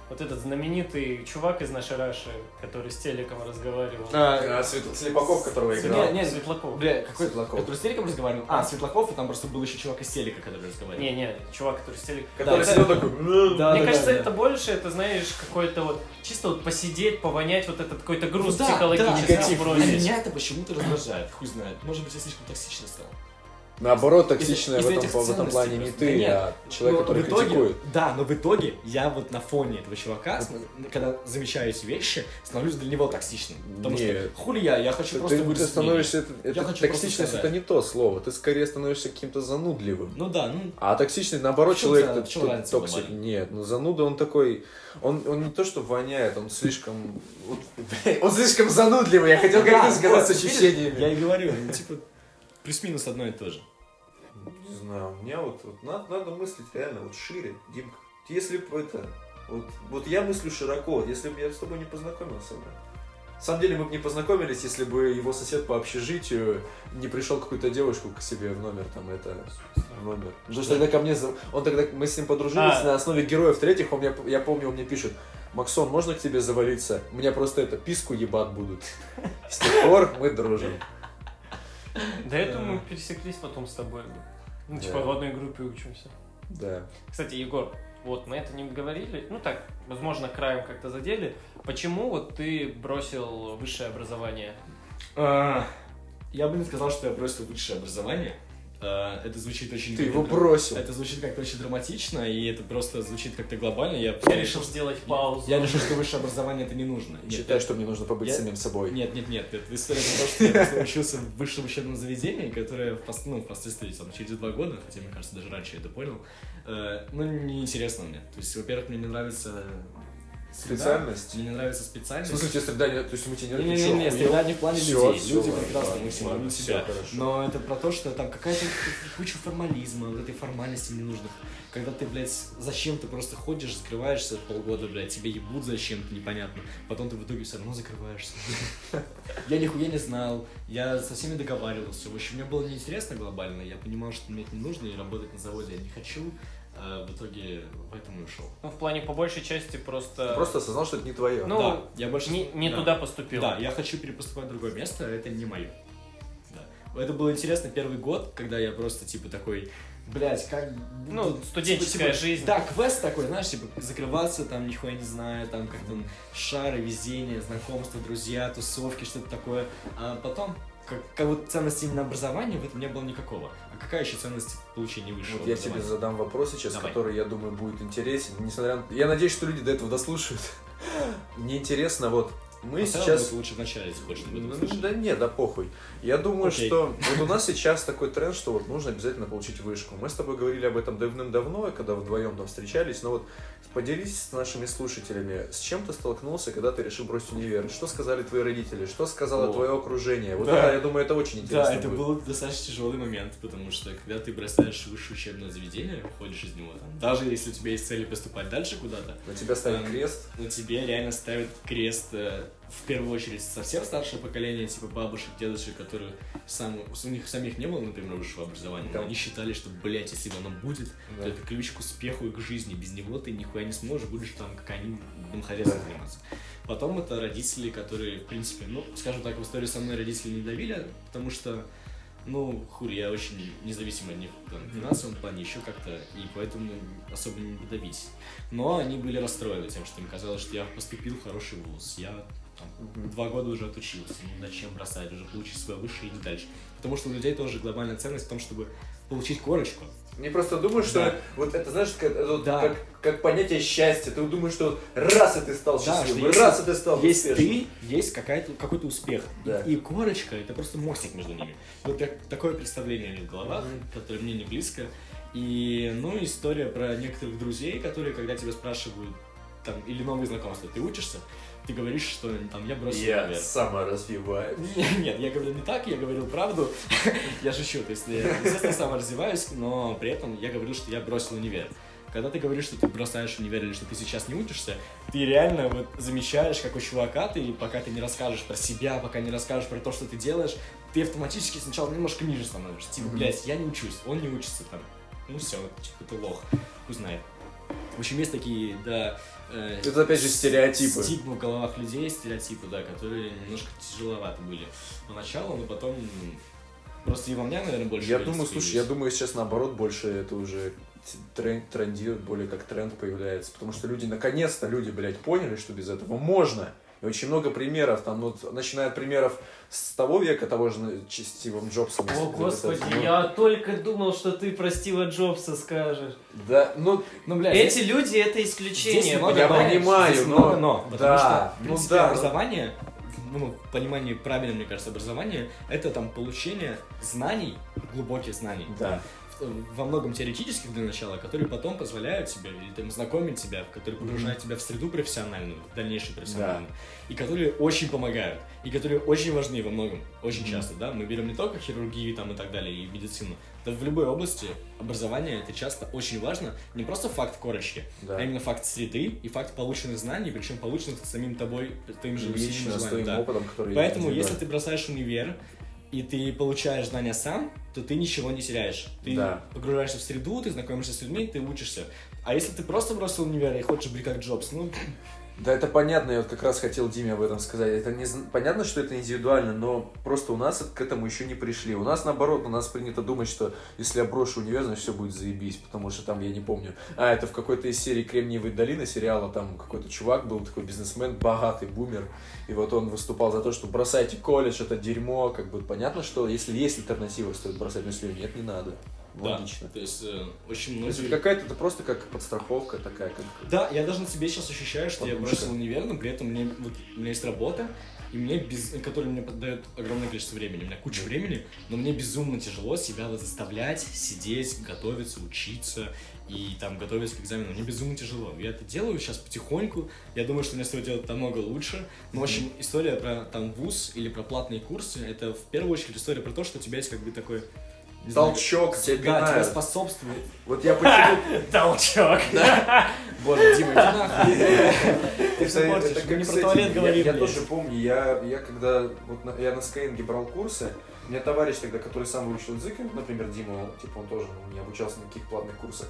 B: вот этот знаменитый чувак из нашей Раши, который с телеком разговаривал.
A: А, Свет- Слепаков, которого я играл.
C: Не, не,
B: Светлаков.
C: Бля, какой
A: Светлаков.
C: Который с телеком разговаривал? А, Светлаков, и там просто был еще чувак из телека, который разговаривал.
B: Не, не, чувак, который с телеком.
A: Который
C: Да,
A: сидел такой... «М-м-м».
C: Да,
B: Мне
C: да,
B: кажется,
C: да, да.
B: это больше, это знаешь, какой-то вот чисто вот посидеть, повонять вот этот какой-то груз
C: Ну да,
B: психологический
C: да, да. А
B: бросить.
C: меня это почему-то раздражает, хуй знает. Может быть, я слишком токсично стал.
A: Наоборот,
C: Из-
A: токсичная
C: из
A: в этом, в
C: этих
A: этом
C: ценностей
A: плане не
C: просто.
A: ты,
C: Да
A: а человек,
C: Но
A: который
C: в итоге,
A: критикует.
C: Да, но в итоге я вот на фоне этого чувака, см- когда замечаю эти вещи, становлюсь для него токсичным. Потому
A: Нет.
C: что хули я, я хочу
A: Ты,
C: просто
A: ты
C: выразить мнение.
A: становишься... это- это-
C: хочу просто
A: токсичность
C: сказать.
A: это не то слово. Ты скорее становишься каким-то занудливым.
C: Ну да, ну
A: А токсичный, наоборот,
C: В чем
A: человек
C: за-
A: тот-
C: в чем
A: тот-
C: разница
A: токсик.
C: глобально?
A: Нет, ну зануда он такой. Он, он не то что воняет, он слишком. вот, (laughs) блядь, он слишком занудливый. Я хотел
C: Ну Да,
A: как-то сказать с
C: вот, видишь, Я
A: ощущениями.
C: и говорю, ну, типа, плюс-минус одно и то же.
A: Не знаю, у меня вот, вот на- надо, мыслить реально вот шире, Димка. Если бы это. Вот, вот я мыслю широко, вот если бы я с тобой не познакомился бы. На самом деле мы бы не познакомились, если бы его сосед по общежитию не пришел какую-то девушку к себе в номер там это в номер. Потому что тогда ко мне, за- он тогда, мы с ним подружились
B: А.
A: на основе героев третьих, он мне, я помню, он мне пишет, Максон, можно к тебе завалиться? Меня просто это, писку ебать будут. С тех пор мы дружим.
B: До этого мы пересеклись потом с тобой. Ну, типа
A: Да.
B: в одной группе учимся.
A: Да.
B: Кстати, Егор, вот мы это не говорили, ну так, возможно, краем как-то задели. Почему вот ты бросил высшее образование?
C: А, Я бы не сказал, что я бросил высшее образование. А, Это звучит очень...
A: Ты его
C: как-то-
A: бросил.
C: Это звучит как-то очень драматично, и это просто звучит как-то глобально. Я,
B: Я решил сделать паузу.
C: Я решил, что высшее образование это не нужно. Нет,
A: Считай, что мне нужно побыть
C: я-
A: самим собой.
C: Нет, нет, нет, это история про то, что я просто учился в высшем учебном заведении, которое впос- ну, впоследствии там, через два года, хотя, мне кажется, даже раньше я это понял, э, ну, неинтересно мне. То есть, во-первых, мне не нравится среда,
A: Специальность?
C: мне не нравится
A: В
C: специальность.
A: смысле, тебе среда не- то есть мы тебе не
C: Не-не-не, среда не в плане
A: Всё,
C: людей.
A: всё,
C: Люди
A: ладно,
C: прекрасно
A: ладно,
C: максимально
A: ладно,
C: у себя.
A: всё, хорошо.
C: Но это про то, что там какая-то куча формализма, вот этой формальности ненужных. Когда ты, блядь, зачем ты просто ходишь, закрываешься полгода, блядь, тебе ебут зачем-то, непонятно. Потом ты в итоге все равно закрываешься. Я нихуя не знал, я со всеми договаривался. В общем, мне было неинтересно глобально, я понимал, что мне это не нужно, и работать на заводе я не хочу. А В итоге поэтому и ушел.
B: Ну, в плане по большей части просто...
A: Просто осознал, что это не твое.
B: Ну,
C: Да, я больше...
B: Не, не
C: да.
B: туда поступил.
C: Да, я хочу перепоступать в другое место, а это не мое. Да. Это было интересно первый год, когда я просто типа такой,
D: блядь, как...
B: Ну, студенческая
D: типа, типа,
B: жизнь.
D: Да, квест такой, знаешь, типа, закрываться там, нихуя не знаю, там как-то шары, везение, знакомства, друзья, тусовки, что-то такое. А потом, как, как вот ценности именно образования в этом не было никакого. А какая еще ценность в получении высшего
A: Вот я тебе
C: образования?
A: задам вопрос сейчас,
C: Давай.
A: который, я думаю, будет интересен. Несмотря на... Я надеюсь, что люди до этого дослушают. (laughs) Мне интересно, вот мы
C: Хотя
A: сейчас...
C: вот лучше вначале,
D: типа,
C: если хочешь, об этом
A: Ну,
C: слышать.
A: да не, да похуй. Я думаю,
C: Окей.
A: что вот у нас сейчас такой тренд, что вот нужно обязательно получить вышку. Мы с тобой говорили об этом давным-давно, когда вдвоем там встречались, но вот поделись с нашими слушателями, с чем ты столкнулся, когда ты решил бросить универ? Что сказали твои родители? Что сказало
C: О.
A: твое окружение? Вот
C: Да.
A: это, я думаю, это очень интересно
C: Да, это
A: будет.
C: был достаточно тяжелый момент, потому что когда ты бросаешь высшее учебное заведение, уходишь из него, там, даже если у тебя есть цели поступать дальше куда-то,
A: На тебя ставит
C: Эм,
A: крест.
C: на тебе реально ставят крест э, в первую очередь совсем старшее поколение, типа бабушек, дедушек, которые сам, у них самих не было, например, высшего образования,
A: Да.
C: но они считали, что, блядь, если оно будет,
A: Да.
C: то это ключ к успеху и к жизни. Без него ты нихуя не сможешь, будешь там какая-нибудь домохозяйством заниматься. Потом это родители, которые, в принципе, ну, скажем так, в истории со мной родители не давили, потому что, ну, хули, я очень независимый от них там, в финансовом плане, еще как-то, и поэтому особо не давить. Но они были расстроены тем, что им казалось, что я поступил в хороший вуз, я там,
A: Мгм.
C: два года уже отучился, ну зачем бросать, уже получить свое высшее и иди дальше. Потому что у людей тоже глобальная ценность в том, чтобы получить корочку,
A: Не просто думаю, что
C: Да.
A: вот это знаешь, как, это вот
D: Да.
A: как, как понятие счастья. Ты думаешь, что вот раз и ты стал
D: Да,
A: счастливым,
D: что если-
A: раз и ты стал
D: Есть
A: успешным.
D: ты, есть какая-то, какой-то успех.
A: Да.
C: И корочка это просто мостик между ними. Вот как- такое представление у них в головах, которое мне не близко. И, ну, история про некоторых друзей, которые, когда тебя спрашивают, там, или новые знакомства, ты учишься, ты говоришь, что там я бросил
A: Я
C: универ.
A: саморазвиваюсь.
C: Не- (laughs) Нет, я говорю не так, я говорил правду. (laughs) Я шучу, то есть я, естественно, сам развиваюсь, но при этом я говорил, что я бросил универ. Когда ты говоришь, что ты бросаешь универ или что ты сейчас не учишься, ты реально вот замечаешь, как у чувака ты, пока ты не расскажешь про себя, пока не расскажешь про то, что ты делаешь, ты автоматически сначала немножко ниже становишься. Типа,
A: Мгм.
C: блядь, я не учусь, он не учится там. Ну все, типа, ты лох, хуй знает. В общем, есть такие, да... э,
A: Это опять же стереотипы.
C: Стигмы в головах людей, стереотипы, да, которые немножко тяжеловато были поначалу, но потом м, просто и во мне, наверное, больше.
A: Я
C: были
A: думаю,
C: стыдились.
A: слушай, я думаю, сейчас наоборот больше это уже тренд, трендирует, более как тренд появляется. Потому что люди, наконец-то люди, блядь, поняли, что без этого можно. И очень много примеров, там, ну, вот, начиная от примеров с того века, того же ну, Ч- Стивом Джобсом. если
B: О,
A: вот
B: господи,
A: этот, ну,
B: я только думал, что ты про Стива Джобса скажешь.
A: Да, ну,
C: Ну, блядь,
B: Эти люди — это исключение,
C: здесь много
A: я
B: понимаешь?
A: понимаю,
C: здесь
A: но-
C: много но, потому
A: да,
C: что,
A: ну
C: в принципе,
A: да, но-
C: образование, ну, в понимании правильно, мне кажется, образование, это там получение знаний, глубоких знаний,
A: да.
C: в- э, во многом теоретических для начала, которые потом позволяют тебе или там знакомят тебя, которые погружают тебя в среду профессиональную, в дальнейшую профессиональную, и которые очень помогают, и которые очень важны во многом, очень
A: Мгм.
C: часто, да, мы берем не только хирургию там и так далее, и медицину, да в любой области образование это часто очень важно, не просто факт корочки,
A: да.
C: а именно факт среды и факт полученных знаний, причем полученных самим тобой, твоим же усилием и
A: Лично с
C: желанием,
A: твоим
C: да.
A: опытом, который...
C: Поэтому,
A: индивидуальный.
C: если ты бросаешь универ, и ты получаешь знания сам, то ты ничего не теряешь. Ты
A: Да.
C: погружаешься в среду, ты знакомишься с людьми, ты учишься. А если ты просто бросил универ и хочешь быть как Джобс, ну,
A: Да, это понятно, я вот как раз хотел Диме об этом сказать. Это не... зн- Понятно, что это индивидуально, но просто у нас это- к этому еще не пришли. У нас, наоборот, у нас принято думать, что если я брошу универ, значит, все будет заебись, потому что там, я не помню, а это в какой-то из серии «Кремниевой долины» сериала, там какой-то чувак был, такой бизнесмен, богатый бумер, и вот он выступал за то, что бросайте колледж, это дерьмо, как бы понятно, что если есть альтернатива, стоит бросать, но если ее нет, не надо.
C: да.
A: Логично.
C: То есть, э, очень
A: То есть
C: многие...
A: это какая-то это просто как подстраховка такая, как
C: Да, я даже на себе сейчас ощущаю, что я
A: Подушка.
C: бросил универ, но при этом мне, вот, у меня есть работа, и мне без... которая мне подает огромное количество времени. У меня куча времени, но мне безумно тяжело себя вот заставлять сидеть, готовиться, учиться и там готовиться к экзамену. Мне безумно тяжело. Я это делаю сейчас потихоньку. Я думаю, что мне стоит делать намного лучше. Но, в общем, история про там вуз или про платные курсы, это в первую очередь история про то, что у тебя есть как бы такой... не знаю,
A: толчок тебе
C: да, тебя
A: пинают.
C: способствует
A: Вот я почему
B: Толчок.
C: (laughs) Боже, Дима, иди нахуй.
A: Это-
C: Ты все портишь.
A: это
C: Мы
A: как
C: не
A: с
C: про
A: этим.
C: туалет говорим.
A: Я, я
C: блядь.
A: тоже помню, я, я когда вот на, я на Skyeng брал курсы, у меня товарищ тогда, который сам выучил язык, например, Дима, он, типа он тоже ну, не обучался на каких платных курсах,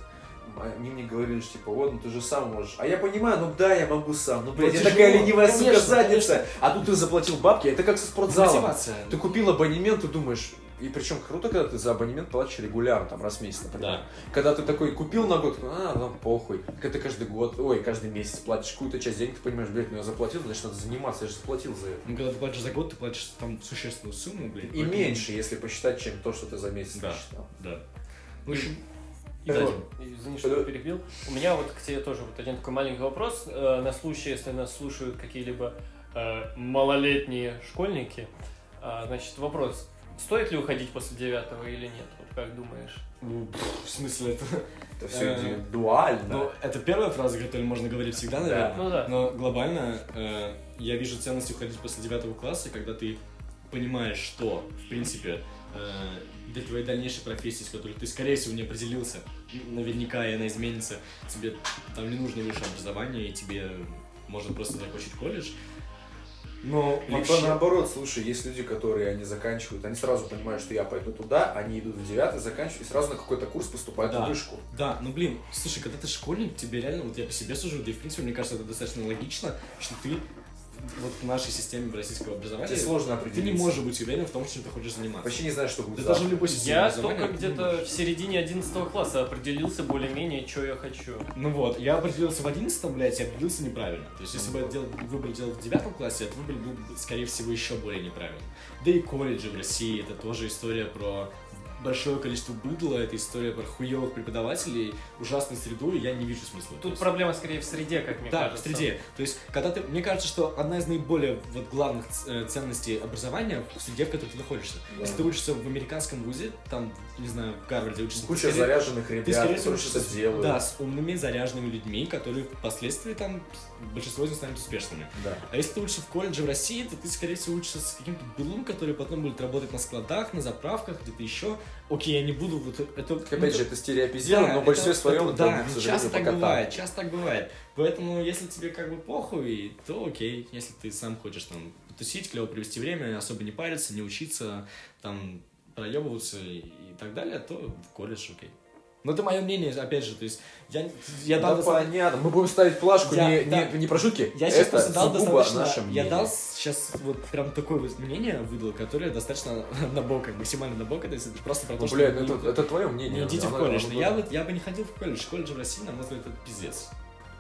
A: а они мне говорили, что типа, вот, ну ты же сам можешь. А я понимаю, ну да, я могу сам. Ну, блядь,
C: Вот
A: я такая
C: тяжело.
A: ленивая сука
C: Конечно,
A: задница. А тут ты заплатил бабки, а это как со спортзалом.
C: Мотивация.
A: Ты купил абонемент и думаешь, И причем круто, когда ты за абонемент платишь регулярно, там раз в месяц, например.
C: Да.
A: Когда ты такой купил на год, а, ну похуй. Когда ты каждый год, ой, каждый месяц платишь какую-то часть денег, ты понимаешь, блядь, ну я заплатил, значит надо заниматься, я же заплатил за это.
C: Ну, когда ты платишь за год, ты платишь там существенную сумму, блядь.
A: И меньше, если посчитать, чем то, что ты за месяц
C: Да.
A: посчитал.
C: Да.
B: Ну, еще-
A: И
B: Да,
A: вот.
B: Дим, Извини,
C: Э,
B: что перебил. У меня вот к тебе тоже вот один такой маленький вопрос. Э, На случай, если нас слушают какие-либо э, малолетние школьники, а, значит, вопрос. Стоит ли уходить после девятого или нет? Вот как думаешь?
D: Ну, пф, В смысле, это...
A: Это все
D: Э, Ну,
A: индивидуально.
D: это первая фраза, которую можно говорить всегда, наверное.
B: Ну да.
C: Но глобально э, я вижу ценность уходить после девятого класса, когда ты понимаешь, что, в принципе, э, для твоей дальнейшей профессии, с которой ты, скорее всего, не определился, наверняка и она изменится, тебе там не нужно высшее образование, и тебе можно просто закончить колледж.
D: Но
A: Либо наоборот, слушай, есть люди, которые они заканчивают, они сразу понимают, что я пойду туда, они идут в девятый, заканчивают, и сразу на какой-то курс поступают
C: Да.
A: в вышку.
C: Да, ну блин, слушай, когда ты школьник, тебе реально, вот я по себе сужу, да и в принципе, мне кажется, это достаточно логично, что ты вот в нашей системе российского образования,
A: Тебе сложно
C: ты
A: определиться.
C: не можешь быть уверен в том, чем ты хочешь заниматься.
A: Вообще не знаешь, что будет
C: Ты
A: завтра.
C: даже в любой системе
B: Я
C: образования
B: только
C: ты не
B: где-то
C: можешь.
B: в середине 11 класса определился более-менее, что я хочу.
C: Ну вот, я определился в 11 блядь, я определился неправильно. То есть, если бы я дел- выбор делал в 9 классе, этот выбор был, бы, скорее всего, еще более неправильным. Да и колледжи в России, это тоже история про большое количество быдла, это история про хуевых преподавателей, ужасную среду, и я не вижу смысла. То
B: Тут
C: есть-
B: проблема скорее в среде, как мне
C: да, в
B: кажется.
C: среде. То есть, когда ты... Мне кажется, что одна из наиболее вот, главных э, ценностей образования в среде, в которой ты находишься.
A: Да.
C: Если ты учишься в американском вузе, там, не знаю, в Гарварде учишься... ты
A: Куча
C: скорее-
A: заряженных
C: ты, скорее
A: ребят,
C: всего,
A: которые что-то
C: с-
A: делают.
C: Да, с умными, заряженными людьми, которые впоследствии там большинство из них станут успешными.
A: Да.
C: А если ты учишься в колледже в России, то ты, скорее всего, учишься с каким-то былым, который потом будет работать на складах, на заправках, где-то еще. Окей, я не буду вот это...
A: Так,
C: ну,
A: Опять же, это
C: да,
A: стереотизировано, но в большинстве
C: это-
A: своем
C: это-
A: это,
C: да, ну,
A: к сожалению,
C: часто так
A: пока так.
C: бывает, часто так бывает. Поэтому, если тебе как бы похуй, то окей, если ты сам хочешь там тусить, клево провести время, особо не париться, не учиться, там проебываться и, и так далее, то в колледж окей. Но это мое мнение, опять же, то есть я, я
A: Да
C: дал доста-
A: понятно, мы будем ставить плашку,
C: Я-
A: не,
C: да.
A: не, не про шутки.
C: я сейчас
A: это
C: просто дал
A: сугубо
C: достаточно,
A: наше мнение. Ну,
C: я дал сейчас вот прям такое вот мнение выдал, которое достаточно (laughs) набокое, максимально набокое, то есть это просто про то,
A: Ну,
C: что
A: блядь,
C: не-
A: ну, это, это твое
C: не
A: мнение.
C: идите в
A: оно-
C: колледж.
A: оно-
C: Но я, вот, я бы не ходил в колледж, колледж в России, на мой взгляд, это пиздец.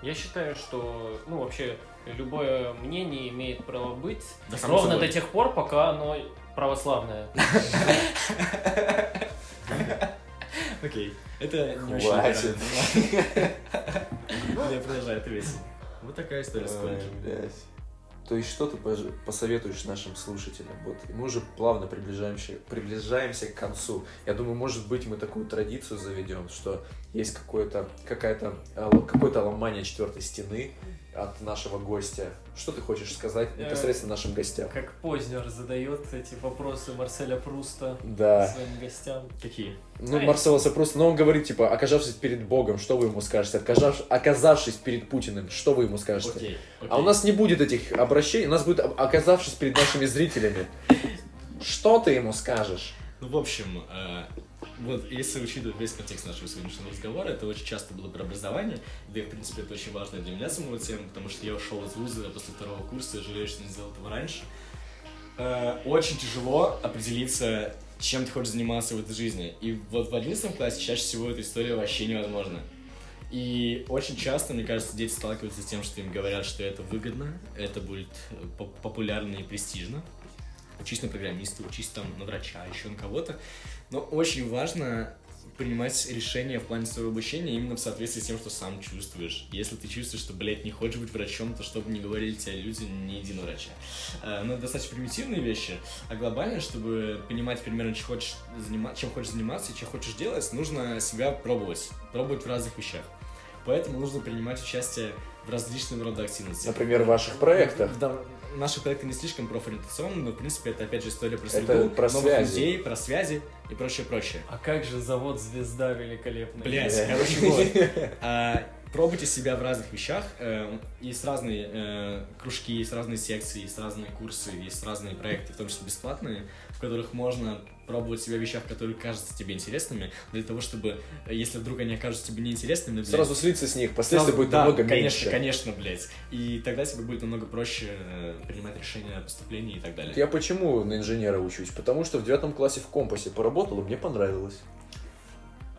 B: Я считаю, что, ну, вообще, любое мнение имеет право быть.
C: Да, само
B: ровно
C: собой.
B: до тех пор, пока оно православное.
C: Окей. Это не очень
A: Хватит.
C: (laughs) либерально. Я продолжаю, это весело. Вот такая история с колледжем.
A: Ой, блядь. То есть что ты пож- посоветуешь нашим слушателям? Вот и мы уже плавно приближаемся, приближаемся к концу. Я думаю, может быть, мы такую традицию заведем, что есть какое-то какая-то а, л- какое-то ломание четвертой стены от нашего гостя. Что ты хочешь сказать
B: Э.
A: непосредственно нашим гостям?
B: Как Познер задает эти вопросы Марселя Пруста
A: Да.
B: своим гостям.
C: Какие?
A: Ну, Марсел просто, но он говорит, типа, оказавшись перед Богом, что вы ему скажете? Окажав- оказавшись перед Путиным, что вы ему скажете?
C: Окей.
A: А у нас не будет этих обращений, у нас будет, об- оказавшись перед нашими зрителями, что ты ему скажешь?
C: Ну, в общем, э, вот если учитывать весь контекст нашего сегодняшнего разговора, это очень часто было про образование, да и, в принципе, это очень важная для меня самого тема, потому что я ушел из вуза после второго курса, жалею, что не сделал этого раньше. Э, очень тяжело определиться, чем ты хочешь заниматься в этой жизни. И вот в 11 классе чаще всего эта история вообще невозможна. И очень часто, мне кажется, дети сталкиваются с тем, что им говорят, что это выгодно, это будет э, поп- популярно и престижно. Учись на программиста, учись там на врача, еще на кого-то. Но очень важно принимать решения в плане своего обучения именно в соответствии с тем, что сам чувствуешь. Если ты чувствуешь, что, блядь, не хочешь быть врачом, то чтобы не говорили тебе люди, не иди на врача. Э, Ну, это достаточно примитивные вещи, а глобально, чтобы понимать примерно, чем хочешь, занима- чем хочешь заниматься и чем хочешь делать, нужно себя пробовать. Пробовать в разных вещах. Поэтому нужно принимать участие в различного рода активностях.
A: Например, в ваших проектах.
C: Да, наши проекты не слишком профориентационные, но, в принципе, это, опять же, история про
A: Это
C: среду,
A: про
C: новых
A: связи.
C: людей, про связи и прочее-прочее.
B: А как же завод «Звезда» великолепный?
C: Блять,
A: Бля.
C: короче,
A: (laughs)
C: вот. А, Пробуйте себя в разных вещах. Эм, Есть э, разные э, кружки, есть разные секции, есть разные курсы, есть разные проекты, в том числе бесплатные. в которых можно пробовать себя в вещах, которые кажутся тебе интересными, для того, чтобы, э, если вдруг они окажутся тебе неинтересными, блядь,
A: Сразу слиться с них, последствия
C: сразу-
A: будет
C: да,
A: намного
C: конечно,
A: меньше.
C: конечно, блядь. И тогда тебе будет намного проще э, принимать решения о поступлении и так далее.
A: Я почему на инженера учусь? Потому что в девятом классе в компасе поработал, и мне понравилось.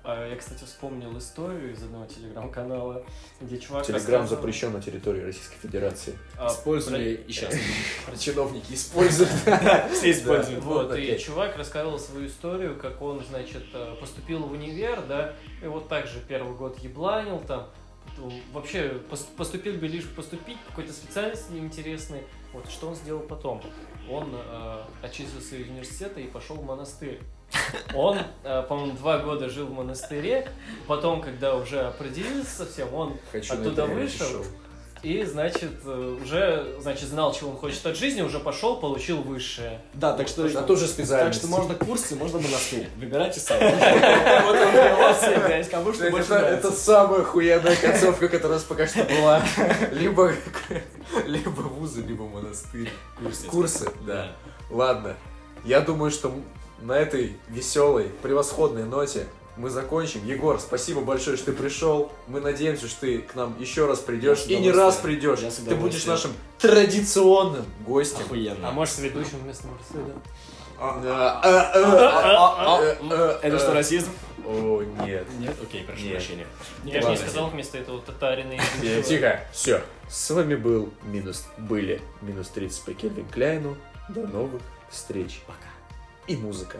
B: А, Я, кстати, вспомнил историю из одного телеграм-канала, где чувак
A: Телеграм
B: рассказывал-
A: запрещен на территории Российской Федерации.
B: А,
C: Использовали и сейчас.
B: про- про-
A: Чиновники используют.
C: (laughs) Все
A: Типа,
C: используют.
B: Вот, и
A: опять.
B: чувак рассказывал свою историю, как он, значит, э, поступил в универ, да, и вот так же первый год ебланил там, Ну, вообще пос- поступил бы лишь поступить, какой-то специальности неинтересной. Вот что он сделал потом? Он э, отчислился из университета и пошел в монастырь. Он, э, по-моему, два года жил в монастыре, потом, когда уже определился совсем, он
A: Хочу
B: Оттуда
A: найти
B: вышел?
A: реалити-шоу.
B: и, значит, э, уже, значит, знал, чего он хочет от жизни, уже пошел, получил высшее.
D: Да, так что...
A: На ту же
D: Так
A: специальность.
D: что можно курсы, можно монастырь. Выбирайте
A: (laughs)
D: сами.
C: Вот он привелся, блядь, кому что
A: Блядь,
C: больше
A: это, это
C: нравится.
A: самая хуяная концовка, которая у нас пока что была. Либо, либо вузы, либо монастырь. Курсы, да. Ладно. Я думаю, что на этой веселой, превосходной ноте мы закончим. Егор, спасибо большое, что ты пришел. Мы надеемся, что ты к нам еще раз придешь.
D: Я с
A: И не раз
D: удовольствием.
A: придешь.
D: Я с
A: Ты будешь
D: удовольствием.
A: нашим традиционным гостем.
D: Охуенно.
B: А может, с ведущим вместо Мерседа?
A: А, а, а, а, а, а,
D: Это что,
A: а.
D: расизм?
A: О, нет.
C: Нет? Окей, прошу
A: Нет.
C: прощения.
B: Я же не
A: Ладно.
B: сказал вместо этого татарина и
A: Э,
B: ничего.
A: Тихо, все. С вами был минус, были минус 30 по Кельвин Кляйну. До новых встреч. Пока. И музыка.